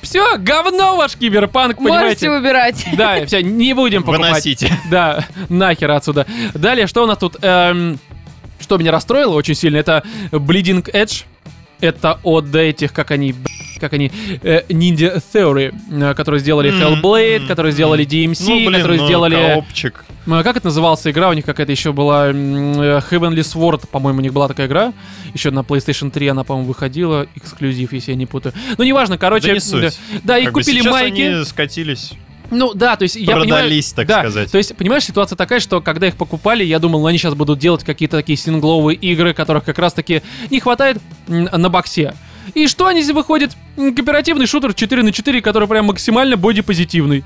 Speaker 1: Все, говно ваш киберпанк,
Speaker 3: Можете
Speaker 1: понимаете?
Speaker 3: выбирать.
Speaker 1: Да, все, не будем покупать.
Speaker 2: Выносите.
Speaker 1: Да, нахер отсюда. Далее, что у нас тут? Эм, что меня расстроило очень сильно, это Bleeding Edge. Это от этих, как они, б***ь, как они э, Ninja Theory, э, которые сделали
Speaker 2: М,
Speaker 1: Hellblade,
Speaker 2: м,
Speaker 1: которые сделали
Speaker 2: м.
Speaker 1: DMC,
Speaker 2: Ну, блин,
Speaker 1: которые
Speaker 2: ну,
Speaker 1: сделали...
Speaker 2: коопчик.
Speaker 1: Ну, а Как это называлась игра? У них какая-то еще была м, э, Heavenly Sword, по-моему, у них была такая игра. Еще на PlayStation 3 она, по-моему, выходила. Эксклюзив, если я не путаю. Ну, неважно, короче.
Speaker 2: Да не
Speaker 1: да,
Speaker 2: суть.
Speaker 1: да, и
Speaker 2: Как бы
Speaker 1: купили
Speaker 2: сейчас
Speaker 1: майки.
Speaker 2: они скатились,
Speaker 1: Ну да, то есть я понимаю...
Speaker 2: продались, так
Speaker 1: да,
Speaker 2: сказать.
Speaker 1: То есть, понимаешь, ситуация такая, что когда их покупали, я думал, ну, они сейчас будут делать какие-то такие сингловые игры, которых как раз-таки не хватает м, на боксе. И что они здесь выходит? М, Кооперативный шутер 4 на 4, который прям максимально бодипозитивный.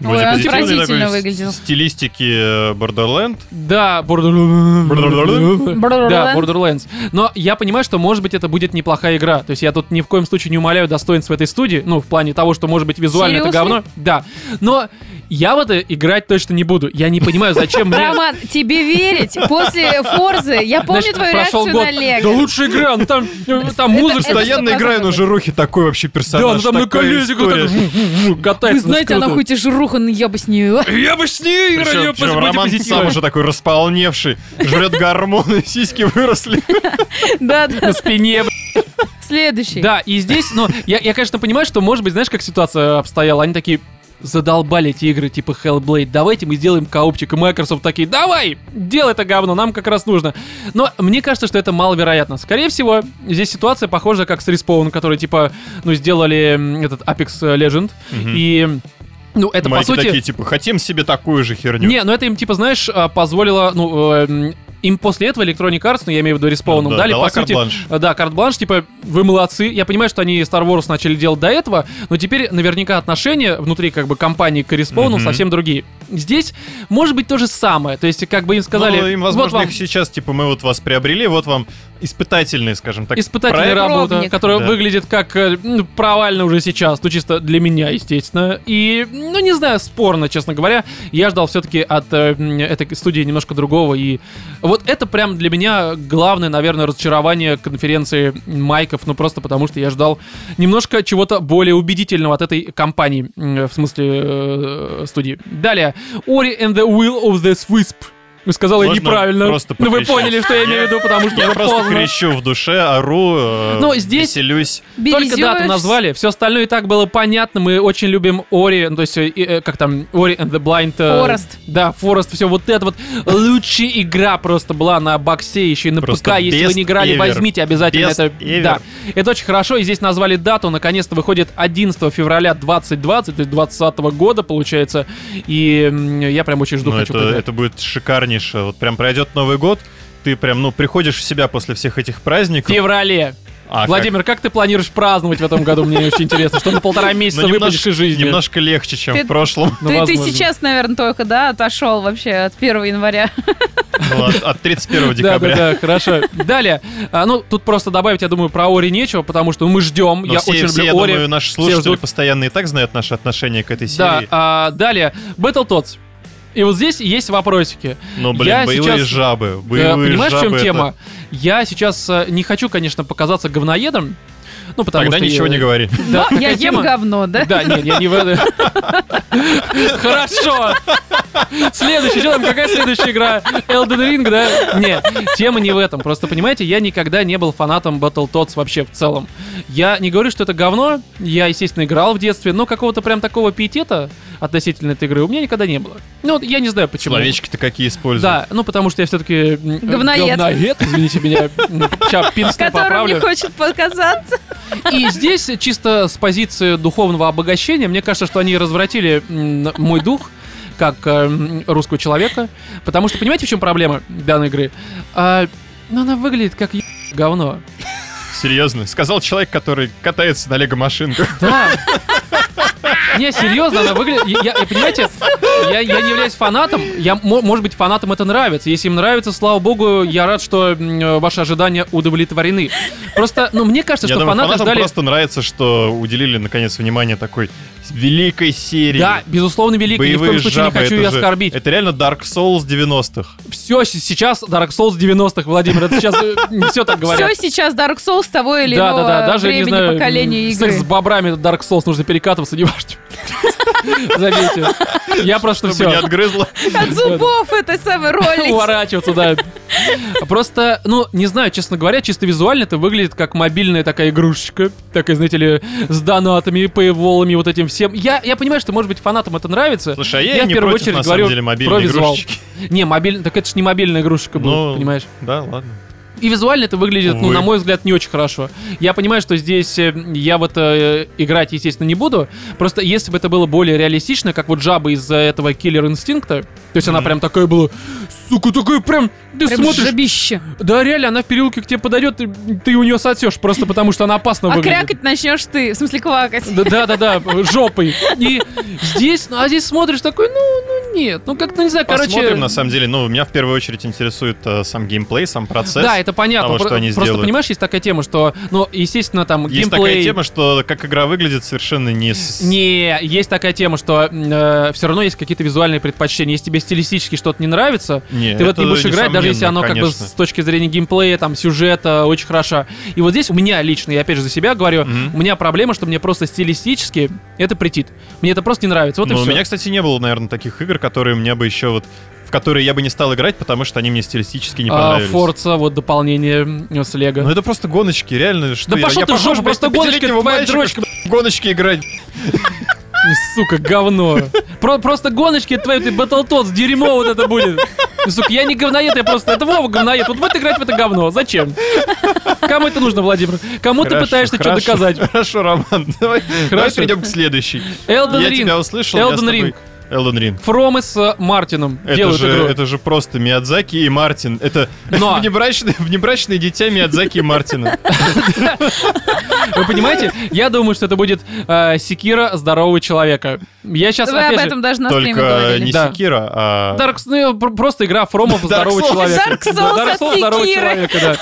Speaker 3: Ой,
Speaker 2: Вроде
Speaker 3: он
Speaker 2: позитивный
Speaker 3: отвратительно
Speaker 2: такой,
Speaker 3: выглядел.
Speaker 2: в стилистике э, Borderland.
Speaker 1: Да,
Speaker 2: Borderlands?
Speaker 1: Да,
Speaker 3: Borderlands.
Speaker 1: Borderlands. Но я понимаю, что, может быть, это будет неплохая игра. То есть я тут ни в коем случае не умоляю достоинства этой студии. Ну, в плане того, что, может быть, визуально это
Speaker 3: Серьезно?
Speaker 1: говно. Да. Но я в это играть точно не буду. Я не понимаю, зачем мне...
Speaker 3: Роман, тебе верить? После Форзы я помню
Speaker 1: Значит,
Speaker 3: твою
Speaker 1: прошел
Speaker 3: реакцию
Speaker 1: год.
Speaker 3: на
Speaker 1: Да
Speaker 3: Лего.
Speaker 1: лучше игра, ну там, э, там музыка.
Speaker 3: это-
Speaker 2: Постоянно
Speaker 3: сто
Speaker 2: играю на
Speaker 3: процентов.
Speaker 2: жирухе, такой вообще
Speaker 1: Да,
Speaker 2: персонаж.
Speaker 1: она там на
Speaker 2: такая
Speaker 1: колесиках вот
Speaker 2: история.
Speaker 1: так жу- жу-
Speaker 3: Вы
Speaker 1: катается.
Speaker 3: знаете, она
Speaker 1: скруту.
Speaker 3: хоть и жируха, но я бы с ней...
Speaker 1: Я бы с ней играл, я
Speaker 2: Причем,
Speaker 1: бы
Speaker 2: причем
Speaker 1: с
Speaker 2: Роман
Speaker 1: бодипозитивом.
Speaker 2: сам уже такой располневший, жрет гормоны, сиськи выросли.
Speaker 3: Да,
Speaker 1: на
Speaker 3: да.
Speaker 1: спине. б***ь.
Speaker 3: Следующий.
Speaker 1: Ну, Да, и здесь, ну, я, я, конечно, понимаю, что, может быть, знаешь, как ситуация обстояла. Они такие, задолбали эти игры типа Hellblade, давайте мы сделаем коопчик. И Microsoft такие, давай, делай это говно, нам как раз нужно. Но мне кажется, что это маловероятно. Скорее всего, здесь ситуация похожа как с Respawn, которые типа, ну, сделали м, этот Apex Legend. И, ну, это, по
Speaker 2: Майки
Speaker 1: сути...
Speaker 2: такие, типа, хотим себе такую же херню.
Speaker 1: Не, ну это им, типа, знаешь, а, позволило, ну, э, м, им после этого Electronic Arts, ну, я имею в виду Respawn,
Speaker 2: Ну да,
Speaker 1: дали,
Speaker 2: дала
Speaker 1: по сути...
Speaker 2: карт-бланш.
Speaker 1: э, Да, карт-бланш, типа, вы молодцы. Я понимаю, что они Star Wars начали делать до этого, но теперь наверняка отношения внутри, как бы, компании к Respawn
Speaker 2: Мгм.
Speaker 1: совсем другие. Здесь может быть то же самое. То есть, как бы им сказали,
Speaker 2: Ну, им,
Speaker 1: вот
Speaker 2: возможно,
Speaker 1: вам
Speaker 2: их сейчас, типа, мы вот вас приобрели, вот вам испытательные, скажем так,
Speaker 1: испытательная
Speaker 2: проект.
Speaker 1: работа,
Speaker 3: Пробник.
Speaker 1: которая
Speaker 2: Да.
Speaker 1: выглядит как э, ну, провально уже сейчас, ну чисто для меня, естественно. И, ну не знаю, спорно, честно говоря. Я ждал все-таки от э, м, этой студии немножко другого. И вот это прям для меня главное, наверное, разочарование конференции Майков. Ну просто потому, что я ждал немножко чего-то более убедительного от этой компании, м, в смысле э, студии. Далее. Ori and the Will of the Wisp. Сказал я
Speaker 2: Можно
Speaker 1: неправильно.
Speaker 2: просто
Speaker 1: Ну вы
Speaker 2: покричать?
Speaker 1: поняли, что я имею в виду, потому что
Speaker 2: Я
Speaker 1: уже
Speaker 2: просто
Speaker 1: поздно.
Speaker 2: кричу в душе, ору, э,
Speaker 1: Ну, здесь-
Speaker 2: веселюсь.
Speaker 1: Только
Speaker 3: Березёвич.
Speaker 1: дату назвали, все остальное и так было понятно. Мы очень любим Ори, ну, то есть, э, э, как там, Ори and the Blind... э,
Speaker 3: Форест.
Speaker 1: Да, Форест, все вот это вот. Лучшая игра просто была на боксе, еще и на
Speaker 2: Просто
Speaker 1: ПК. Если вы
Speaker 2: best
Speaker 1: не играли,
Speaker 2: ever.
Speaker 1: возьмите обязательно
Speaker 2: Best
Speaker 1: это.
Speaker 2: ever.
Speaker 1: Да, это очень хорошо. И здесь назвали дату. Наконец-то выходит 11 февраля 2020, то есть 2020 года, получается. И м, я прям очень жду,
Speaker 2: Ну,
Speaker 1: хочу
Speaker 2: это,
Speaker 1: поиграть.
Speaker 2: это будет шикарнейшее. Вот прям пройдет Новый год, ты прям, ну, приходишь в себя после всех этих
Speaker 1: В
Speaker 2: праздников.
Speaker 1: феврале.
Speaker 2: А, как?
Speaker 1: Владимир, как? ты планируешь праздновать в этом году? Мне очень интересно, что на полтора
Speaker 2: Ну,
Speaker 1: месяца выпадешь из жизни.
Speaker 2: немножко легче, чем
Speaker 3: Ты-
Speaker 2: в прошлом.
Speaker 1: Ну,
Speaker 3: Ты- Ты
Speaker 1: возможно.
Speaker 3: сейчас, наверное, только, да, отошел вообще от 1 января.
Speaker 2: Ну, от, от 31
Speaker 1: Да,
Speaker 2: декабря.
Speaker 1: да, да, хорошо. Далее. А, ну, тут просто добавить, я думаю, про Ори нечего, потому что мы ждем.
Speaker 2: Но
Speaker 1: я
Speaker 2: Ну, все,
Speaker 1: очень
Speaker 2: все,
Speaker 1: люблю
Speaker 2: я
Speaker 1: Ори.
Speaker 2: думаю, наши
Speaker 1: Все
Speaker 2: слушатели
Speaker 1: ждут.
Speaker 2: постоянно и так знают наше отношение к этой
Speaker 1: Да,
Speaker 2: серии.
Speaker 1: а, далее. Battletoads. И вот здесь есть вопросики.
Speaker 2: Но, Ну, блин,
Speaker 1: я
Speaker 2: боевые
Speaker 1: сейчас-
Speaker 2: жабы.
Speaker 1: Э,
Speaker 2: Боевые
Speaker 1: Понимаешь, в
Speaker 2: жабы
Speaker 1: чем
Speaker 2: это-
Speaker 1: тема? Я сейчас э, не хочу, конечно, показаться говноедом. Ну, потому
Speaker 2: Тогда
Speaker 1: что я-
Speaker 2: ничего не говори.
Speaker 1: Да,
Speaker 3: Но
Speaker 1: такая
Speaker 3: я ем
Speaker 1: тема.
Speaker 3: говно, да?
Speaker 1: Да, нет, я не в это. Хорошо. Следующий, что там, какая следующая игра? Elden Ring, да? Нет, тема не в этом. Просто, понимаете, я никогда не был фанатом Battletoads вообще в целом. Я не говорю, что это говно. Я, естественно, играл в детстве, но какого-то прям такого пиетета относительно этой игры у меня никогда не было. Ну, вот я не знаю, почему.
Speaker 2: Словечки-то какие используют.
Speaker 1: Да, ну потому что я все-таки...
Speaker 3: Говноед.
Speaker 1: Говноед, извините меня. Сейчас пинстер
Speaker 3: Которым не
Speaker 1: поправлю.
Speaker 3: хочет показаться.
Speaker 1: И здесь э, чисто с позиции духовного обогащения, мне кажется, что они развратили м, мой дух как э, м, русского человека, потому что понимаете, в чем проблема данной игры? А, ну, она выглядит как е- говно.
Speaker 2: Серьезно. Сказал человек, который катается на лего-машинках.
Speaker 1: Да. Не, серьезно, она выглядит... Я, я- понимаете, я, я не являюсь фанатом. Я, мо- может быть, фанатам это нравится. Если им нравится, слава богу, я рад, что м, э, ваши ожидания удовлетворены. Просто, ну, мне кажется,
Speaker 2: Я
Speaker 1: что
Speaker 2: думаю,
Speaker 1: фанаты
Speaker 2: фанатам
Speaker 1: ждали...
Speaker 2: просто нравится, что уделили, наконец, внимание такой великой серии.
Speaker 1: Да, безусловно, великий. Ни в
Speaker 2: Боевые
Speaker 1: коем случае не
Speaker 2: жабы,
Speaker 1: хочу
Speaker 2: это
Speaker 1: ее
Speaker 2: же-
Speaker 1: оскорбить.
Speaker 2: Это реально Dark Souls 90-х.
Speaker 1: все сейчас Dark Souls 90-х, Владимир, это сейчас все так говорят.
Speaker 3: Все сейчас Dark Souls того или
Speaker 1: да, да, да,
Speaker 3: иного
Speaker 1: даже не
Speaker 3: времени,
Speaker 1: знаю,
Speaker 3: поколения
Speaker 1: м, секс
Speaker 3: игры.
Speaker 1: с бобрами это Dark Souls, нужно перекатываться, не важно. Забейте. Я просто
Speaker 2: Чтобы
Speaker 1: все.
Speaker 2: не отгрызло.
Speaker 3: От зубов это самое ролик.
Speaker 1: Уворачиваться, да. Просто, ну, не знаю, честно говоря, чисто визуально это выглядит как мобильная такая игрушечка. Такая, знаете ли, с донатами, пейволами, вот этим всем. Я, я понимаю, что, может быть, фанатам это нравится.
Speaker 2: Слушай, а я,
Speaker 1: Я
Speaker 2: и
Speaker 1: в
Speaker 2: не
Speaker 1: первую
Speaker 2: против,
Speaker 1: очередь
Speaker 2: на самом
Speaker 1: говорю
Speaker 2: деле,
Speaker 1: про
Speaker 2: мобильные
Speaker 1: визуал.
Speaker 2: игрушечки.
Speaker 1: Не, мобильная, так это же не мобильная игрушечка
Speaker 2: Ну,
Speaker 1: будет, понимаешь?
Speaker 2: Да, ладно.
Speaker 1: И визуально это выглядит, ну,
Speaker 2: Увы.
Speaker 1: на мой взгляд, не очень хорошо. Я понимаю, что здесь э, я вот э, играть, естественно, не буду. Просто если бы это было более реалистично, как вот жаба из э, этого киллер инстинкта, то есть она
Speaker 2: Мгм.
Speaker 1: прям такая была, сука, такая прям, ты
Speaker 3: Прям
Speaker 1: смотришь,
Speaker 3: жабище.
Speaker 1: да реально, она в переулке к тебе подойдет, ты, ты у нее сосешь, просто потому что она опасно
Speaker 3: А
Speaker 1: выглядит.
Speaker 3: крякать начнешь ты. В смысле, квакать.
Speaker 1: Да, да, да, да, жопой. И здесь, ну, а здесь смотришь такой, ну, ну нет, ну как-то не знаю, короче.
Speaker 2: Посмотрим, на самом деле. Ну, меня в первую очередь интересует э, сам геймплей, сам процесс.
Speaker 1: Да, это понятно.
Speaker 2: того, что
Speaker 1: Про-
Speaker 2: они
Speaker 1: Просто
Speaker 2: сделают.
Speaker 1: понимаешь, есть такая тема, что, ну, естественно, там
Speaker 2: Есть такая
Speaker 1: геймплей.
Speaker 2: тема, что как игра выглядит, совершенно не... с-
Speaker 1: Не, есть такая тема, что все равно есть какие-то визуальные предпочтения. Если тебе стилистически что-то не нравится,
Speaker 2: Не,
Speaker 1: ты в это не
Speaker 2: это
Speaker 1: будешь играть, даже если оно
Speaker 2: несомненно,
Speaker 1: как бы
Speaker 2: конечно.
Speaker 1: с точки зрения геймплея, там, сюжета очень хорошо. И вот здесь у меня лично, я опять же за себя говорю,
Speaker 2: Мгм.
Speaker 1: у меня проблема, что мне просто стилистически это претит. Мне это просто не нравится. Вот и
Speaker 2: Но у
Speaker 1: всё.
Speaker 2: меня, Ну, кстати, не было, наверное, таких игр, которые мне бы еще вот... В которые я бы не стал играть, потому что они мне стилистически не
Speaker 1: А,
Speaker 2: понравились.
Speaker 1: Форца, вот дополнение м, с Лего.
Speaker 2: Ну это просто гоночки, реально. Что
Speaker 1: Да
Speaker 2: Ну, я-
Speaker 1: пошел
Speaker 2: я
Speaker 1: ты в
Speaker 2: похож
Speaker 1: жопу,
Speaker 2: просто
Speaker 1: просто
Speaker 2: на
Speaker 1: гоночки,
Speaker 2: пятилетнего
Speaker 1: твоя
Speaker 2: мальчика,
Speaker 1: дрочка.
Speaker 2: чтобы в гоночки играть.
Speaker 1: Сука, говно. Про- просто гоночки твои, ты Battletoads, дерьмо вот это будет. Ну, Сука, я не говноед, я просто... Это Вова говноед. Вот будет играть в это говно. Зачем? Кому это нужно, Владимир? Кому ты
Speaker 2: Хорошо,
Speaker 1: пытаешься что
Speaker 2: хорошо,
Speaker 1: доказать?
Speaker 2: Хорошо, Роман, давай, давай
Speaker 1: Хорошо.
Speaker 2: перейдем к следующей.
Speaker 1: Элден
Speaker 2: я
Speaker 1: Ринг.
Speaker 2: тебя услышал.
Speaker 1: Elden Ring.
Speaker 2: Элден Ринг.
Speaker 1: Фромы с э, Мартином
Speaker 2: Это
Speaker 1: делают
Speaker 2: же,
Speaker 1: игру.
Speaker 2: это же просто Миядзаки и Мартин. Это
Speaker 1: Но-
Speaker 2: внебрачные, внебрачные дитя Миядзаки и Мартина.
Speaker 1: Вы понимаете? Я думаю, что это будет э, Секира здорового человека. Я сейчас
Speaker 3: Вы об
Speaker 1: опять же...
Speaker 3: этом даже на стриме
Speaker 2: Только
Speaker 3: говорили.
Speaker 2: не
Speaker 1: Да.
Speaker 2: Секира, а...
Speaker 1: Dark Souls, ну, пр- просто игра Фромов
Speaker 2: Dark
Speaker 1: здорового
Speaker 2: Souls.
Speaker 1: человека.
Speaker 3: Dark Souls
Speaker 1: Да,
Speaker 3: от
Speaker 1: здорового
Speaker 3: Секиры.
Speaker 1: человека, да.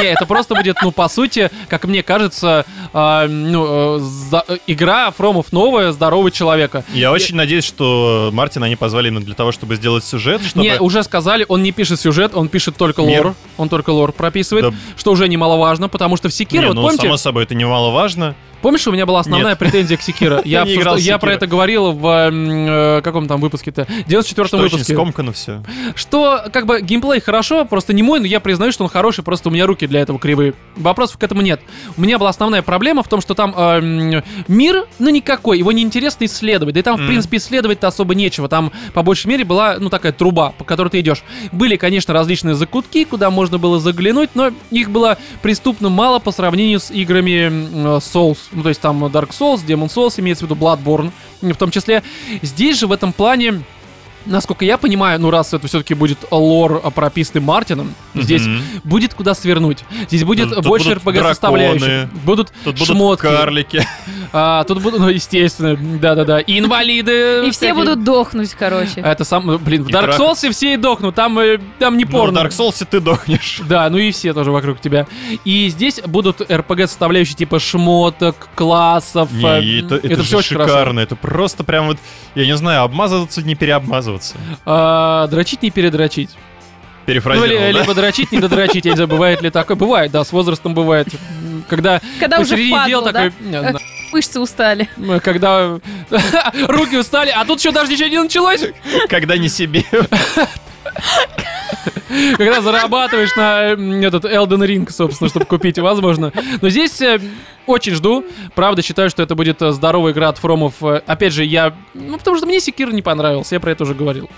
Speaker 1: Не, это просто будет, ну, по сути, как мне кажется, а, ну, э, за- э, игра Фромов новая, здорового человека.
Speaker 2: Я очень надеюсь, что Мартина они позвали именно для того, чтобы сделать сюжет, чтобы...
Speaker 1: Не, уже сказали, он не пишет сюжет, он пишет только
Speaker 2: Мир.
Speaker 1: лор. Он только лор прописывает,
Speaker 2: Да.
Speaker 1: что уже немаловажно, потому что в
Speaker 2: Не,
Speaker 1: Секиро, вот
Speaker 2: ну,
Speaker 1: помните,
Speaker 2: само собой, это немаловажно.
Speaker 1: помнишь, у меня была основная
Speaker 2: Нет.
Speaker 1: претензия к Секиро? Я,
Speaker 2: Я не
Speaker 1: обсужда-
Speaker 2: играл в
Speaker 1: я про
Speaker 2: Sekiro.
Speaker 1: это говорил в м, э, каком там выпуске-то? 94-м
Speaker 2: Что очень
Speaker 1: выпуске.
Speaker 2: скомкано все.
Speaker 1: Что, как бы, геймплей хорошо, просто не мой, но я признаю, что он хороший, просто у меня руки для этого кривые. Вопросов к этому нет. У меня была основная проблема в том, что там эм, мир, ну, никакой, его неинтересно исследовать. Да и там, в
Speaker 2: Мгм.
Speaker 1: принципе, исследовать-то особо нечего. Там, по большей мере, была, ну, такая труба, по которой ты идешь. Были, конечно, различные закутки, куда можно было заглянуть, но их было преступно мало по сравнению с играми м, э, Souls. Ну, то есть там Dark Souls, Demon Souls, имеется в виду Bloodborne, в том числе. Здесь же в этом плане... Насколько я понимаю, ну раз это все-таки будет лор э, прописанный Мартином, здесь
Speaker 2: Мгм.
Speaker 1: будет куда свернуть. Здесь будет
Speaker 2: Тут- тут
Speaker 1: больше
Speaker 2: будут
Speaker 1: РПГ составляющих.
Speaker 2: драконы,
Speaker 1: Будут,
Speaker 2: Тут будут
Speaker 1: шмотки.
Speaker 2: карлики.
Speaker 1: а, тут будут, ну естественно, да-да-да. И инвалиды.
Speaker 3: И все
Speaker 1: всякие.
Speaker 3: будут дохнуть, короче.
Speaker 1: А Это сам, ну, блин, в
Speaker 2: И
Speaker 1: Dark
Speaker 2: трак-
Speaker 1: Souls все и дохнут, там, э, там не
Speaker 2: Ну, в
Speaker 1: порно.
Speaker 2: Dark Souls и ты дохнешь.
Speaker 1: Да, ну и все тоже вокруг тебя. И здесь будут РПГ составляющие типа шмоток, классов. э,
Speaker 2: Не, это,
Speaker 1: всё
Speaker 2: это же
Speaker 1: очень хорошо.
Speaker 2: шикарно. Это просто прям вот, я не знаю, обмазываться, не переобмазываться.
Speaker 1: А, дрочить не передрочить. Ну,
Speaker 2: Перефразировал,
Speaker 1: ли-
Speaker 2: да?
Speaker 1: либо дрочить, не додрочить, я не знаю, бывает ли такое. Бывает, да, с возрастом бывает. М, Когда
Speaker 3: Когда уже
Speaker 1: посередине
Speaker 3: впадло,
Speaker 1: дела
Speaker 3: да? Э,
Speaker 1: такой, не знаю,
Speaker 3: Мышцы устали.
Speaker 1: м, когда руки устали, а тут еще даже ничего не началось.
Speaker 2: Когда не себе.
Speaker 1: Когда зарабатываешь на м, этот Elden Ring, собственно, чтобы купить, возможно. Но здесь э, очень жду. Правда, считаю, что это будет э, здоровая игра от Фромов. Э, Опять же, я... Ну, потому что мне Секир не понравился, я про это уже говорил.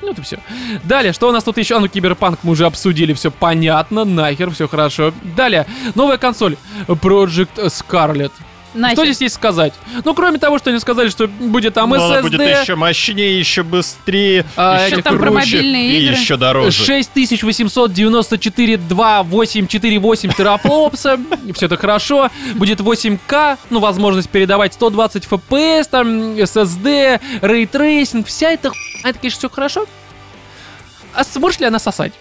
Speaker 1: Ну, это все. Далее, что у нас тут еще? А, ну, Киберпанк мы уже обсудили, все понятно, нахер, все хорошо. Далее, новая консоль Project Scarlet. Что
Speaker 3: Нахер.
Speaker 1: здесь есть сказать? Ну, кроме того, что они сказали, что будет там
Speaker 2: Но Ну, она
Speaker 1: SSD,
Speaker 2: будет еще мощнее, еще быстрее,
Speaker 1: А,
Speaker 2: еще
Speaker 1: это там про
Speaker 2: круче
Speaker 3: мобильные
Speaker 2: и
Speaker 3: игры?
Speaker 2: еще дороже.
Speaker 1: 6894 2848 терафлопса. Все это хорошо. Будет 8К, ну, возможность передавать 120 FPS, там, SSD, рейтрейсинг, вся эта ху- А Это, конечно, все хорошо. А сможет ли она сосать?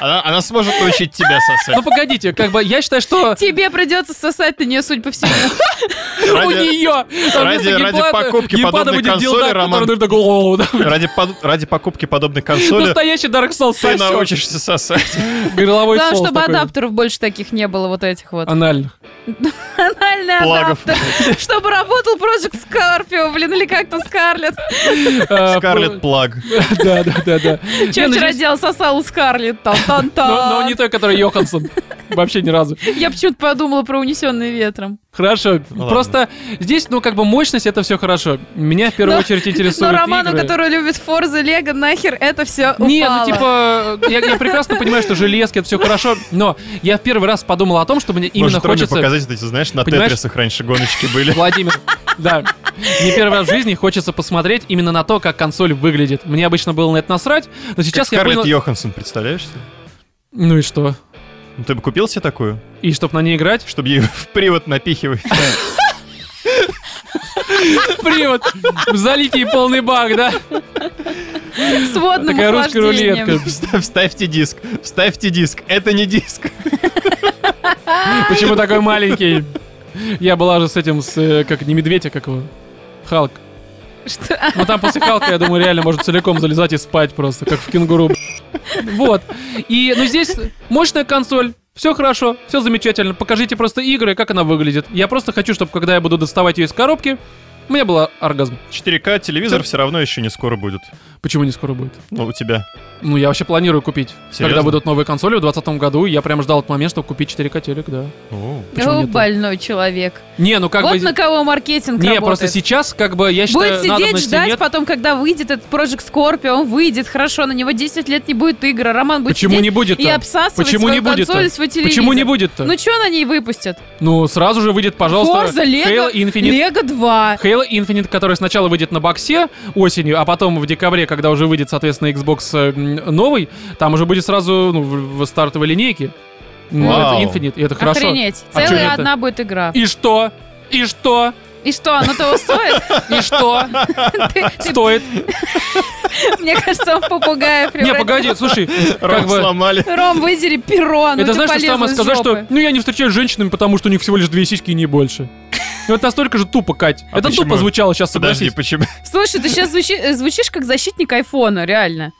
Speaker 2: Она, она сможет научить тебя сосать.
Speaker 1: Ну погодите, как бы я считаю, что
Speaker 3: Тебе придется сосать на нее, судя по всему.
Speaker 1: у
Speaker 2: Ради,
Speaker 1: нее там
Speaker 2: ради-
Speaker 1: вместо
Speaker 2: ради
Speaker 1: геймпада-
Speaker 2: покупки
Speaker 1: геймпада
Speaker 2: подобной
Speaker 1: будет
Speaker 2: консоли,
Speaker 1: дилдак, который
Speaker 2: Роман.
Speaker 1: нужно такой, «О, да».
Speaker 2: ради под- ради покупки подобной консоли
Speaker 1: Настоящий Dark Souls
Speaker 2: ты
Speaker 1: сосет.
Speaker 2: научишься сосать.
Speaker 1: Горловой
Speaker 3: Главное,
Speaker 1: соус
Speaker 3: чтобы
Speaker 1: такой.
Speaker 3: адаптеров больше таких не было, вот этих вот.
Speaker 1: Анальных.
Speaker 3: персональный
Speaker 2: Плагов.
Speaker 3: адаптер, чтобы работал Project Scorpio, блин, или как там Скарлет.
Speaker 1: Э,
Speaker 2: Скарлет Плаг.
Speaker 1: Да, да, да, да. Не,
Speaker 3: Че
Speaker 1: ну,
Speaker 3: вчера
Speaker 1: здесь-
Speaker 3: делал, сосал у Скарлет, там, там,
Speaker 1: Но но
Speaker 3: там.
Speaker 1: не той, которая Йоханссон. Вообще ни разу.
Speaker 3: Я почему-то подумала про унесенные ветром.
Speaker 1: Хорошо.
Speaker 2: Ну ладно.
Speaker 1: Просто здесь, ну, как бы мощность, это все хорошо. Меня в первую
Speaker 3: Но-
Speaker 1: очередь
Speaker 3: Но
Speaker 1: интересует
Speaker 3: Роману,
Speaker 1: игры.
Speaker 3: который любит Форза, Лего, нахер это все упало.
Speaker 1: Не, ну типа, я, я прекрасно понимаю, что железки, это все хорошо, но я в первый раз подумал о том, что мне именно
Speaker 2: Может, Роме
Speaker 1: хочется...
Speaker 2: показать эти, знаешь, на
Speaker 1: Понимаешь?
Speaker 2: Тетрисах раньше гоночки были.
Speaker 1: Владимир, да. Мне первый раз в жизни хочется посмотреть именно на то, как консоль выглядит. Мне обычно было на это насрать, но
Speaker 2: Как
Speaker 1: сейчас я
Speaker 2: Скарлетт
Speaker 1: понял...
Speaker 2: Йоханссон, представляешь? себе?
Speaker 1: Ну и что?
Speaker 2: Ну, Ты бы купил себе такую,
Speaker 1: И чтоб на ней играть?
Speaker 2: чтобы ей в привод напихивать?
Speaker 1: Привод! Залить ей полный бак, да?
Speaker 3: с водным
Speaker 1: Такая русская
Speaker 3: охлаждением.
Speaker 1: рулетка.
Speaker 2: Вста- Вставьте диск, вставьте диск, это не диск.
Speaker 1: Почему такой маленький? Я была же с этим, с, э, как не медведь, а как его? Халк.
Speaker 3: Что?
Speaker 1: Ну там после Халка, я думаю, реально можно целиком залезать и спать просто, как в кенгуру. Вот. И, ну здесь мощная консоль, все хорошо, все замечательно. Покажите просто игры, как она выглядит. Я просто хочу, чтобы когда я буду доставать ее из коробки, у меня был оргазм.
Speaker 2: 4К телевизор все равно еще не скоро будет.
Speaker 1: Почему не скоро будет?
Speaker 2: Ну, у тебя.
Speaker 1: Ну, я вообще планирую купить.
Speaker 2: Серьезно?
Speaker 1: Когда будут новые консоли в 2020 году, я прям ждал этот момент, чтобы купить 4К телек, да.
Speaker 2: О,
Speaker 1: Почему
Speaker 3: О,
Speaker 1: нет?
Speaker 3: больной человек.
Speaker 1: Не, ну как бы...
Speaker 3: вот на кого маркетинг
Speaker 1: Не,
Speaker 3: работает.
Speaker 1: просто сейчас, как бы, я считаю,
Speaker 3: Будет сидеть,
Speaker 1: надобности
Speaker 3: ждать
Speaker 1: нет.
Speaker 3: потом, когда выйдет этот Project Scorpio, он выйдет, хорошо, на него 10 лет не будет игр, а Роман будет
Speaker 1: Почему
Speaker 3: сидеть
Speaker 1: не будет
Speaker 3: и обсасывать
Speaker 1: Почему
Speaker 3: свою
Speaker 1: не будет-то?
Speaker 3: консоль и свой телевизор.
Speaker 1: Почему не будет-то?
Speaker 3: Ну что на ней выпустят?
Speaker 1: Ну, сразу же выйдет, пожалуйста,
Speaker 3: Forza, Lego,
Speaker 1: Halo Infinite.
Speaker 3: Лего 2.
Speaker 1: Halo Infinite, который сначала выйдет на боксе осенью, а потом в декабре, когда уже выйдет, соответственно, Xbox э, м, новый, там уже будет сразу ну, в, в стартовой линейке. Ну,
Speaker 2: Вау.
Speaker 1: это Infinite, и это хорошо.
Speaker 3: Охренеть.
Speaker 1: А чё
Speaker 3: Целая
Speaker 1: нет-то?
Speaker 3: одна будет игра.
Speaker 1: И что? И что?
Speaker 3: И что, оно того стоит?
Speaker 1: И что?
Speaker 3: Ты- ты-
Speaker 1: Стоит.
Speaker 3: Мне кажется, он в попугая
Speaker 1: Не,
Speaker 3: превратился. А
Speaker 1: погоди, слушай, как
Speaker 2: Ром
Speaker 1: бы...
Speaker 2: сломали.
Speaker 3: Ром, выдери перо, ну оно
Speaker 1: Это
Speaker 3: тебе
Speaker 1: знаешь, что
Speaker 3: полезло
Speaker 1: самое
Speaker 3: из
Speaker 1: сказать, что
Speaker 3: жопы.
Speaker 1: ну я не встречаюсь с женщинами, потому что у них всего лишь две сиськи и не больше. Ну, это настолько же тупо, Кать.
Speaker 2: А
Speaker 1: это тупо
Speaker 2: почему?
Speaker 1: звучало сейчас,
Speaker 2: Подожди,
Speaker 1: согласись.
Speaker 2: почему?
Speaker 3: Слушай, ты сейчас звучишь как защитник айфона, реально.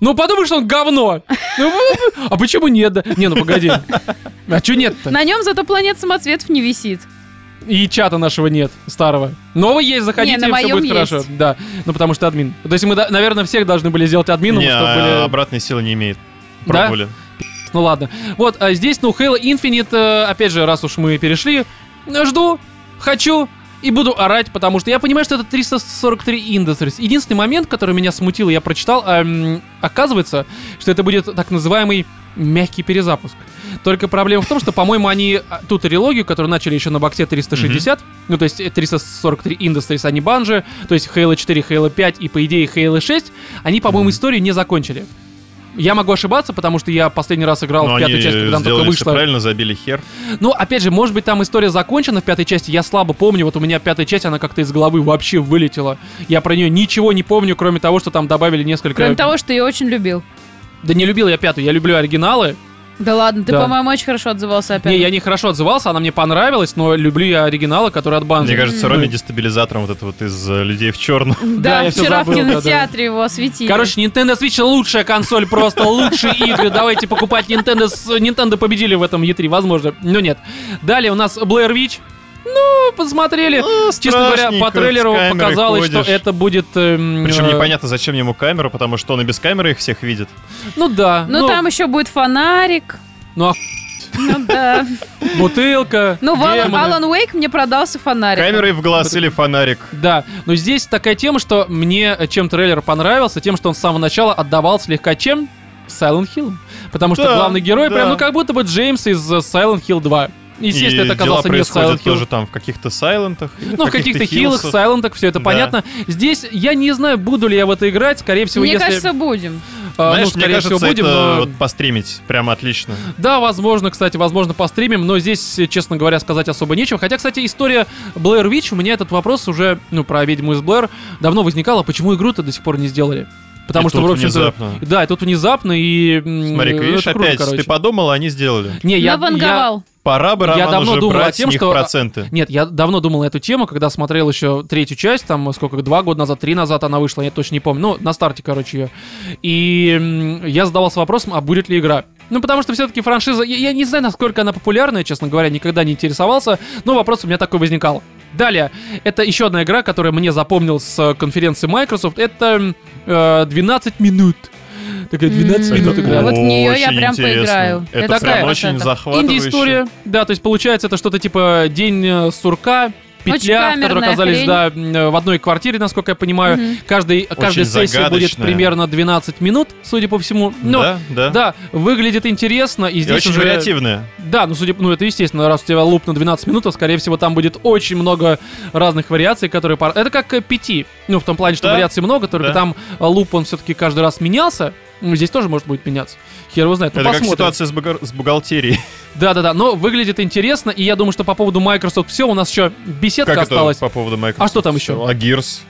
Speaker 1: Ну подумай, что он говно. Ну, А почему нет? да? Не, ну погоди. А чё нет-то?
Speaker 3: На нем зато планет самоцветов не висит.
Speaker 1: И чата нашего нет, старого. Новый есть, заходите,
Speaker 3: Не, на
Speaker 1: все
Speaker 3: моем
Speaker 1: будет
Speaker 3: есть.
Speaker 1: хорошо. Да, ну потому что админ. То есть мы, да- наверное, всех должны были сделать админом,
Speaker 2: Не,
Speaker 1: чтобы
Speaker 2: а,
Speaker 1: были...
Speaker 2: обратной силы не имеет.
Speaker 1: Да?
Speaker 2: Пробовали.
Speaker 1: Ну ладно. Вот, а здесь, ну, Halo Infinite, э, опять же, раз уж мы перешли, э, жду, хочу и буду орать, потому что я понимаю, что это 343 Industries. Единственный момент, который меня смутил, я прочитал, а, м, оказывается, что это будет так называемый мягкий перезапуск. Только проблема в том, что, по-моему, они а, ту трилогию, которую начали еще на боксе 360, ну, то есть э, 343 Industries, они банжи, то есть Halo 4, Halo 5 и, по идее, Halo 6, они, по-моему, историю не закончили. Я могу ошибаться, потому что я последний раз играл
Speaker 2: Но
Speaker 1: в
Speaker 2: Ну, они
Speaker 1: А пятую часть, когда она только
Speaker 2: сделали все
Speaker 1: вышла.
Speaker 2: правильно, забили хер.
Speaker 1: Ну, опять же, может быть, там история закончена в пятой части, я слабо помню, вот у меня пятая часть, она как-то из головы вообще вылетела. Я про нее ничего не помню, кроме того, что там добавили несколько...
Speaker 3: Кроме того, что я очень любил.
Speaker 1: Да не любил я пятую, я люблю оригиналы.
Speaker 3: Да ладно, ты,
Speaker 1: Да.
Speaker 3: по-моему, очень хорошо отзывался опять.
Speaker 1: Не, я не хорошо отзывался, она мне понравилась, но люблю я оригиналы, которые от банжи.
Speaker 2: Мне кажется,
Speaker 1: Ну,
Speaker 2: Роме дестабилизатором вот это вот из э, людей в черном.
Speaker 1: Да,
Speaker 3: Да,
Speaker 1: я всё
Speaker 3: вчера
Speaker 1: забыл,
Speaker 3: в
Speaker 1: да, да.
Speaker 3: кинотеатре его осветили.
Speaker 1: Короче, Nintendo Switch лучшая консоль, просто лучшие игры. Давайте покупать Nintendo. с- Nintendo победили в этом E3, возможно. Но нет. Далее у нас Blair Witch. Ну, посмотрели. Честно говоря, по
Speaker 2: страшненько,
Speaker 1: трейлеру
Speaker 2: с камерой
Speaker 1: показалось, что
Speaker 2: ходишь.
Speaker 1: это будет... эм,
Speaker 2: Причем
Speaker 1: э,
Speaker 2: непонятно, зачем ему камера, потому что он и без камеры их всех видит.
Speaker 1: Ну да.
Speaker 3: Ну, там еще будет фонарик.
Speaker 1: Ну, а
Speaker 3: Ну да.
Speaker 1: бутылка,
Speaker 3: Ну, в Алан,
Speaker 1: демоны.
Speaker 3: Алан Уэйк мне продался фонарик.
Speaker 2: Камерой в глаз или фонарик.
Speaker 1: Да, но здесь такая тема, что мне э, чем трейлер понравился, тем, что он с самого начала отдавал слегка чем? Silent Hill. Потому что
Speaker 2: Да,
Speaker 1: главный герой
Speaker 2: да.
Speaker 1: прям, ну, как будто бы Джеймс из э, Silent Hill 2. Естественно,
Speaker 2: и
Speaker 1: это
Speaker 2: дела
Speaker 1: оказался не Silent
Speaker 2: происходят
Speaker 1: Hill.
Speaker 2: тоже там в каких-то сайлентах.
Speaker 1: Ну, в каких-то хилах,
Speaker 2: хилсах.
Speaker 1: сайлентах, все это
Speaker 2: Да.
Speaker 1: понятно. Здесь я не знаю, буду ли я в это играть. Скорее всего,
Speaker 3: Мне
Speaker 1: если...
Speaker 3: кажется, будем.
Speaker 1: э,
Speaker 2: Знаешь,
Speaker 1: ну,
Speaker 2: мне
Speaker 1: скорее
Speaker 2: кажется,
Speaker 1: всего, будем,
Speaker 2: это
Speaker 1: но-
Speaker 2: вот постримить прям отлично.
Speaker 1: Да, возможно, кстати, возможно, постримим, но здесь, э, честно говоря, сказать особо нечего. Хотя, кстати, история Блэр а Вич, у меня этот вопрос уже, ну, про ведьму из Блэр давно возникала, почему игру-то до сих пор не сделали? Потому
Speaker 2: И
Speaker 1: что,
Speaker 2: тут
Speaker 1: в общем-то...
Speaker 2: внезапно.
Speaker 1: Да, и тут внезапно, и... м,
Speaker 2: Смотри,
Speaker 1: Ну, это
Speaker 2: видишь,
Speaker 1: круто,
Speaker 2: опять
Speaker 1: короче.
Speaker 2: ты подумал, а они сделали.
Speaker 1: Не, я, я,
Speaker 3: Наванговал.
Speaker 2: Пора бы,
Speaker 1: Я
Speaker 2: Роман,
Speaker 1: давно
Speaker 2: уже
Speaker 1: думал о
Speaker 2: брать
Speaker 1: тем,
Speaker 2: с них
Speaker 1: что-
Speaker 2: проценты.
Speaker 1: Нет, я давно думал на эту тему, когда смотрел еще третью часть, там сколько, два года назад, три назад она вышла, я точно не помню. Ну, на старте, короче, ее. И м, я задавался вопросом, а будет ли игра. Ну, потому что все-таки франшиза... Я, я не знаю, насколько она популярная, честно говоря, никогда не интересовался, но вопрос у меня такой возникал. Далее, это еще одна игра, которая мне запомнилась с э, конференции Microsoft, это э, 12 минут. Такая 12
Speaker 3: М,
Speaker 1: минут
Speaker 3: Это
Speaker 1: игра.
Speaker 3: вот в неё я
Speaker 2: очень
Speaker 3: прям
Speaker 2: интересно.
Speaker 3: поиграю.
Speaker 2: Это,
Speaker 3: Это
Speaker 2: прям
Speaker 1: такая
Speaker 2: очень
Speaker 3: красота.
Speaker 2: захватывающе.
Speaker 1: Инди-история, да, то есть получается это что-то типа день э, сурка, петля, в
Speaker 3: камерная
Speaker 1: которой оказались,
Speaker 3: хрень.
Speaker 1: да, м, э, в одной квартире, насколько я понимаю.
Speaker 3: Мгм.
Speaker 1: Каждый, каждая сессия будет
Speaker 2: загадочная.
Speaker 1: примерно 12 минут, судя по всему. Но,
Speaker 2: да, да.
Speaker 1: да, выглядит интересно, и
Speaker 2: И
Speaker 1: здесь
Speaker 2: очень
Speaker 1: уже...
Speaker 2: вариативная.
Speaker 1: Да, ну, судя, ну, это естественно, раз у тебя луп на 12 минут, то, скорее всего, там будет очень много разных вариаций, которые... пар- Это как э, пяти, ну, в том плане, что
Speaker 2: Да.
Speaker 1: вариаций много, только
Speaker 2: Да.
Speaker 1: там э, луп, он все-таки каждый раз менялся, Ну, здесь тоже может будет меняться. Хер его знает. Ну,
Speaker 2: Это как
Speaker 1: посмотрим.
Speaker 2: ситуация с, бугар- с бухгалтерией.
Speaker 1: Да-да-да, но выглядит интересно, и я думаю, что по поводу Microsoft все, у нас еще беседка
Speaker 2: Как
Speaker 1: осталась.
Speaker 2: это по поводу Microsoft?
Speaker 1: А что там еще?
Speaker 2: А Gears?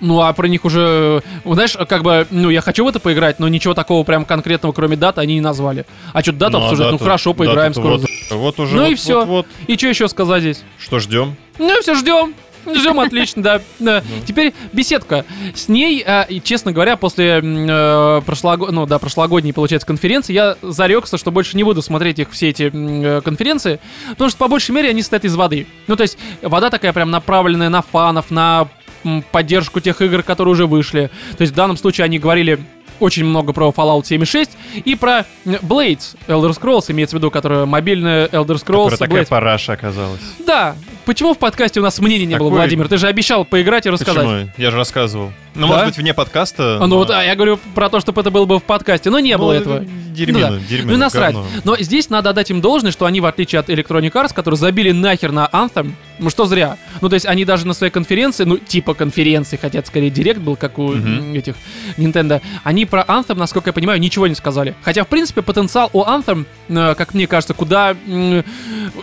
Speaker 1: Ну, а про них уже, э, знаешь, как бы, ну, я хочу в это поиграть, но ничего такого прям конкретного, кроме даты, они не назвали. А что дату
Speaker 2: а
Speaker 1: обсуждать? ну,
Speaker 2: дату-
Speaker 1: хорошо, поиграем
Speaker 2: дату-то
Speaker 1: скоро.
Speaker 2: Вот, вот уже.
Speaker 1: Ну и
Speaker 2: вот-
Speaker 1: всё.
Speaker 2: Вот, вот.
Speaker 1: И что еще сказать здесь?
Speaker 2: Что ждем?
Speaker 1: Ну и все, ждем. Ждем, отлично, да. да.
Speaker 2: Ну.
Speaker 1: Теперь беседка. С ней, э, и, честно говоря, после м, э, прошлого, ну да, прошлогодней, получается, конференции, я зарекся, что больше не буду смотреть их все эти м, э, конференции, потому что по большей мере они состоят из воды. Ну, то есть, вода такая прям направленная на фанов, на м, поддержку тех игр, которые уже вышли. То есть в данном случае они говорили очень много про Fallout 76 и про м, Blades, Elder Scrolls, имеется в виду, которая мобильная Elder Scrolls.
Speaker 2: Которая
Speaker 1: и
Speaker 2: такая
Speaker 1: Blades.
Speaker 2: параша оказалась.
Speaker 1: Да. Почему в подкасте у нас мнений не было,
Speaker 2: Такой-
Speaker 1: Владимир? Ты же обещал поиграть и рассказать.
Speaker 2: Почему? Я же рассказывал. Ну,
Speaker 1: Да?
Speaker 2: может быть, вне подкаста.
Speaker 1: А, ну вот, а я говорю про то, чтобы это было бы в подкасте, но не
Speaker 2: Ну,
Speaker 1: было этого.
Speaker 2: Дерьмина,
Speaker 1: Ну да. Ну и насрать. Но здесь надо отдать им должное, что они, в отличие от Electronic Arts, которые забили нахер на Anthem, ну что зря. Ну то есть они даже на своей конференции, ну типа конференции, хотят скорее директ был, как у
Speaker 2: Мгм.
Speaker 1: м, этих Nintendo, они про Anthem, насколько я понимаю, ничего не сказали. Хотя, в принципе, потенциал у Anthem, э, как мне кажется, куда м,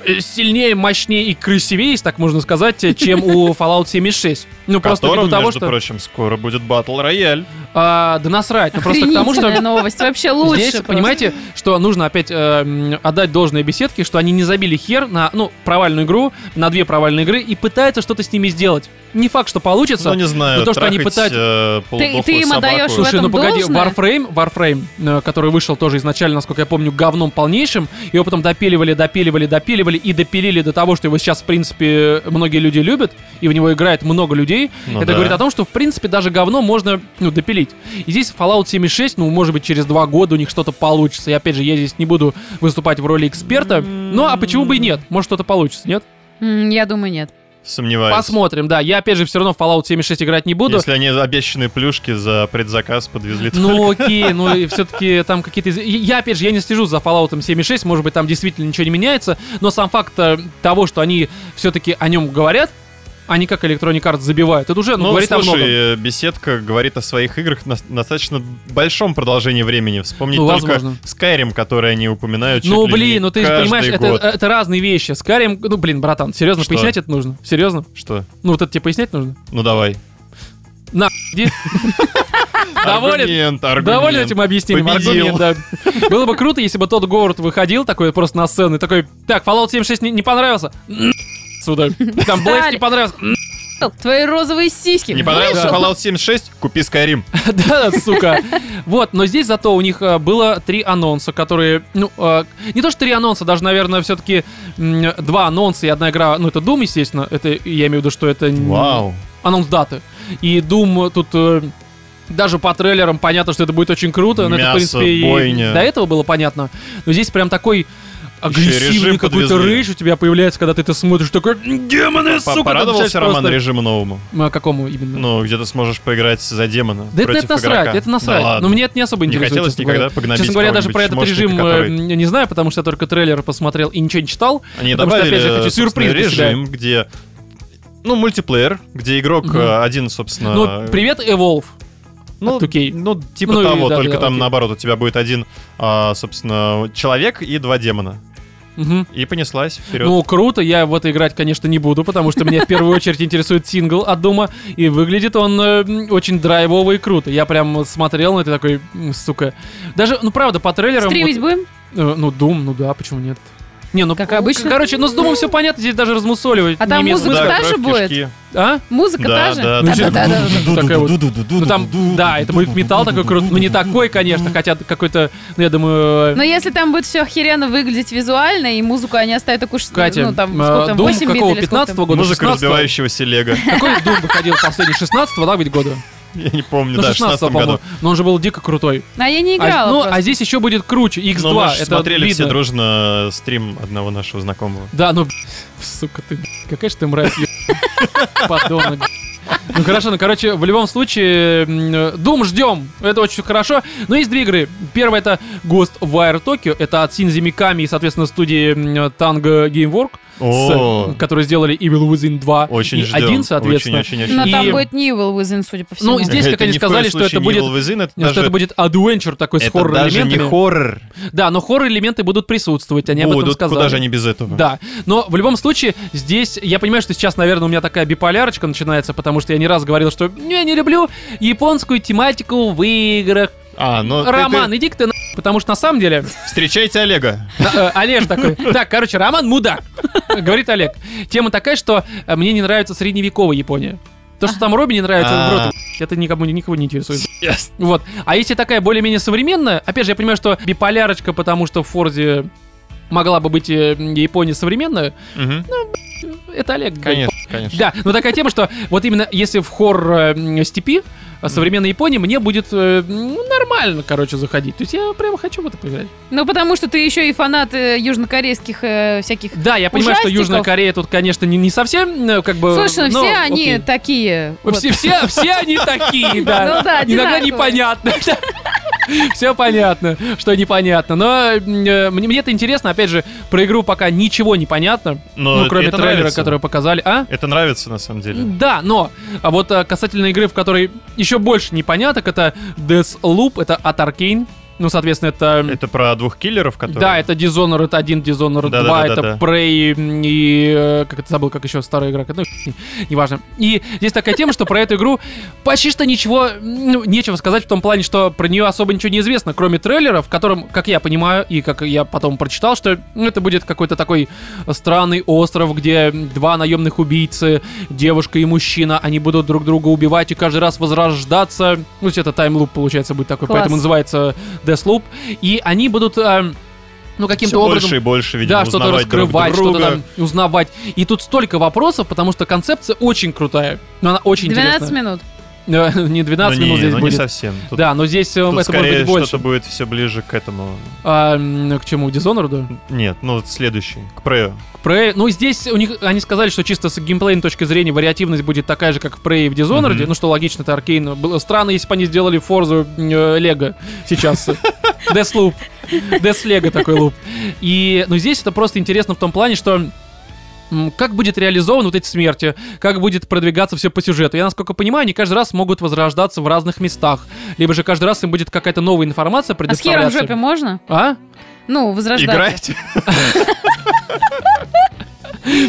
Speaker 1: э, сильнее, мощнее и красивее, если так можно сказать, э, чем у Fallout 76. Ну просто
Speaker 2: Которым,
Speaker 1: ввиду того,
Speaker 2: между
Speaker 1: что...
Speaker 2: прочим, скоро будет батл рояль.
Speaker 1: а, Да насрать, ну просто к тому, что...
Speaker 3: Охренительная новость. Вообще лучше.
Speaker 1: Здесь,
Speaker 3: просто.
Speaker 1: понимаете, что нужно опять э, м, отдать должное беседке, что они не забили хер на, ну, провальную игру, на две провальные игры и пытаются что-то с ними сделать. Не факт, что получится.
Speaker 2: Ну, не знаю,
Speaker 1: Ну, то, что они
Speaker 2: трахать,
Speaker 1: пытают-
Speaker 2: э, полудохлую
Speaker 3: ты им
Speaker 2: собаку.
Speaker 3: отдаёшь в
Speaker 1: Слушай, ну
Speaker 3: этом
Speaker 1: погоди,
Speaker 3: должное?
Speaker 1: Warframe, Warframe, э, который вышел тоже изначально, насколько я помню, говном полнейшим, его потом допиливали, допиливали, допиливали и допилили до того, что его сейчас, в принципе, многие люди любят, и в него играет много людей.
Speaker 2: Ну
Speaker 1: Это
Speaker 2: да.
Speaker 1: говорит о том, что, в принципе, даже говно можно, ну, допилить. И здесь Fallout 76, ну, может быть, через два года у них что-то получится. И, опять же, я здесь не буду выступать в роли эксперта. Ну, а почему бы и нет? Может, что-то получится, нет?
Speaker 3: М, Я думаю, нет.
Speaker 2: Сомневаюсь.
Speaker 1: Посмотрим, да. Я, опять же, все равно в Fallout 76 играть не буду.
Speaker 2: Если они обещанные плюшки за предзаказ подвезли
Speaker 1: Ну окей, ну и все-таки там какие-то... из- Я, опять же, я не слежу за Fallout 76, может быть, там действительно ничего не меняется, но сам факт э, того, что они все-таки о нем говорят, они как Electronic Arts забивают, это уже, ну,
Speaker 2: Ну,
Speaker 1: говорит о
Speaker 2: слушай,
Speaker 1: многом.
Speaker 2: э, беседка говорит о своих играх на достаточно большом продолжении времени. Вспомнить
Speaker 1: Ну,
Speaker 2: только
Speaker 1: возможно.
Speaker 2: Skyrim, который они упоминают чуть
Speaker 1: Ну
Speaker 2: ли не
Speaker 1: блин, ну ты же
Speaker 2: каждый
Speaker 1: понимаешь, это,
Speaker 2: год.
Speaker 1: это разные вещи. Скарим, ну блин, братан, серьезно,
Speaker 2: Что?
Speaker 1: пояснять это нужно? Серьезно?
Speaker 2: Что?
Speaker 1: Ну вот это тебе пояснять нужно?
Speaker 2: Ну давай.
Speaker 1: На, иди. Доволен?
Speaker 2: Аргумент, аргумент.
Speaker 1: Доволен этим объяснением.
Speaker 2: Победил.
Speaker 1: аргумент, да. Было бы круто, если бы тот Говард выходил такой просто на сцену и такой, так, Fallout 76 не, не понравился? Н- Сюда. Там Блэйс не
Speaker 3: Встали.
Speaker 1: понравился. Н-
Speaker 3: Твои розовые сиськи.
Speaker 2: Не понравился
Speaker 1: Да.
Speaker 2: Fallout 76? Купи Skyrim.
Speaker 1: Да, сука. Вот, но здесь зато у них э, было три анонса, которые, ну, э, не то что три анонса, даже, наверное, все-таки два анонса и одна игра, ну, это Doom, естественно, это, я имею в виду, что это... н-
Speaker 2: Вау.
Speaker 1: Анонс даты. И Doom тут... э, даже по трейлерам понятно, что это будет очень круто. но это, в
Speaker 2: Мясо,
Speaker 1: принципе, и
Speaker 2: бойня.
Speaker 1: до этого было понятно. Но здесь прям такой агрессивный
Speaker 2: режим
Speaker 1: какой-то
Speaker 2: подвезли.
Speaker 1: рейдж у тебя появляется, когда ты это смотришь, такой демоны,
Speaker 2: По-
Speaker 1: сука!
Speaker 2: Порадовался
Speaker 1: там
Speaker 2: Роман
Speaker 1: просто-
Speaker 2: режиму новому?
Speaker 1: Ну, а какому именно?
Speaker 2: Ну, где ты сможешь поиграть за демона
Speaker 1: Да это,
Speaker 2: против
Speaker 1: это насрать,
Speaker 2: игрока.
Speaker 1: это насрать.
Speaker 2: Да
Speaker 1: но
Speaker 2: ладно.
Speaker 1: мне это не особо
Speaker 2: Не
Speaker 1: интересует.
Speaker 2: хотелось
Speaker 1: честно
Speaker 2: никогда
Speaker 1: говоря.
Speaker 2: погнобить
Speaker 1: Честно говоря, даже
Speaker 2: кого-нибудь
Speaker 1: про этот
Speaker 2: мощника,
Speaker 1: режим э,
Speaker 2: который-
Speaker 1: я не знаю, потому что я только трейлер посмотрел и ничего не читал.
Speaker 2: Они
Speaker 1: Потому что,
Speaker 2: добавили,
Speaker 1: опять же, я хочу
Speaker 2: собственно,
Speaker 1: сюрприз для себя.
Speaker 2: режим, где... Ну, мультиплеер, где игрок
Speaker 1: Мгм.
Speaker 2: э, один, собственно...
Speaker 1: Ну,
Speaker 2: э,
Speaker 1: привет, Evolve.
Speaker 2: ну,
Speaker 1: от 2K.
Speaker 2: ну, типа
Speaker 1: Ну и
Speaker 2: того,
Speaker 1: да,
Speaker 2: только
Speaker 1: да,
Speaker 2: там
Speaker 1: окей.
Speaker 2: наоборот, у тебя будет один, а, собственно, человек и два демона.
Speaker 1: Мгм.
Speaker 2: И понеслась вперед.
Speaker 1: Ну, круто, я в это играть, конечно, не буду, потому что меня в первую очередь интересует сингл от Дума, и выглядит он э, м, очень драйвово и круто. Я прям смотрел на это такой, м, сука. Даже, ну, правда, по трейлерам... вот-
Speaker 3: Стримить будем?
Speaker 1: Э, ну, Дум, ну да, почему нет? Не, ну
Speaker 3: Как
Speaker 1: к-
Speaker 3: обычно.
Speaker 1: Короче, ну с Думом все понятно, здесь даже размусоливать.
Speaker 3: А
Speaker 1: не
Speaker 3: там
Speaker 1: имеет
Speaker 3: музыка
Speaker 1: смысла.
Speaker 3: та же будет?
Speaker 1: А?
Speaker 3: Музыка та
Speaker 2: Да,
Speaker 3: же?
Speaker 2: да,
Speaker 1: Ну,
Speaker 2: да.
Speaker 1: чё-
Speaker 3: Да-да-да.
Speaker 1: такая вот. Ну там, да, это будет металл такой крут. Ну не такой, конечно, хотя какой-то, ну я думаю... э,
Speaker 3: Но если там будет все охеренно выглядеть визуально, и музыку они оставят такую, что,
Speaker 1: Катя,
Speaker 3: ну, там,
Speaker 1: э,
Speaker 3: сколько там,
Speaker 1: Doom
Speaker 3: 8 бит
Speaker 1: какого,
Speaker 3: или сколько
Speaker 1: 15
Speaker 3: там?
Speaker 1: года?
Speaker 2: Музыка
Speaker 1: 16-го?
Speaker 2: разбивающегося Лего.
Speaker 1: Какой Дум выходил последний? 16-го, да, ведь года?
Speaker 2: Я не помню,
Speaker 1: Ну,
Speaker 2: да, в
Speaker 1: 16
Speaker 2: 16
Speaker 1: по-моему.
Speaker 2: году.
Speaker 1: Но он же был дико крутой.
Speaker 3: А я не
Speaker 1: А,
Speaker 3: играла
Speaker 1: ну,
Speaker 3: просто.
Speaker 1: а здесь еще будет круче. X2.
Speaker 2: Но Ну, мы же
Speaker 1: это
Speaker 2: смотрели
Speaker 1: видно.
Speaker 2: все дружно э, стрим одного нашего знакомого.
Speaker 1: Да, ну, сука, ты, какая же ты мразь, ё- подонок. Ну хорошо, ну короче, в любом случае, м, Doom ждем, это очень хорошо. Но есть две игры. Первая это Ghostwire Tokyo, это от Синзи Миками и, соответственно, студии м, Tango Gamework, с-
Speaker 2: О,
Speaker 1: которые сделали Evil Within 2
Speaker 2: очень
Speaker 1: и
Speaker 2: ждем.
Speaker 1: 1, соответственно.
Speaker 2: Очень, очень, очень.
Speaker 3: Но
Speaker 1: и-
Speaker 3: там будет не Evil Within, судя по всему.
Speaker 1: Ну, здесь, как
Speaker 2: Это
Speaker 1: они
Speaker 2: ни в коем
Speaker 1: сказали, что
Speaker 2: случае
Speaker 1: это
Speaker 2: не
Speaker 1: будет-
Speaker 2: Evil Within, это
Speaker 1: Что это
Speaker 2: даже-
Speaker 1: будет адвенчер такой с
Speaker 2: это даже не
Speaker 1: хоррор-элементами.
Speaker 2: хоррор.
Speaker 1: Да, но хоррор-элементы будут присутствовать, они об этом
Speaker 2: Будут,
Speaker 1: сказали.
Speaker 2: куда же они без этого?
Speaker 1: Да, но в любом случае здесь, я понимаю, что сейчас, наверное, у меня такая биполярочка начинается, потому что я не раз говорил, что «Ну, я не люблю японскую тематику в играх.
Speaker 2: А, ну ты-
Speaker 1: Роман,
Speaker 2: ты-
Speaker 1: иди-ка ты на... Потому что на самом деле...
Speaker 2: Встречайте Олега.
Speaker 1: Да, э, Олеж такой. Так, короче, Роман мудак, говорит Олег. Тема такая, что э, мне не нравится средневековая Япония. То, что там Робби не нравится, он в рот
Speaker 2: А.
Speaker 1: еб***ь, это никому никого не интересует.
Speaker 2: Yes.
Speaker 1: Вот. А если такая более-менее современная, опять же, я понимаю, что биполярочка, потому что в Форзе могла бы быть э, Япония современная,
Speaker 2: Мгм.
Speaker 1: Ну, это Олег. говорит,
Speaker 2: Конечно, конечно.
Speaker 1: Да, но такая тема, что вот именно если в хоррор э, степи э, современной Японии мне будет э, ну, нормально, короче, заходить. То есть я прямо хочу в это поиграть.
Speaker 3: Ну, потому что ты еще и фанат э, южнокорейских э, всяких...
Speaker 1: Да, я понимаю, что
Speaker 3: Ужастиков.
Speaker 1: Южная Корея тут, конечно, не, не совсем, э, как бы...
Speaker 3: Слушай, ну,
Speaker 1: но
Speaker 3: все они
Speaker 1: окей.
Speaker 3: такие. вот.
Speaker 1: Все, все, все они такие, да.
Speaker 3: Ну да,
Speaker 1: Иногда
Speaker 3: одинаковые.
Speaker 1: непонятно. Все понятно, что непонятно. Но э, мне, мне это интересно. Опять же, про игру пока ничего не понятно.
Speaker 2: Но
Speaker 1: ну, кроме
Speaker 2: это
Speaker 1: трейлера,
Speaker 2: нравится.
Speaker 1: который показали. А?
Speaker 2: Это нравится на самом деле.
Speaker 1: Да, но а вот а, касательно игры, в которой еще больше непоняток, это Deathloop, это от Arkane. Ну, соответственно, это...
Speaker 2: Это про двух киллеров, которые...
Speaker 1: Да, это Dishonored 1, Dishonored 2,
Speaker 2: Да-да-да-да-да.
Speaker 1: это Prey м, и... э, Как это забыл, как еще старая игра? Ну, хрень, неважно. И здесь такая тема, что про эту игру почти что ничего, ну, нечего сказать в том плане, что про нее особо ничего не известно, кроме трейлера, в котором, как я понимаю, и как я потом прочитал, что ну, это будет какой-то такой странный остров, где два наемных убийцы, девушка и мужчина, они будут друг друга убивать и каждый раз возрождаться. Ну, то есть это таймлуп, получается, будет такой,
Speaker 3: Класс.
Speaker 1: поэтому называется Deathloop. И они будут... эм, ну, каким-то
Speaker 2: Все
Speaker 1: образом
Speaker 2: больше и больше, видимо,
Speaker 1: да, что-то
Speaker 2: узнавать друг
Speaker 1: раскрывать,
Speaker 2: друга. Ну,
Speaker 1: что-то там узнавать. И тут столько вопросов, потому что концепция очень крутая. Но она очень
Speaker 3: 12
Speaker 1: интересная.
Speaker 3: минут.
Speaker 1: Э, Не 12
Speaker 2: ну, не,
Speaker 1: минут здесь
Speaker 2: ну, не
Speaker 1: будет.
Speaker 2: совсем. Тут,
Speaker 1: Да, но здесь э,
Speaker 2: тут
Speaker 1: это может
Speaker 2: скорее
Speaker 1: быть больше.
Speaker 2: что-то будет все ближе к этому.
Speaker 1: А, м, к чему? Dishonored?
Speaker 2: Нет, ну вот следующий, к Prey.
Speaker 1: К Prey. Ну, здесь у них они сказали, что чисто с геймплейной точки зрения вариативность будет такая же, как в Prey и в Dishonored.
Speaker 2: Мгм.
Speaker 1: Ну, что логично, это Аркейн. Было странно, если бы они сделали Forza э, Лего сейчас. Deathloop. Death Lego такой луп. И, ну, здесь это просто интересно в том плане, что м, как будет реализованы вот эти смерти, как будет продвигаться все по сюжету. Я, насколько понимаю, они каждый раз могут возрождаться в разных местах, либо же каждый раз им будет какая-то новая информация
Speaker 3: А с хером в
Speaker 1: предоставляться.
Speaker 3: жопе можно?
Speaker 1: а?
Speaker 3: Ну, возрождаться.
Speaker 2: Играйте.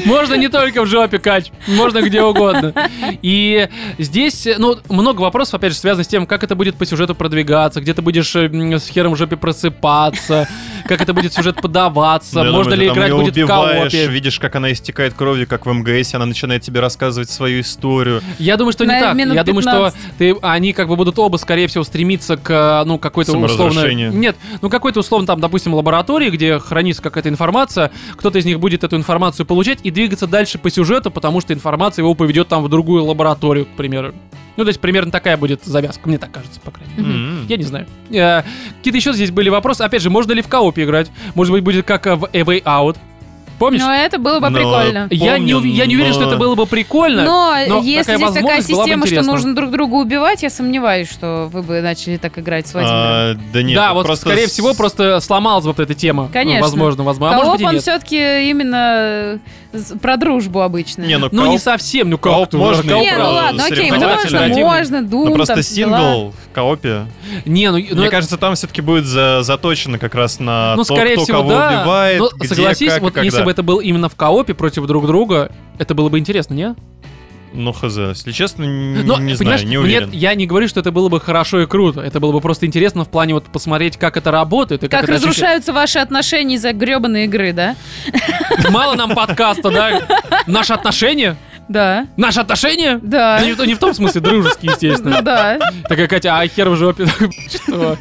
Speaker 1: Можно не только в жопе, Кач, можно где угодно. И здесь, ну, много вопросов, опять же, связано с тем, как это будет по сюжету продвигаться, где ты будешь э, м, с хером в жопе просыпаться, как это будет сюжет подаваться,
Speaker 2: Ну, я
Speaker 1: можно
Speaker 2: думаю,
Speaker 1: ли
Speaker 2: ты там
Speaker 1: играть
Speaker 2: её
Speaker 1: будет в
Speaker 2: убиваешь,
Speaker 1: коопе.
Speaker 2: видишь, как она истекает кровью, как в МГС, она начинает тебе рассказывать свою историю.
Speaker 1: Я думаю, что не
Speaker 3: На
Speaker 1: так.
Speaker 3: минут
Speaker 1: Я думаю, что
Speaker 3: 15.
Speaker 1: ты, они как бы будут оба, скорее всего, стремиться к, э, ну, какой-то условно...
Speaker 2: Саморазрушению.
Speaker 1: Нет, ну, какой-то условно там, допустим, лаборатории, где хранится какая-то информация, кто-то из них будет эту информацию получать и двигаться дальше по сюжету, потому что информация его поведет там в другую лабораторию, к примеру. Ну, то есть примерно такая будет завязка, мне так кажется, по крайней мере.
Speaker 2: М.
Speaker 1: Я не знаю. Э, Какие-то еще здесь были вопросы. Опять же, можно ли в коопе играть? Может быть, будет как э, в A Way Out? Помнишь?
Speaker 3: Но это было бы
Speaker 2: Но-
Speaker 3: прикольно.
Speaker 1: я, не,
Speaker 2: помню,
Speaker 1: уви- я не уверен,
Speaker 2: но-
Speaker 1: что это было бы Ну, прикольно.
Speaker 3: Но,
Speaker 1: но
Speaker 3: если
Speaker 1: такая возможность
Speaker 3: здесь такая
Speaker 1: была бы
Speaker 3: система, что
Speaker 1: интересна.
Speaker 3: нужно друг друга убивать, я сомневаюсь, что вы бы начали так играть с Владимиром.
Speaker 2: А, Да нет,
Speaker 1: да,
Speaker 2: тут
Speaker 1: вот
Speaker 2: просто
Speaker 1: скорее
Speaker 2: с-
Speaker 1: всего просто сломалась вот эта тема.
Speaker 3: Конечно.
Speaker 1: Возможно, возможно. А
Speaker 3: Кооп,
Speaker 1: может быть и
Speaker 3: он
Speaker 1: нет.
Speaker 3: все-таки именно С- Про дружбу обычно.
Speaker 2: Не, ну,
Speaker 1: Ну,
Speaker 2: Кауп-
Speaker 1: не совсем, ну
Speaker 2: Кауп
Speaker 1: как ты,
Speaker 2: можно
Speaker 1: Кауп
Speaker 3: Не, ну
Speaker 2: правда,
Speaker 3: ладно, окей,
Speaker 2: соревновательный
Speaker 3: можно,
Speaker 2: один.
Speaker 3: можно, Doom
Speaker 2: Ну,
Speaker 3: там
Speaker 2: просто
Speaker 3: все дела.
Speaker 2: сингл в коопе.
Speaker 1: Не, ну, ну,
Speaker 2: Мне
Speaker 1: это-
Speaker 2: кажется, там все-таки будет за- заточено как раз на
Speaker 1: ну,
Speaker 2: то,
Speaker 1: скорее
Speaker 2: кто
Speaker 1: всего,
Speaker 2: кого
Speaker 1: да.
Speaker 2: убивает,
Speaker 1: но
Speaker 2: где,
Speaker 1: согласись,
Speaker 2: как и
Speaker 1: вот
Speaker 2: когда.
Speaker 1: если бы это был именно в коопе против друг друга, это было бы интересно, не?
Speaker 2: Ну, хз, если честно, н-
Speaker 1: Ну, Но,
Speaker 2: не
Speaker 1: понимаешь,
Speaker 2: знаю,
Speaker 1: мне-
Speaker 2: не уверен.
Speaker 1: я не говорю, что это было бы хорошо и круто. Это было бы просто интересно в плане вот посмотреть, как это работает. И как,
Speaker 3: Как
Speaker 1: это ощущается.
Speaker 3: разрушаются ваши отношения из-за гребаной игры, да?
Speaker 1: Мало нам подкаста, да? Наши отношения?
Speaker 3: Да. Да.
Speaker 1: Наши отношения?
Speaker 3: Да.
Speaker 1: Ну, не, в- не в том смысле дружеские,
Speaker 3: Ну
Speaker 1: естественно.
Speaker 3: да.
Speaker 1: Такая Катя, а хер в жопе. Что?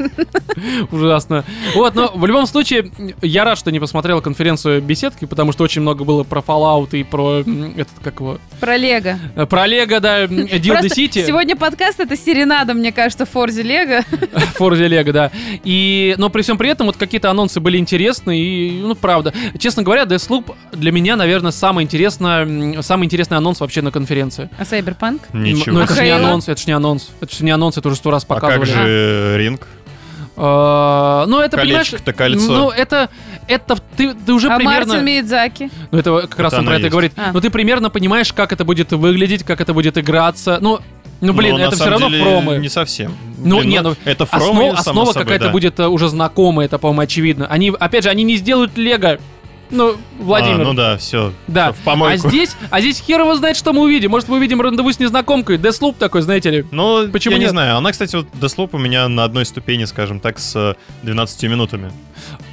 Speaker 1: Ужасно. Вот, но в любом случае, я рад, что не посмотрел конференцию беседки, потому что очень много было про Fallout и про м, этот, как его,
Speaker 3: Про Лего.
Speaker 1: э, про Лего, да, м, Dildo
Speaker 3: Просто
Speaker 1: City,
Speaker 3: Сегодня подкаст это серенада, мне кажется, в Форзе Лего.
Speaker 1: Forza Лего, да. И, но при всем при этом, вот какие-то анонсы были интересны, и, ну, правда. Честно говоря, Deathloop для меня, наверное, самый интересный, самый интересный анонс вообще на конференции.
Speaker 3: А Сайберпанк?
Speaker 1: Ну,
Speaker 2: Ничего.
Speaker 1: это же не
Speaker 3: Хейла?
Speaker 1: анонс, это же не анонс. Это же не анонс, это уже сто раз
Speaker 2: а как
Speaker 1: показывали.
Speaker 2: же э, ринг?
Speaker 1: А, Ну, это, понимаешь...
Speaker 2: Колечко-то, кольцо.
Speaker 1: Ну, это... Это в- ты, ты уже
Speaker 3: А
Speaker 1: примерно...
Speaker 3: Мартин Миядзаки?
Speaker 1: Ну, это как раз
Speaker 2: Это
Speaker 1: он про
Speaker 2: оно
Speaker 1: это и
Speaker 2: есть.
Speaker 1: говорит.
Speaker 3: А.
Speaker 1: Но ты примерно понимаешь, как это будет выглядеть, как это будет играться. Ну, ну блин,
Speaker 2: Но на
Speaker 1: это все
Speaker 2: самом
Speaker 1: равно
Speaker 2: деле
Speaker 1: промы.
Speaker 2: Не совсем.
Speaker 1: Ну,
Speaker 2: Блин,
Speaker 1: не, ну,
Speaker 2: это
Speaker 1: Основ-
Speaker 2: фромы, само
Speaker 1: основа
Speaker 2: собой,
Speaker 1: какая-то
Speaker 2: да.
Speaker 1: будет э, уже знакомая, это, по-моему, очевидно. Они, опять же, они не сделают Лего. Ну, Владимир.
Speaker 2: А, ну да, все.
Speaker 1: да.
Speaker 2: В помойку.
Speaker 1: А здесь, а здесь хер его знает, что мы увидим. Может, мы увидим рандеву с незнакомкой. Деслуп такой, знаете ли.
Speaker 2: Ну,
Speaker 1: Почему
Speaker 2: Почему я
Speaker 1: нет?
Speaker 2: не знаю. Она, кстати, вот дослоп у меня на одной ступени, скажем так, с э, 12 минутами.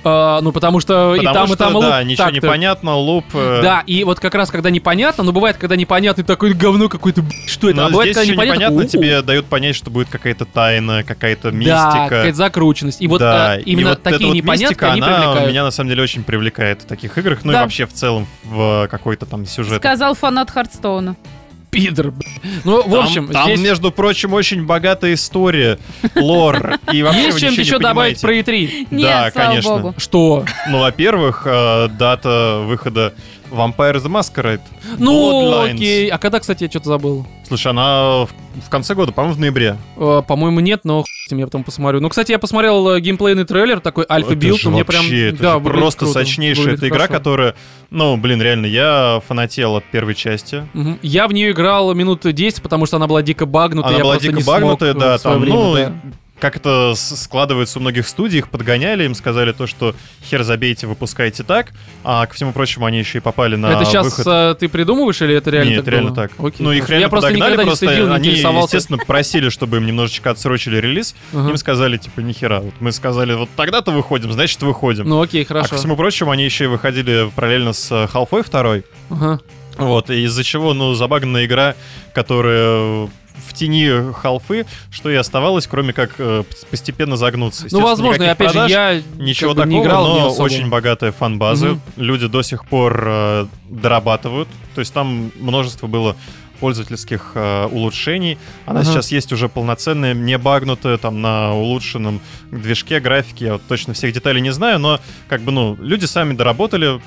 Speaker 1: А, ну, потому что и
Speaker 2: Потому
Speaker 1: там,
Speaker 2: что,
Speaker 1: и там луп.
Speaker 2: да, ничего
Speaker 1: Так-то.
Speaker 2: не понятно, луп... э,
Speaker 1: Да, и вот как раз, когда непонятно, но бывает, когда непонятно, и такое говно какое-то, «Б***ь, что это?
Speaker 2: Но
Speaker 1: а бывает,
Speaker 2: Ну, здесь
Speaker 1: когда
Speaker 2: еще
Speaker 1: непонятно,
Speaker 2: непонятно,
Speaker 1: «У-у».
Speaker 2: тебе дают понять, что будет какая-то тайна, какая-то
Speaker 1: Да,
Speaker 2: мистика.
Speaker 1: какая-то закрученность. И вот
Speaker 2: Да,
Speaker 1: э,
Speaker 2: и
Speaker 1: именно
Speaker 2: вот эта
Speaker 1: такие
Speaker 2: вот
Speaker 1: непонятки,
Speaker 2: мистика,
Speaker 1: они
Speaker 2: она
Speaker 1: привлекают.
Speaker 2: меня на самом деле очень привлекает в таких играх, ну и
Speaker 1: Да.
Speaker 2: вообще в целом в э, какой-то там сюжет.
Speaker 3: Сказал фанат Хардстоуна.
Speaker 1: Пидор, б***ь. Ну, в
Speaker 2: Там-
Speaker 1: общем,
Speaker 2: там,
Speaker 1: здесь...
Speaker 2: между прочим, очень богатая история, лор, и вообще
Speaker 1: Есть
Speaker 2: вы
Speaker 1: чем
Speaker 2: ничего не
Speaker 1: еще добавить про
Speaker 2: понимаете.
Speaker 1: E3?
Speaker 2: Да,
Speaker 3: Нет, слава
Speaker 2: конечно.
Speaker 3: богу.
Speaker 1: Что?
Speaker 2: Ну, во-первых, э, дата выхода Vampire the Masquerade.
Speaker 1: Ну,
Speaker 2: Bloodlines.
Speaker 1: окей. А когда, кстати, я что-то забыл?
Speaker 2: Слушай, она в- в конце года, по-моему, в ноябре.
Speaker 1: Э, По-моему, нет, но хуй с ним, я потом посмотрю. Ну, кстати, я посмотрел э, геймплейный трейлер, такой альфа билд ну,
Speaker 2: Это же
Speaker 1: мне
Speaker 2: вообще,
Speaker 1: прям...
Speaker 2: это
Speaker 1: да,
Speaker 2: же
Speaker 1: выглядит
Speaker 2: просто
Speaker 1: круто,
Speaker 2: сочнейшая
Speaker 1: выглядит
Speaker 2: эта игра,
Speaker 1: хорошо.
Speaker 2: которая, ну, блин, реально, я фанател от первой части.
Speaker 1: Мгм. Я в нее играл минут 10, потому что она была дико багнутая. Ну,
Speaker 2: Она
Speaker 1: я
Speaker 2: была
Speaker 1: просто
Speaker 2: дико
Speaker 1: не смог,
Speaker 2: багнутая,
Speaker 1: э,
Speaker 2: да,
Speaker 1: в своё
Speaker 2: там,
Speaker 1: время,
Speaker 2: ну,
Speaker 1: да.
Speaker 2: как это с- складывается у многих студий, их подгоняли, им сказали то, что хер забейте, выпускайте так, а ко всему прочему они еще и попали на
Speaker 1: это сейчас
Speaker 2: выход.
Speaker 1: ты придумываешь или это реально
Speaker 2: Нет,
Speaker 1: так
Speaker 2: реально
Speaker 1: было?
Speaker 2: так.
Speaker 1: Окей,
Speaker 2: ну, их
Speaker 1: хорошо.
Speaker 2: реально
Speaker 1: Я просто
Speaker 2: подогнали,
Speaker 1: никогда
Speaker 2: просто
Speaker 1: не следил, не
Speaker 2: они,
Speaker 1: интересовался.
Speaker 2: естественно, просили, чтобы им немножечко отсрочили релиз.
Speaker 1: Ага.
Speaker 2: Им сказали, типа, нихера. Вот мы сказали, вот тогда-то выходим, значит, выходим.
Speaker 1: Ну окей,
Speaker 2: а
Speaker 1: хорошо.
Speaker 2: ко всему прочему, они еще и выходили параллельно с э, Half-Life 2.
Speaker 1: Ага. Ну,
Speaker 2: Вот, и из-за чего, ну, забаганная игра, которая в тени халфы, что и оставалось, кроме как э, п- постепенно загнуться.
Speaker 1: Ну,
Speaker 2: Естественно,
Speaker 1: возможно, и
Speaker 2: никаких
Speaker 1: опять
Speaker 2: продаж,
Speaker 1: же, я
Speaker 2: Ничего
Speaker 1: как бы
Speaker 2: такого,
Speaker 1: не играл в неё
Speaker 2: но
Speaker 1: особо.
Speaker 2: очень богатая фан-база.
Speaker 1: Мгм.
Speaker 2: Люди до сих пор э, дорабатывают. То есть там множество было пользовательских э, улучшений. Она
Speaker 1: Ага.
Speaker 2: сейчас есть уже полноценная, не багнутая, там на улучшенном движке, графике. Я вот точно всех деталей не знаю, но как бы, ну, люди сами доработали,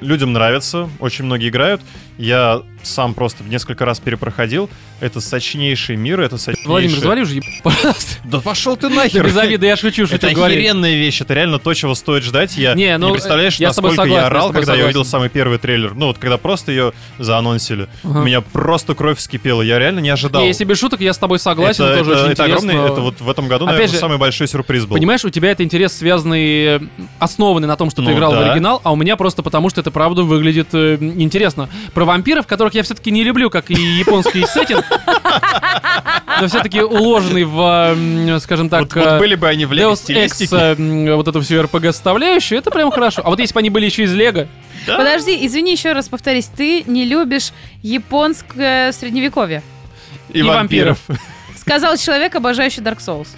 Speaker 2: людям нравится, очень многие играют. Я сам просто несколько раз перепроходил. Это сочнейший мир, это сочнейший...
Speaker 1: Владимир, развали уже, еб... пожалуйста.
Speaker 2: Да пошел ты
Speaker 1: Да
Speaker 2: нахер!
Speaker 1: Без обиды, я шучу, что
Speaker 2: Это
Speaker 1: ты говоришь.
Speaker 2: охеренная вещь, это реально то, чего стоит ждать. Я
Speaker 1: Не,
Speaker 2: не,
Speaker 1: ну,
Speaker 2: представляешь,
Speaker 1: я с тобой
Speaker 2: насколько
Speaker 1: согласен,
Speaker 2: я
Speaker 1: я с
Speaker 2: орал,
Speaker 1: тобой
Speaker 2: когда я
Speaker 1: согласен.
Speaker 2: увидел самый первый трейлер. Ну вот, когда просто ее заанонсили.
Speaker 1: Ага.
Speaker 2: У меня просто кровь вскипела, я реально не ожидал.
Speaker 1: Не, если без шуток, я с тобой согласен,
Speaker 2: это,
Speaker 1: тоже
Speaker 2: это-
Speaker 1: очень
Speaker 2: это
Speaker 1: интересно.
Speaker 2: огромный, это вот в этом году,
Speaker 1: Опять
Speaker 2: наверное,
Speaker 1: же,
Speaker 2: самый большой сюрприз был.
Speaker 1: Понимаешь, у тебя это интерес связанный, э, основанный на том, что ты
Speaker 2: Ну
Speaker 1: играл в
Speaker 2: да.
Speaker 1: оригинал, а у меня просто потому, что это правда выглядит э, интересно. Про вампиров, которых я все-таки не люблю, как и японский сеттинг, но все-таки уложенный в, э, м, скажем так,
Speaker 2: вот, вот
Speaker 1: э,
Speaker 2: были бы они в лего
Speaker 1: Deus Ex,
Speaker 2: стилистике.
Speaker 1: э, м, вот эту всю RPG составляющую, это прям хорошо. А вот если бы они были еще из Лего,
Speaker 2: Да.
Speaker 3: Подожди, извини, еще раз повторюсь. Ты не любишь японское средневековье.
Speaker 1: и вампиров.
Speaker 3: Сказал человек, обожающий Dark Souls.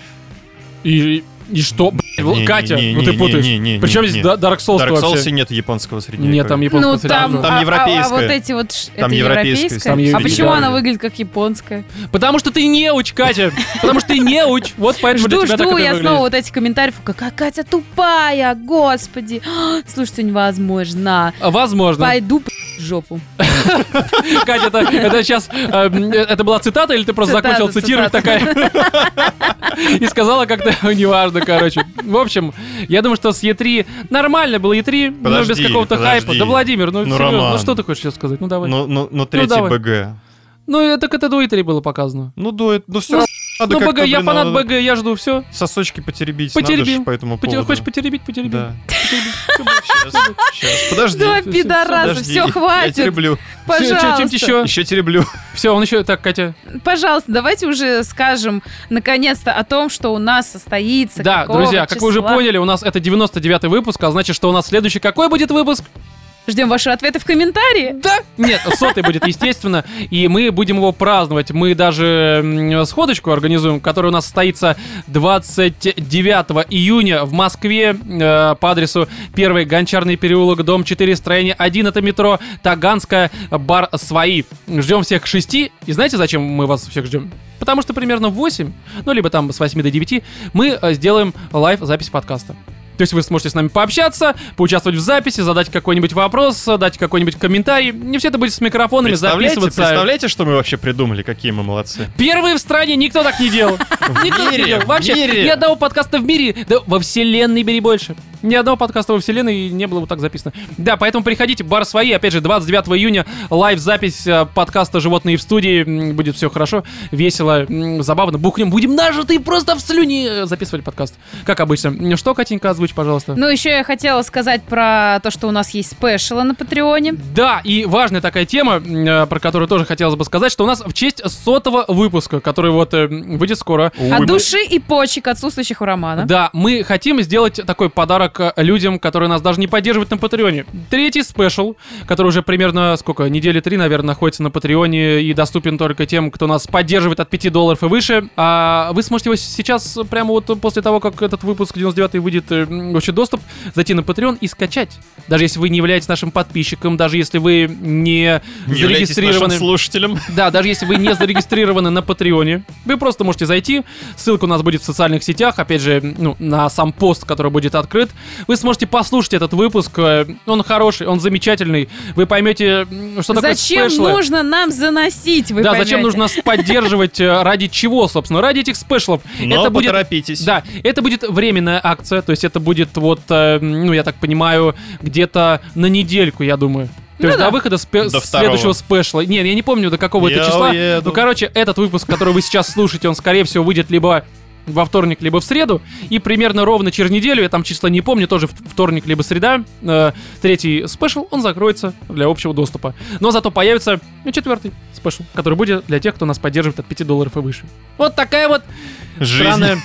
Speaker 1: и, и что, блядь,
Speaker 2: Не, не,
Speaker 1: Катя,
Speaker 2: не,
Speaker 1: ну
Speaker 2: не,
Speaker 1: ты
Speaker 2: не,
Speaker 1: путаешь.
Speaker 2: не, не, не,
Speaker 1: Причем здесь
Speaker 2: не.
Speaker 1: Да- Dark Souls
Speaker 2: Dark Souls
Speaker 1: вообще?
Speaker 2: и нет японского средневековья.
Speaker 1: Нет, там японского
Speaker 3: ну,
Speaker 1: средневековья.
Speaker 3: там,
Speaker 2: Там
Speaker 3: а- а-
Speaker 2: европейское.
Speaker 3: А, вот эти вот... ш-
Speaker 2: Там
Speaker 3: это
Speaker 2: европейское,
Speaker 3: европейское?
Speaker 2: там
Speaker 3: а почему
Speaker 1: европейское.
Speaker 3: она выглядит как японская?
Speaker 1: Потому что ты неуч, Катя. Потому что ты неуч. Вот поэтому для
Speaker 3: Жду,
Speaker 1: тебя так
Speaker 3: жду,
Speaker 1: это
Speaker 3: я
Speaker 1: выглядит.
Speaker 3: снова вот эти комментарии. Фу, Какая Катя тупая, господи. Слушайте, невозможно.
Speaker 1: А, Возможно.
Speaker 3: Пойду в жопу.
Speaker 1: Катя, это, это сейчас... э, м, это была цитата или ты просто
Speaker 3: Цитата,
Speaker 1: закончил цитировать такая? И сказала как-то, неважно, короче. В общем, я думаю, что с Е3 нормально было Е3, но без
Speaker 2: Подожди,
Speaker 1: какого-то
Speaker 2: подожди.
Speaker 1: хайпа. Да, Владимир, ну
Speaker 2: Ну,
Speaker 1: серьезно, ну
Speaker 2: Роман.
Speaker 1: что ты хочешь сейчас сказать? Ну давай.
Speaker 2: Ну, ну, ну, третий
Speaker 1: давай.
Speaker 2: БГ.
Speaker 1: Ну, это так это до Е3 было показано.
Speaker 2: Ну, дует, ну все
Speaker 1: Ну, Ну, БГ, я фанат БГ, я жду, все.
Speaker 2: Сосочки потеребить
Speaker 1: Потереби.
Speaker 2: надо ж по этому поводу.
Speaker 1: Хочешь потеребить, потереби.
Speaker 2: Да.
Speaker 1: Потереби.
Speaker 2: Щас, щас, Подожди.
Speaker 3: Два
Speaker 1: всё, Ну,
Speaker 3: пидораса,
Speaker 2: подожди,
Speaker 3: все,
Speaker 2: Я
Speaker 3: хватит.
Speaker 2: тереблю.
Speaker 1: Всё, чё-
Speaker 3: Пожалуйста.
Speaker 1: Чем-то еще.
Speaker 2: Еще тереблю.
Speaker 1: Все, он еще... Так, Катя.
Speaker 3: Пожалуйста, давайте уже скажем наконец-то о том, что у нас состоится.
Speaker 1: Да,
Speaker 3: какого
Speaker 1: друзья, как вы уже
Speaker 3: числа.
Speaker 1: поняли, у нас это 99-й выпуск, а значит, что у нас следующий какой будет выпуск?
Speaker 3: Ждем ваши ответы в комментарии.
Speaker 1: Да! Нет, сотый будет, естественно, и мы будем его праздновать. Мы даже м, сходочку организуем, которая у нас состоится 29 июня в Москве э, по адресу 1 Гончарный переулок, дом 4, строение 1, это метро, Таганская, бар «Свои». Ждем всех к 6, и знаете, зачем мы вас всех ждем? Потому что примерно в 8, ну, либо там с 8 до 9, мы э, сделаем лайв-запись подкаста. То есть вы сможете с нами пообщаться, поучаствовать в записи, задать какой-нибудь вопрос, дать какой-нибудь комментарий. Не все это будет с микрофонами
Speaker 2: Представляете,
Speaker 1: записываться.
Speaker 2: представляете, что мы вообще придумали? Какие мы молодцы.
Speaker 1: Первые в стране никто так не делал. Никто так не
Speaker 2: мире,
Speaker 1: делал.
Speaker 2: в
Speaker 1: Вообще,
Speaker 2: мире.
Speaker 1: ни одного подкаста в мире, да во вселенной бери больше. Ни одного подкаста во вселенной не было вот так записано. Да, поэтому приходите, бар свои, опять же, 29 июня, лайв-запись э, подкаста «Животные в студии». М, Будет все хорошо, весело, м, забавно. Бухнем, будем нажиты просто в слюне э, записывать подкаст. Как обычно. М, Что, Катенька, озвучь, пожалуйста.
Speaker 3: Ну, еще я хотела сказать про то, что у нас есть спешалы на Патреоне.
Speaker 1: Да, и важная такая тема, м, э, про которую тоже хотелось бы сказать, что у нас в честь сотого выпуска, который вот э, м, выйдет скоро.
Speaker 3: От
Speaker 2: Ой,
Speaker 3: души и почек отсутствующих у Романа.
Speaker 1: Да, мы хотим сделать такой подарок э, людям, которые нас даже не поддерживают на Патреоне. Третий спешл, который уже примерно, сколько, недели три, наверное, находится на Патреоне и доступен только тем, кто нас поддерживает от 5 долларов и выше. А вы сможете его сейчас, э, прямо вот после того, как этот выпуск 99 выйдет э, м, в общий доступ, зайти на Patreon и скачать. Даже если вы не являетесь нашим подписчиком, даже если вы не,
Speaker 2: Не являйтесь нашим
Speaker 1: зарегистрированы.
Speaker 2: слушателем.
Speaker 1: Да, даже если вы не зарегистрированы на Патреоне, вы просто можете зайти. Ссылка у нас будет в социальных сетях, опять же, ну, на сам пост, который будет открыт. Вы сможете послушать этот выпуск. э, Он хороший, он замечательный. Вы поймете, м, что такое
Speaker 3: Зачем
Speaker 1: спешлы.
Speaker 3: нужно нам заносить? Вы
Speaker 1: да,
Speaker 3: поймете?
Speaker 1: зачем нужно нас поддерживать, э, ради чего, собственно, ради этих спешлов.
Speaker 2: Но
Speaker 1: это будет
Speaker 2: поторопитесь.
Speaker 1: да, это будет временная акция, то есть это будет вот, э, ну, я так понимаю, где-то на недельку, я думаю. То
Speaker 3: Ну
Speaker 1: есть
Speaker 3: да.
Speaker 1: до выхода спе-
Speaker 2: До второго.
Speaker 1: следующего спешла. Не, ну, я не помню, до какого
Speaker 2: Я
Speaker 1: это числа.
Speaker 2: уеду.
Speaker 1: Ну, короче, этот выпуск, который вы сейчас слушаете, он, скорее всего, выйдет либо во вторник, либо в среду. И примерно ровно через неделю, я там числа не помню, тоже в- вторник, либо среда, э, третий спешл, он закроется для общего доступа. Но зато появится ну, четвертый спешл, который будет для тех, кто нас поддерживает от 5 долларов и выше. Вот такая вот
Speaker 2: Жизнь.
Speaker 1: Странная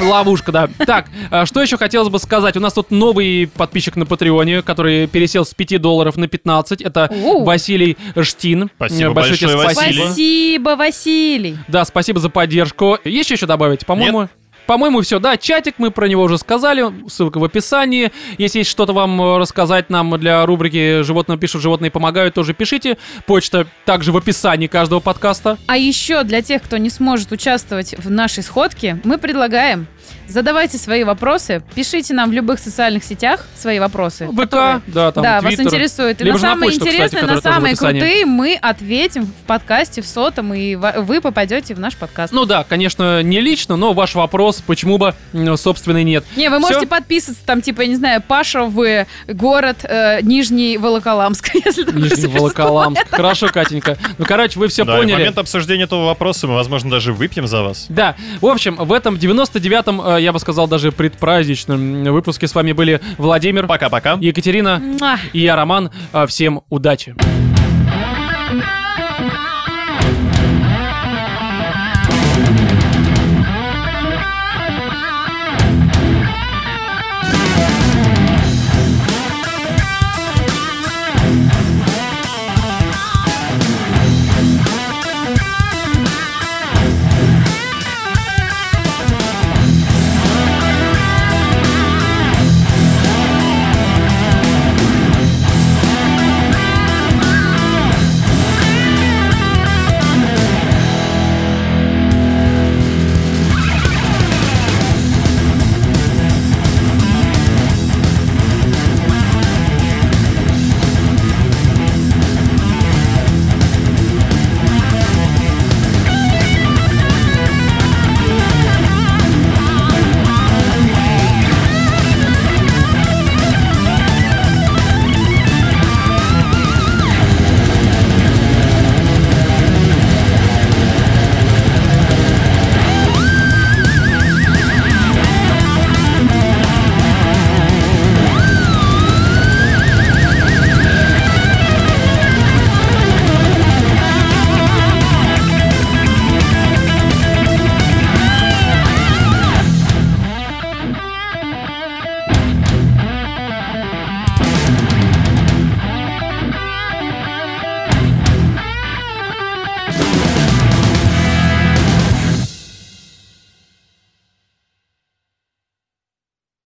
Speaker 1: ловушка, да. Так, а, что еще хотелось бы сказать? У нас тут новый подписчик на Патреоне, который пересел с 5 долларов на 15. Это
Speaker 3: Оу.
Speaker 1: Василий Штин.
Speaker 2: Спасибо
Speaker 1: Э,
Speaker 2: большое,
Speaker 1: тебе
Speaker 2: Василий.
Speaker 3: Спасибо, Василий.
Speaker 1: Да, спасибо за поддержку. Есть что еще добавить? По-моему... По-моему, все, да, чатик, мы про него уже сказали, ссылка в описании. Если есть что-то вам э, рассказать нам для рубрики «Животные пишут, животные помогают», тоже пишите. Почта также в описании каждого подкаста.
Speaker 3: А еще для тех, кто не сможет участвовать в нашей сходке, мы предлагаем задавайте свои вопросы, пишите нам в любых социальных сетях свои вопросы. которые-
Speaker 1: ВК, да, Ну, там,
Speaker 3: Э, да, вас
Speaker 1: Твиттер.
Speaker 3: интересует. И
Speaker 1: Либо
Speaker 3: на
Speaker 1: же на
Speaker 3: самые
Speaker 1: почту, кстати,
Speaker 3: интересные,
Speaker 1: которая
Speaker 3: на
Speaker 1: тоже в
Speaker 3: самые
Speaker 1: описании.
Speaker 3: крутые мы ответим в подкасте, в сотом, и ва- вы попадете в наш подкаст.
Speaker 1: Ну да, конечно, не лично, но ваш вопрос, почему бы, м, собственно, и нет.
Speaker 3: не, вы
Speaker 1: всё.
Speaker 3: можете подписываться, там, типа, я не знаю, Паша в город э, Нижний Волоколамск, если такое
Speaker 1: Нижний
Speaker 3: существует.
Speaker 1: Волоколамск. Хорошо, Катенька. Ну, короче, вы все
Speaker 2: Да, и в
Speaker 1: поняли.
Speaker 2: момент обсуждения этого вопроса мы, возможно, даже выпьем за вас.
Speaker 1: Да, в общем, в этом 99-м, э, я бы сказал, даже предпраздничном выпуске с вами были Владимир,
Speaker 2: Пока-пока.
Speaker 1: Екатерина
Speaker 3: Муа.
Speaker 1: и я, Роман. Э, Всем удачи!